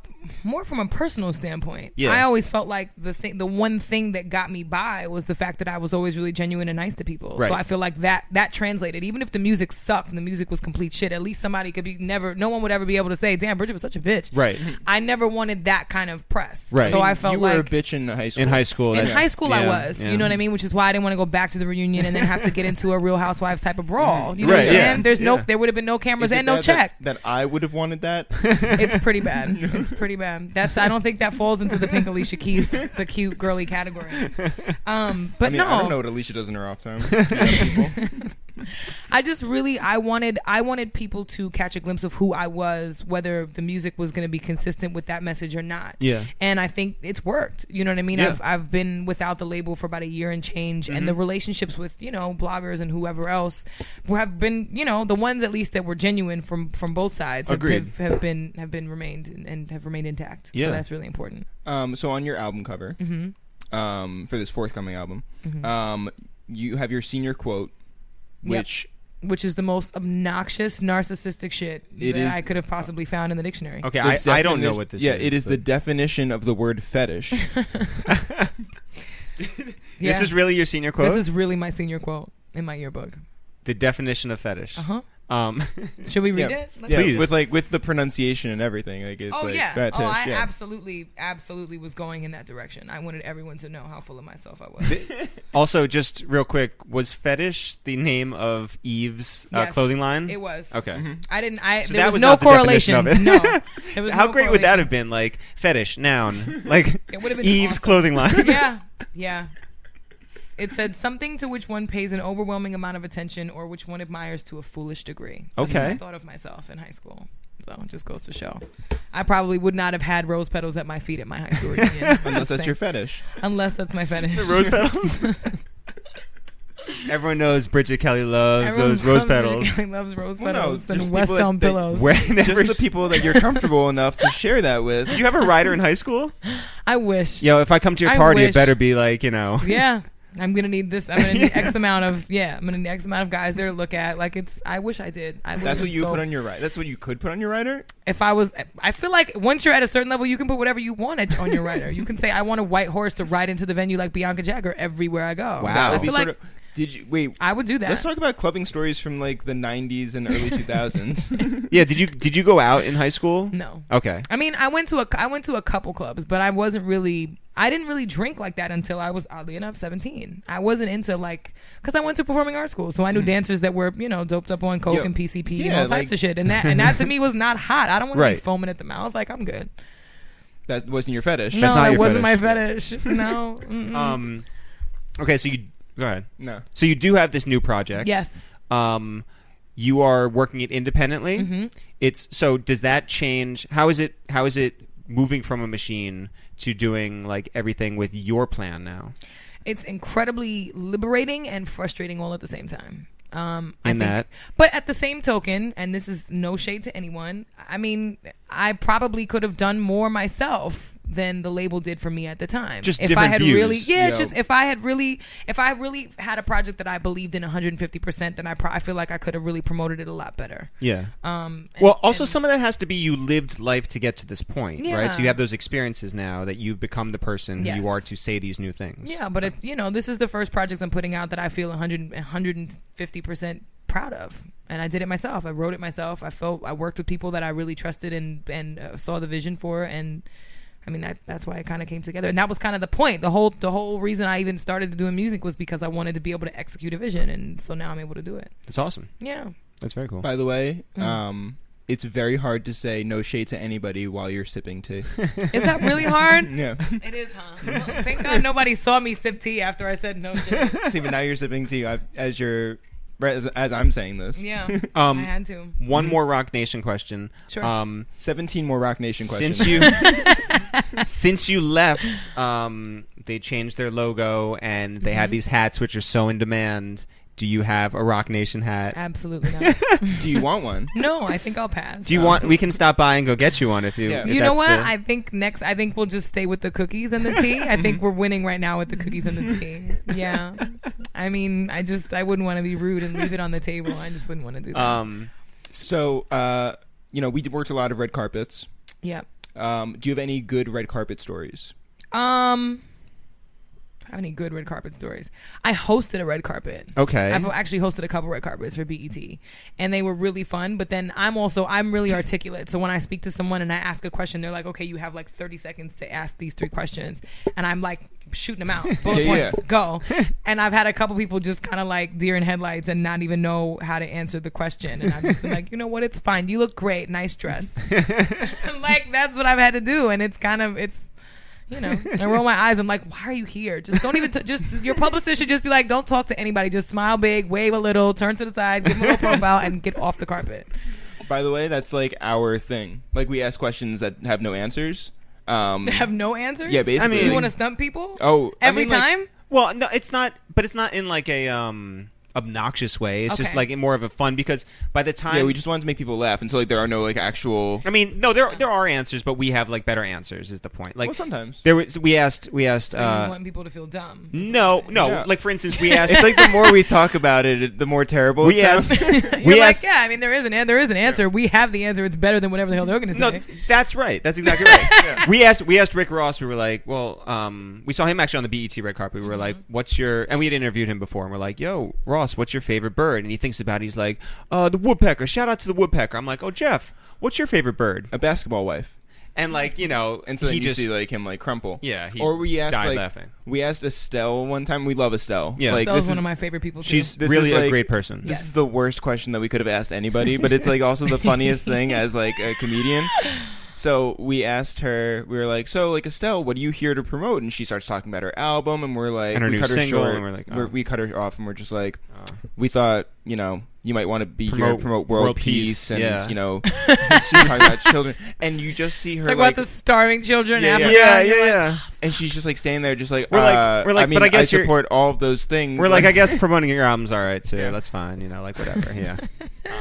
S9: more from a personal standpoint
S4: Yeah.
S9: i always felt like the thing the one thing that got me by was the fact that i was always really genuine and nice to people
S4: Right.
S9: so i feel like that that translated even if the music sucked and the music was complete shit at least somebody could be never no one would ever be able to say damn bridget was such a bitch
S4: Right.
S9: i never wanted that kind of press
S4: Right.
S9: so i
S5: you
S9: felt
S5: were
S9: like
S5: a bitch in high school.
S4: in high school
S9: in
S4: that-
S9: high school, I
S4: yeah,
S9: was.
S4: yeah.
S9: You know what I mean? Which is why I didn't want to go back to the reunion and then have to get into a Real Housewives type of brawl. You know
S4: Right,
S9: what I'm
S4: yeah,
S9: saying? There's no,
S4: yeah.
S9: there would have been no cameras
S5: Is it
S9: and no
S5: bad
S9: check.
S5: That, that I would have wanted
S9: (laughs)
S5: that.
S9: It's
S5: (laughs)
S9: pretty bad. It's pretty bad. That's I don't think that falls into the pink Alicia Keys, the cute girly category. Um, but
S5: I mean,
S9: no,
S5: I don't know what Alicia does in her off time. You know, people.
S9: I just really I wanted I wanted people to catch a glimpse of who I was, whether the music was going to be consistent with that message or not.
S4: Yeah.
S9: And I think it's worked. You know what I mean?
S4: Yeah.
S9: I've I've been without the label for about a year and change, and the
S5: Mm-hmm.
S9: relationships with you know bloggers and whoever else have been you know the ones at least that were genuine from from both sides have,
S4: Agreed.
S9: have, have been have been remained and, and have remained intact.
S4: Yeah.
S9: So that's really important.
S5: um, so on your album cover,
S9: Mm-hmm.
S5: um, for this forthcoming album, um, you have your senior quote, which
S9: Which is the most obnoxious, narcissistic shit
S5: It
S9: that
S5: is-
S9: I could have possibly found in the dictionary.
S4: okay
S5: the
S4: I, I don't know
S5: defini-
S4: what this
S5: yeah,
S4: is
S5: it is
S4: but-
S5: the definition of the word
S9: (laughs)
S5: fetish.
S9: Yeah.
S4: this is really your senior quote
S9: This is really my senior quote in my yearbook.
S4: the definition of fetish
S9: Uh-huh.
S4: um (laughs)
S9: Should we read
S5: Yeah.
S9: it? Let's
S5: yeah,
S4: Please.
S5: with like with the pronunciation and everything. Like it's
S9: Oh
S5: like
S9: yeah.
S5: fetish.
S9: oh, I
S5: yeah.
S9: absolutely, absolutely was going in that direction. I wanted everyone to know how full of myself I was.
S4: uh, also just real quick was fetish the name of eve's uh,
S9: Yes,
S4: clothing line
S9: It was.
S4: okay
S9: I didn't. I
S4: So
S9: there
S4: that
S9: was,
S4: was
S9: no
S4: not the
S9: correlation.
S4: definition of it.
S9: No. There
S4: (laughs)
S9: was
S4: How
S9: no
S4: great would that
S9: correlation.
S4: have been? Like fetish
S9: (laughs)
S4: noun, like
S9: It would've been
S4: Eve's
S9: awesome.
S4: clothing line.
S9: (laughs) yeah, yeah. It said something to which one pays an overwhelming amount of attention, or which one admires to a foolish degree. That's what
S4: Okay.
S9: I thought of myself in high school. So it just goes to show, I probably would not have had rose petals at my feet at my high school reunion.
S5: Unless
S9: Just
S5: that's your (laughs)
S9: saying.
S5: fetish.
S9: Unless that's my fetish.
S4: (laughs) rose petals. Everyone knows Bridget Kelly loves
S9: (laughs) Everyone
S4: those rose
S9: loves Bridget
S4: petals. (laughs)
S9: Kelly (laughs) loves rose
S5: Well, no,
S9: petals
S5: just
S9: and
S5: people
S9: West
S5: that-
S9: Elm
S5: that-
S9: pillows.
S4: Whenever
S5: Just the people that you're comfortable enough to share that with.
S4: Did you have a rider in high
S9: (laughs)
S4: school?
S9: I wish.
S4: Yo, if I come to your
S9: I
S4: party, it
S9: wish.
S4: better be like you know.
S9: Yeah. I'm gonna need this. I'm gonna need X amount of yeah. I'm gonna need X amount of guys there to look at. Like it's. I wish I did. I
S5: That's what you put on your rider. That's what you could put on your rider.
S9: If I was, I feel like once you're at a certain level, you can put whatever you want at- on your rider. You can say, "I want a white horse to ride into the venue like Bianca Jagger everywhere I go."
S5: That
S9: I
S5: would be
S9: feel
S5: sort
S9: like
S5: of- Did you wait?
S9: I would do that.
S5: Let's talk about clubbing stories from like the '90s and
S9: (laughs)
S5: early 2000s.
S4: Yeah, did you did you go out in high school?
S9: No.
S4: Okay.
S9: I mean, I went to a I went to a couple clubs, but I wasn't really I didn't really drink like that until I was oddly enough 17. I wasn't into like cuz I went to performing arts school, so I knew dancers that were, you know, doped up on coke
S5: Yo,
S9: and PCP and
S5: Hmm. yeah,
S9: all types
S5: like-
S9: of shit. And that and that to me was not hot. I don't want to be
S4: Right.
S9: foaming at the mouth like I'm good.
S5: that wasn't your Uh, fetish.
S9: no,
S4: not
S9: that
S4: your
S9: wasn't my
S4: fetish.
S5: (laughs)
S9: fetish. No. Mm-mm.
S4: Um Okay, so you go ahead.
S5: No.
S4: So you do have this new project.
S9: Yes.
S4: Um you are working it independently.
S9: Mm-hmm.
S4: It's so does that change how is it how is it moving from a machine to doing like everything with your plan now?
S9: it's incredibly liberating and frustrating all at the same time. Um, I
S4: In
S9: think,
S4: that-
S9: but at the same token, and this is no shade to anyone. I mean, I probably could have done more myself than the label did for me at the time.
S4: Just
S9: if I
S4: different
S9: had
S4: views.
S9: really, yeah,
S5: Yo.
S9: just if I had really, if I really had a project that I believed in 150, percent then I, pro- I feel like I could have really promoted it a lot better.
S4: Yeah.
S9: Um, and-
S4: well, also some of that has to be you lived life to get to this point, right? So
S9: Yeah.
S4: you have those experiences now that you've become the person
S9: Yes.
S4: you are to say these new things.
S9: Yeah, but it, you know, this is the first project I'm putting out that I feel 100 150% proud of. And I did it myself. I wrote it myself. I felt I worked with people that I really trusted and and uh, saw the vision for and I mean that that's why it kind of came together. And that was kind of the point. The whole the whole reason I even started doing music was because I wanted to be able to execute a vision and so now I'm able to do it.
S4: That's awesome.
S9: Yeah.
S4: That's very cool.
S5: By the way, um, it's very hard to say no shade to anybody while you're sipping tea.
S9: Is that really hard?
S5: (laughs) yeah.
S9: (laughs) it is, huh? (laughs) Well, thank God nobody saw me sip tea after I said no shit.
S5: See, but now you're sipping tea I, as you're right, as, as I'm saying this.
S9: (laughs) Yeah. Mm. I
S4: Um,
S9: had to.
S4: one more Rock Nation question.
S9: Sure.
S4: Um,
S5: 17 more Rock Nation questions.
S4: since you
S9: (laughs)
S4: since you left, um, they changed their logo and they
S9: Mm-hmm.
S4: had these hats which are so in demand. Do you have a Rock Nation hat?
S9: Absolutely not. (laughs)
S5: do you want one?
S9: No, I think I'll pass.
S4: Do you want? We can stop by and go get you one if you.
S5: Yeah.
S4: if
S9: You know
S4: that's
S9: what?
S4: the-
S9: I think next, I think we'll just stay with the cookies and the tea. I think we're winning right now with the cookies and the tea. Yeah. I mean, I just, I wouldn't want to be rude and leave it on the table. I just wouldn't want to do that.
S4: um,
S5: (laughs) So, uh, you know, we d- worked a lot of red carpets.
S9: yeah.
S5: Um, do you have any good red carpet stories?
S9: Um, have any good red carpet stories? I hosted a red carpet.
S4: okay.
S9: I've actually hosted a couple red carpets for BET, and they were really fun. But then I'm also I'm really articulate, so when I speak to someone and I ask a question, they're like, "Okay, you have like 30 seconds to ask these three questions," and I'm like shooting them out,
S5: (laughs)
S9: bullet
S5: Yeah, yeah. (laughs)
S9: points, go. and I've had a couple people just kind of like deer in headlights and not even know how to answer the question, and I've just been like, "You know what? It's fine. You look great.
S5: (laughs)
S9: Nice dress." (laughs) like that's what I've had to do, and it's kind of it's you know, I roll my eyes. I'm like, why are you here? Just don't even. T- just your publicist should just be like, don't talk to anybody. Just smile big, wave a little, turn to the side, give them a little profile, and get off the carpet.
S5: By the way, that's like our thing. Like, we ask questions that have no answers. Um,
S9: Have no answers.
S5: Yeah, basically.
S9: you want to stump people?
S5: Oh, I
S9: every
S4: mean, like-
S9: time.
S4: Well, no, it's not, but it's not in like a um obnoxious way. It's just
S9: Okay.
S4: like in more of a fun because by the time
S5: yeah, we just wanted to make people laugh, and so like there are no like actual.
S4: I mean, no, there there are answers, but we have like better answers is the point. Like
S5: Well, sometimes.
S4: there was we asked we asked
S9: Like, you
S4: uh,
S9: want people to feel dumb.
S4: no no
S5: Yeah.
S4: like for instance
S9: (laughs)
S4: we asked
S5: It's like the more we talk about it, the more terrible.
S4: we
S5: it sounds.
S4: asked (laughs)
S9: You're
S4: we
S9: like,
S4: asked
S9: yeah. I mean, there is an an- there is an answer. We have the answer. It's better than whatever the hell they're going to
S4: no
S9: say.
S4: that's right that's
S5: (laughs)
S4: exactly right we asked we asked Rick Ross we were like well um we saw him actually on the BET red carpet we
S5: Mm-hmm.
S4: were like what's your and we had interviewed him before and we're like yo Ross what's your favorite bird and he thinks about it, he's like uh the woodpecker shout out to the woodpecker I'm like oh Jeff what's your favorite bird
S5: (laughs) a basketball wife.
S4: and like you know
S5: Uh, And so then
S4: he
S5: you
S4: just
S5: see like him like crumple.
S4: Yeah, he
S5: or we asked
S4: died
S5: like
S4: laughing.
S5: we asked Estelle one time. We love Estelle.
S4: Yeah.
S5: like,
S9: That was
S5: this
S9: one
S5: is-
S9: of my favorite people. too.
S4: she's
S5: this
S4: really
S5: is,
S4: a
S5: like-
S4: great person
S5: This is the worst question that we could have asked anybody, but it's like also
S9: (laughs)
S5: the funniest thing as like a comedian. So we asked her, we were like, "So like Estelle, what are you here to promote?" And she starts talking about her album, and we're like,
S4: And her
S5: we
S4: new
S5: cut her
S4: single,
S5: short,
S4: and we're like,
S5: we're-
S4: oh.
S5: we cut her off, and we're just like, we thought, you know, you might want to be here
S4: Promote
S5: to promote world,
S4: world peace,
S5: peace, and
S4: yeah.
S5: you
S9: (laughs)
S5: know, she's talking about children, and you just see her
S9: It's like,
S5: like
S9: about the starving children. in
S5: Yeah,
S9: Africa.
S4: yeah,
S9: You're
S4: yeah,
S9: like,
S4: yeah.
S5: and she's just like standing there, just like
S4: We're
S5: we're
S4: like-
S5: like,
S4: we're
S5: like, I mean, but I guess
S4: you're-
S5: support all of those things.
S4: We're like, I guess promoting your album's all right too. That's fine, you know, like whatever.
S5: (laughs)
S4: Yeah,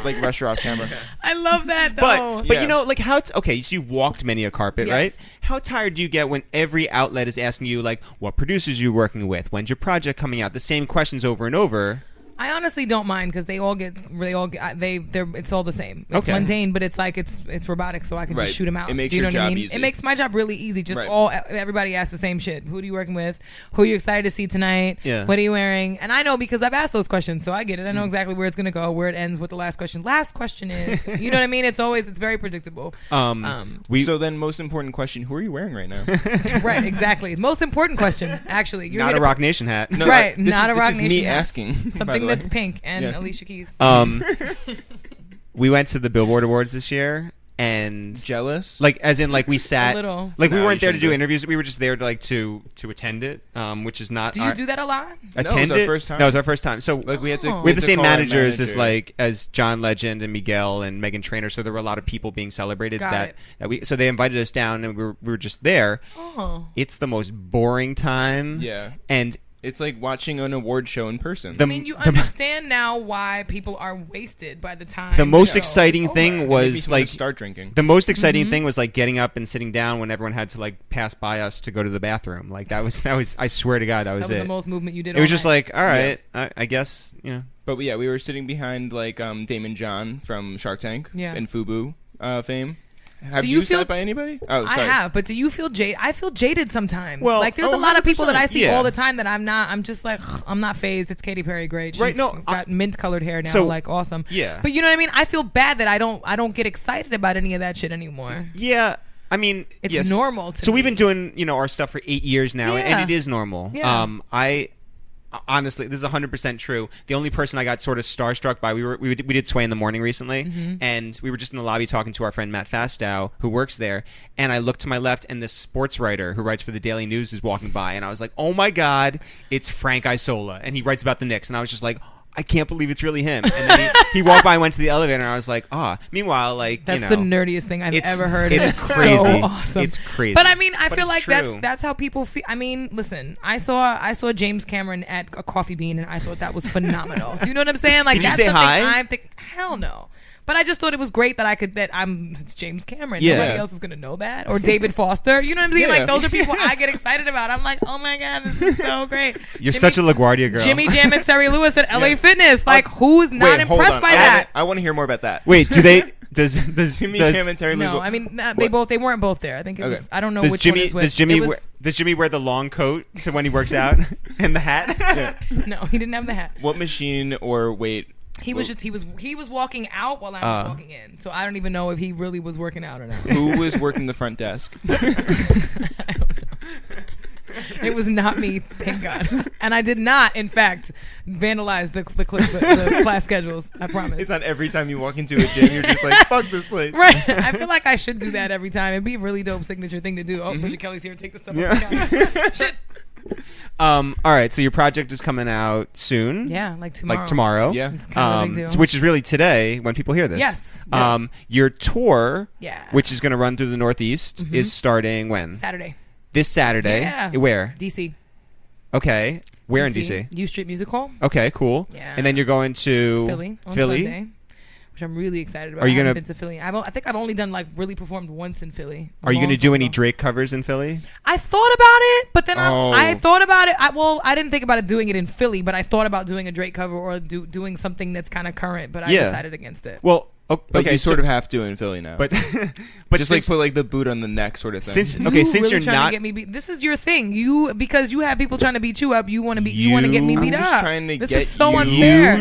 S5: like rush her off (laughs) camera.
S9: I love that
S4: but
S9: though.
S4: but
S5: Yeah.
S4: you know, like how? T- okay, so you walked many a carpet,
S9: Oh. Yes.
S4: right? How tired do you get when every outlet is asking you like, what producers you working with? When's your project coming out? The same questions over and over.
S9: I honestly don't mind because they all get they all get, I- they they're it's all the same. It's
S4: Okay.
S9: mundane, but it's like it's it's robotic, so I can
S5: Right.
S9: just shoot them out.
S5: It makes
S9: Do you
S5: your
S9: know what I
S5: job
S9: mean?
S5: easy.
S9: It makes my job really easy. Just
S5: Right.
S9: all everybody asks the same shit. Who are you working with? Who are you excited to see tonight?
S4: Yeah.
S9: What are you wearing? And I know because I've asked those questions, so I get it. I know
S5: Mm.
S9: exactly where it's gonna go, where it ends, what the last question. Last
S5: (laughs)
S9: question is, you know what I mean? It's always it's very predictable.
S4: Um, we
S5: so then, most important question: Who are you wearing (laughs) right now?
S9: right, exactly. Most important question,
S5: (laughs)
S9: actually. You're
S4: not
S9: here
S4: a
S9: to-
S4: Rock Nation hat.
S5: No,
S9: Right,
S5: Uh, this
S9: not
S5: is,
S9: a Rock
S5: This is me
S9: Nation hat.
S5: asking. (laughs) by
S9: Something
S5: the way.
S9: that's pink and
S5: Yeah. Uh,
S9: Alicia Keys.
S5: (laughs)
S4: Um, we went to the Billboard Awards this year, and
S5: jealous.
S4: like as in like we sat
S9: little.
S4: like we
S5: No,
S4: weren't
S5: you
S4: there to
S5: shouldn't
S4: do
S5: do it.
S4: interviews. We were just there to like to to attend it, um, which is not.
S9: do you
S4: our,
S9: do that a lot?
S5: was
S4: Attend
S5: our
S4: it?
S5: first time.
S4: No, it was our first time. So
S5: like we had to.
S9: Oh.
S4: we had
S5: had
S4: the
S5: to
S4: same
S5: call our
S4: managers as
S5: manager.
S4: like as John Legend and Miguel and Megan Trainor. So there were a lot of people being celebrated
S9: Got
S4: that
S9: it.
S4: that we. So they invited us down, and we were, we were just there.
S9: Oh.
S4: It's the most boring time.
S5: Yeah.
S4: and
S5: It's like watching an award show in person.
S4: the
S9: I mean, you
S4: the,
S9: understand now why people are wasted by the time.
S4: the most
S9: show
S4: exciting
S9: is over.
S4: thing
S5: Maybe
S4: was
S5: someone
S4: like
S5: should start drinking.
S4: The most exciting
S9: Mm-hmm.
S4: thing was like getting up and sitting down when everyone had to like pass by us to go to the bathroom. Like that was that was I swear to God that was,
S9: That was
S4: it.
S9: the most movement you did.
S4: it
S9: all
S4: was just
S9: night.
S4: like all right, I, I guess you know.
S5: but yeah, we were sitting behind like um, Damon John from Shark Tank
S9: Yeah.
S5: and Fubu uh, fame. Have
S9: Do
S5: you,
S9: you
S5: sat
S9: feel-
S5: by anybody? Oh,
S9: I
S5: sorry.
S9: have, but do you feel jaded? I feel jaded sometimes.
S4: Well,
S9: like there's
S4: oh,
S9: a lot of people that I
S4: 100%,
S9: see
S4: yeah.
S9: all the time that I'm not. I'm just like "Ugh, I'm not phased. It's Katy Perry, great. She's
S4: Right, no, I-
S9: got mint colored hair now.
S4: So-
S9: like awesome.
S4: Yeah.
S9: But you know what I mean? I feel bad that I don't. I don't get excited about any of that shit anymore.
S4: Yeah, I mean
S9: It's
S4: yes.
S9: normal to
S4: so we've
S9: me.
S4: been doing you know our stuff for eight years now,
S9: Yeah.
S4: and it is normal.
S9: Yeah.
S4: Um, I honestly, this is hundred percent true. The only person I got sort of starstruck by we were we, did- we did Sway in the morning recently,
S9: Mm-hmm.
S4: and we were just in the lobby talking to our friend Matt Fastow who works there, and I looked to my left, and this sports writer who writes for the Daily News is walking by, and I was like, oh my god, it's Frank Isola, and he writes about the Knicks, and I was just like. I can't believe it's really him. And then he, he walked by and went to the elevator, and I was like, ah. Meanwhile, like,
S9: That's
S4: you know.
S9: the nerdiest thing I've
S4: It's-
S9: ever heard.
S4: it's
S9: It's, it's
S4: crazy.
S9: So (laughs) awesome.
S4: It's crazy.
S9: But I mean, I
S4: But
S9: feel
S4: it's
S9: like
S4: true.
S9: that's that's how people feel. I mean, listen, I saw I saw James Cameron at a coffee bean, and I thought that was phenomenal. Do you know what I'm saying? Like
S4: Did you
S9: that's
S4: say
S9: something
S4: hi?
S9: I'm think. Hell no. But I just thought it was great that I could that I'm it's James Cameron.
S4: Yeah.
S9: Nobody else is gonna know that or David Foster. You know what I'm saying?
S5: Yeah.
S9: Like those are people
S4: (laughs)
S9: I get excited about. I'm like, oh my god, this is so great.
S4: You're such a LaGuardia girl.
S9: Jimmy
S4: (laughs)
S9: Jam and Terry Lewis at LA Fitness. Like, who's not
S5: Wait, hold
S9: impressed
S5: on.
S9: by
S5: I
S9: that?
S5: wanna- I want to hear more about that.
S4: Wait, do
S9: (laughs)
S4: they? Does does
S5: Jimmy
S4: does,
S5: Cam and Terry Lewis
S9: No,
S5: will-
S9: I mean uh, they
S5: What?
S9: both they weren't both there. I think it
S5: Okay.
S9: was I don't know
S4: does
S9: which
S4: Jimmy
S9: one is which.
S4: does Jimmy
S9: It was-
S4: wear, does Jimmy wear the long coat to when he works out and the hat?
S9: (laughs)
S4: (laughs)
S9: no, he didn't have the hat.
S5: What machine or weight?
S9: He was just he was he was walking out while I
S4: Ah.
S9: was walking in. So I don't even know if he really was working out or not.
S5: Who was working the front desk?
S9: I don't know. It was not me,
S4: (laughs)
S9: thank God. And I did not, in fact, vandalize the the, cl-
S4: (laughs)
S9: the, the class schedules. I
S5: (laughs)
S9: promise.
S5: It's not every time you walk into a gym, you're just like, fuck this place.
S9: (laughs) Right. I feel like I should do that every time. It'd be a really dope signature thing to do. Oh,
S4: Mm-hmm.
S9: Bridget Kelly's here. Take this stuff
S4: (laughs)
S9: off the counter. Shit.
S4: Um. All right. So your project is coming out soon.
S9: Yeah, like tomorrow.
S4: Like tomorrow.
S5: Yeah.
S9: It's kind of a big
S4: Um,
S9: deal.
S4: so- which is really today when people hear this.
S9: Yes.
S4: Um. Your tour.
S9: Yeah.
S4: Which is going to run through the Northeast is starting when
S9: Saturday.
S4: this Saturday.
S9: Yeah.
S4: Where?
S9: DC.
S4: Okay. Where in DC?
S9: U Street Music Hall,
S4: Okay. Cool.
S9: Yeah.
S4: And then you're going to
S9: Philly, on
S4: Philly.
S9: Sunday, which I'm really excited about.
S4: Are you
S9: I haven't
S4: gonna-
S9: been to Philly? I've, o- I think I've only done like really performed once in Philly. a
S4: Are you going to
S9: long
S4: do
S9: time
S4: any
S9: ago.
S4: Drake covers in Philly?
S9: I thought about it, but then
S5: Oh.
S9: I, I thought about it. I, well, I didn't think about it doing it in Philly, but I thought about doing a Drake cover or do, doing something that's kind of current. But I
S4: Yeah.
S9: decided against it.
S4: Well, o-
S5: (laughs) But
S4: okay,
S5: you sort
S4: so-
S5: of have to in Philly now.
S4: but (laughs) but
S5: just like
S4: since-
S5: put like the boot on the neck sort of thing.
S4: since
S9: You
S4: okay, since
S9: really
S4: you're
S9: trying
S4: not
S9: to get me beat. This is your thing. You because you have people trying to beat you up. You want to be. You, want to get me
S4: You-
S9: beat
S5: I'm just
S9: up.
S5: trying to
S9: this
S5: get
S9: is so
S5: you-
S9: unfair.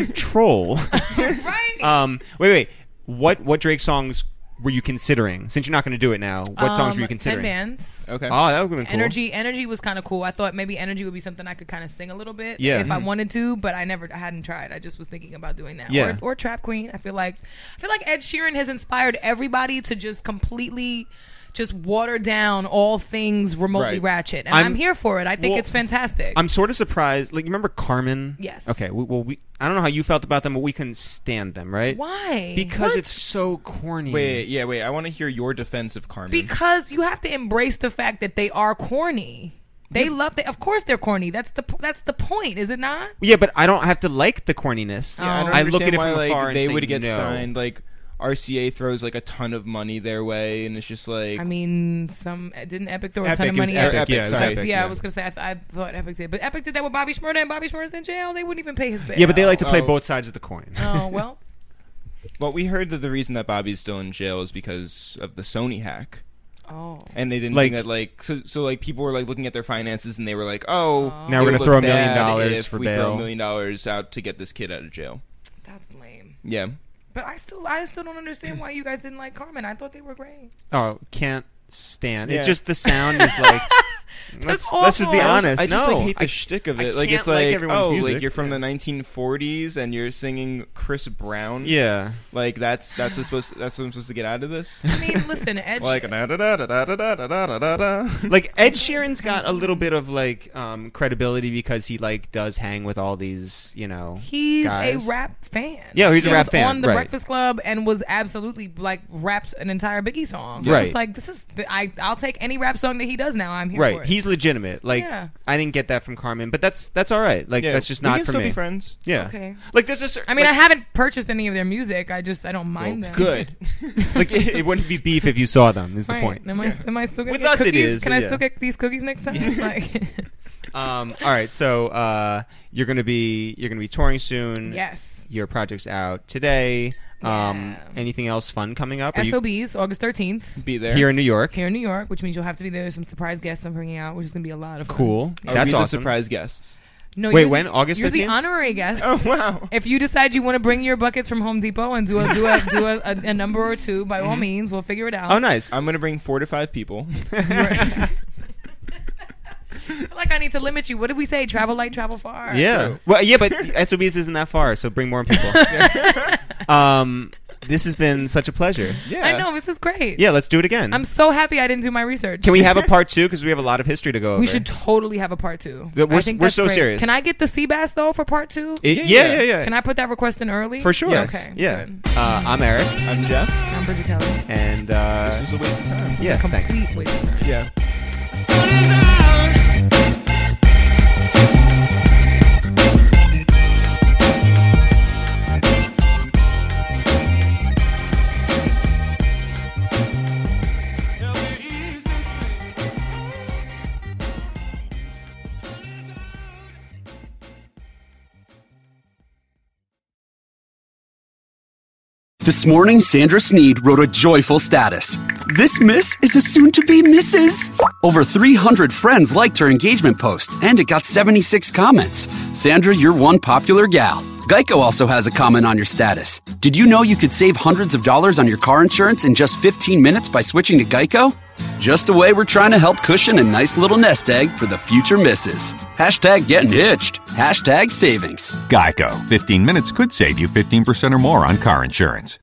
S4: (laughs) you
S9: (laughs)
S4: troll.
S9: right.
S4: um, wait, wait. What what Drake songs were you considering? Since you're not going to do it now, what songs
S9: Um,
S4: were you
S9: Ten
S4: considering?
S9: bands.
S5: okay.
S4: Oh, that would have been cool.
S9: Energy, energy was kind of cool. I thought maybe energy would be something I could kind of sing a little bit,
S4: Yeah.
S9: if I
S4: Mhm.
S9: wanted to. But I never, I hadn't tried. I just was thinking about doing that.
S4: Yeah.
S9: Or, or Trap Queen. I feel like, I feel like Ed Sheeran has inspired everybody to just completely, just water down all things remotely
S5: Right.
S9: ratchet, and
S4: I'm-
S9: I'm, here for it. I think
S4: well,
S9: it's fantastic.
S4: I'm sort of surprised. Like, you remember Carmen?
S9: Yes.
S4: Okay. We, well, we I don't know how you felt about them, but we couldn't stand them, right?
S9: Why?
S4: Because it's so corny.
S5: Wait, yeah, wait. I want to hear your defense of Carmen.
S9: because you have to embrace the fact that they are corny. They love. The, of course, they're corny. That's the po- that's the point, is it not?
S4: Yeah, but I don't have to like the corniness.
S5: yeah, I, don't
S4: I look
S5: understand
S4: at it
S5: why,
S4: from
S5: like,
S4: afar and
S5: They
S4: say
S5: would get
S4: no.
S5: signed like RCA throws like a ton of money their way, and it's just like
S9: I mean, some didn't Epic throw a
S4: Epic
S9: ton of
S4: is
S9: money
S4: Epic,
S9: at
S4: yeah, it was
S9: Sorry,
S4: Epic,
S9: yeah,
S4: yeah.
S9: I was gonna say I, th- I thought Epic did, but Epic did that with Bobby Shmurda, and Bobby Shmurda's in jail. They wouldn't even pay his bail.
S4: Yeah, but they like to play
S5: Oh.
S4: both sides of the coin.
S9: (laughs) Oh well,
S5: Well, we heard that the reason that Bobby's still in jail is because of the Sony hack,
S9: oh.
S5: and they didn't
S4: Like-
S5: think that like so. So like people were like looking at their finances, and they were like, "Oh,
S4: Now
S5: it
S4: we're gonna
S5: would
S4: throw a
S5: look
S4: million
S5: bad
S4: dollars
S5: if
S4: for
S5: we
S4: bail.
S5: Throw a million dollars out to get this kid out of jail.
S9: That's lame.
S5: Yeah,
S9: But I still, I still don't understand why you guys didn't like Carmen. I thought they were great.
S4: Oh, can't stand.
S5: Yeah.
S4: It's just the sound is like. let's, let's just be
S9: awful.
S4: honest.
S5: I just
S4: no,
S5: like hate the
S4: I-
S5: shtick of
S4: I
S5: it. like
S4: can't
S5: it's
S4: like
S5: like,
S4: everyone's
S5: oh,
S4: music.
S5: like you're from
S4: Yeah.
S5: the 1940s and you're singing Chris Brown.
S4: yeah.
S5: like that's that's what's supposed that's what I'm supposed to get out
S4: (laughs)
S5: of this.
S9: I mean, listen, Ed.
S5: like da da da da da da da da da.
S4: Like Ed Sheeran's got a little bit of like um, credibility because he like does hang with all these, you know.
S9: He's
S4: guys.
S9: a rap fan.
S4: Yeah, he's a
S9: He
S4: rap
S9: was
S4: fan,
S9: On the
S4: right.
S9: Breakfast Club, and was absolutely like rapped an entire Biggie song.
S4: Right.
S9: It's like this is the, I. I'll take any rap song that he does now. I'm here for
S4: Right,
S9: it.
S4: he's legitimate. Like
S9: Yeah.
S4: I didn't get that from Carmen, but that's that's all right. Like that's just
S5: we
S4: not
S5: can
S4: for
S5: still
S4: me.
S5: Be friends.
S4: Yeah.
S9: Okay.
S4: Like there's a cer-
S9: I mean,
S4: like,
S9: I haven't purchased any of their music. I just I don't mind them. (laughs)
S5: Good.
S4: like it, it wouldn't be beef if you saw them. Is
S9: Right.
S4: the point?
S9: Am I, am I still gonna
S4: With
S9: get
S4: us it
S9: cookies?
S4: is,
S9: Can
S4: but
S9: I
S4: yeah.
S9: still get these cookies next time?
S4: (laughs)
S9: Like, (laughs)
S4: Um, all right, so uh, you're gonna be you're gonna be touring soon.
S9: yes.
S4: Your project's out today. Um,
S9: Yeah.
S4: Anything else fun coming up? Are you
S9: SOBs August 13th
S5: Be there.
S4: here in New York?
S9: here in New York, which means you'll have to be there. There's Some surprise guests I'm bringing out, which is gonna be a lot of fun.
S4: Cool.
S5: Are
S4: That's
S5: we the
S4: awesome.
S5: surprise (laughs) guests.
S9: No,
S4: Wait,
S9: you're the-
S4: when? August Oh.
S9: You're
S4: 13th?
S9: the honorary guest.
S5: Oh, wow.
S9: If you decide you want to bring your buckets from Home Depot and do a
S4: (laughs)
S9: do a do a, a, a number or two, by all means, we'll figure it out.
S4: Mm-hmm. Oh, nice.
S5: I'm gonna bring four to five people.
S9: I feel like I need to limit you. What did we say? Travel light, travel far.
S4: Yeah. Well, yeah, but (laughs) SOBs isn't that far, so bring more
S5: (laughs)
S4: people. um, this has been such a pleasure. Yeah.
S9: I know this is great.
S4: Yeah, let's do it again.
S9: I'm so happy I didn't do my research.
S4: Can we
S9: (laughs)
S4: have a part two? Because we have a lot of history to go over.
S9: We should totally have a part two.
S4: Yeah, we're-
S9: I think
S4: we're
S9: that's
S4: so
S9: great.
S4: serious.
S9: Can I get the sea bass though for part two?
S4: It- yeah, yeah, yeah.
S9: Can I put that request in early?
S4: For sure.
S5: Yes.
S9: Okay.
S4: Yeah.
S9: good.
S4: Uh, I'm Eric,
S5: I'm Jeff.
S9: I'm Bridget Kelly.
S4: and uh,
S5: This was a waste of time.
S4: yeah, thanks.
S9: Complete waste of time.
S5: Yeah.
S1: This morning, Sandra Sneed wrote a joyful status. This miss is a soon to be Mrs. Over 300 friends liked her engagement post, and it got 76 comments. Sandra, you're one popular gal. Geico also has a comment on your status. Did you know you could save hundreds of dollars on your car insurance in just 15 minutes by switching to Geico? Just the way we're trying to help cushion a nice little nest egg for the future misses. Hashtag getting hitched. Hashtag savings.
S3: Geico. 15 minutes could save you 15% or more on car insurance.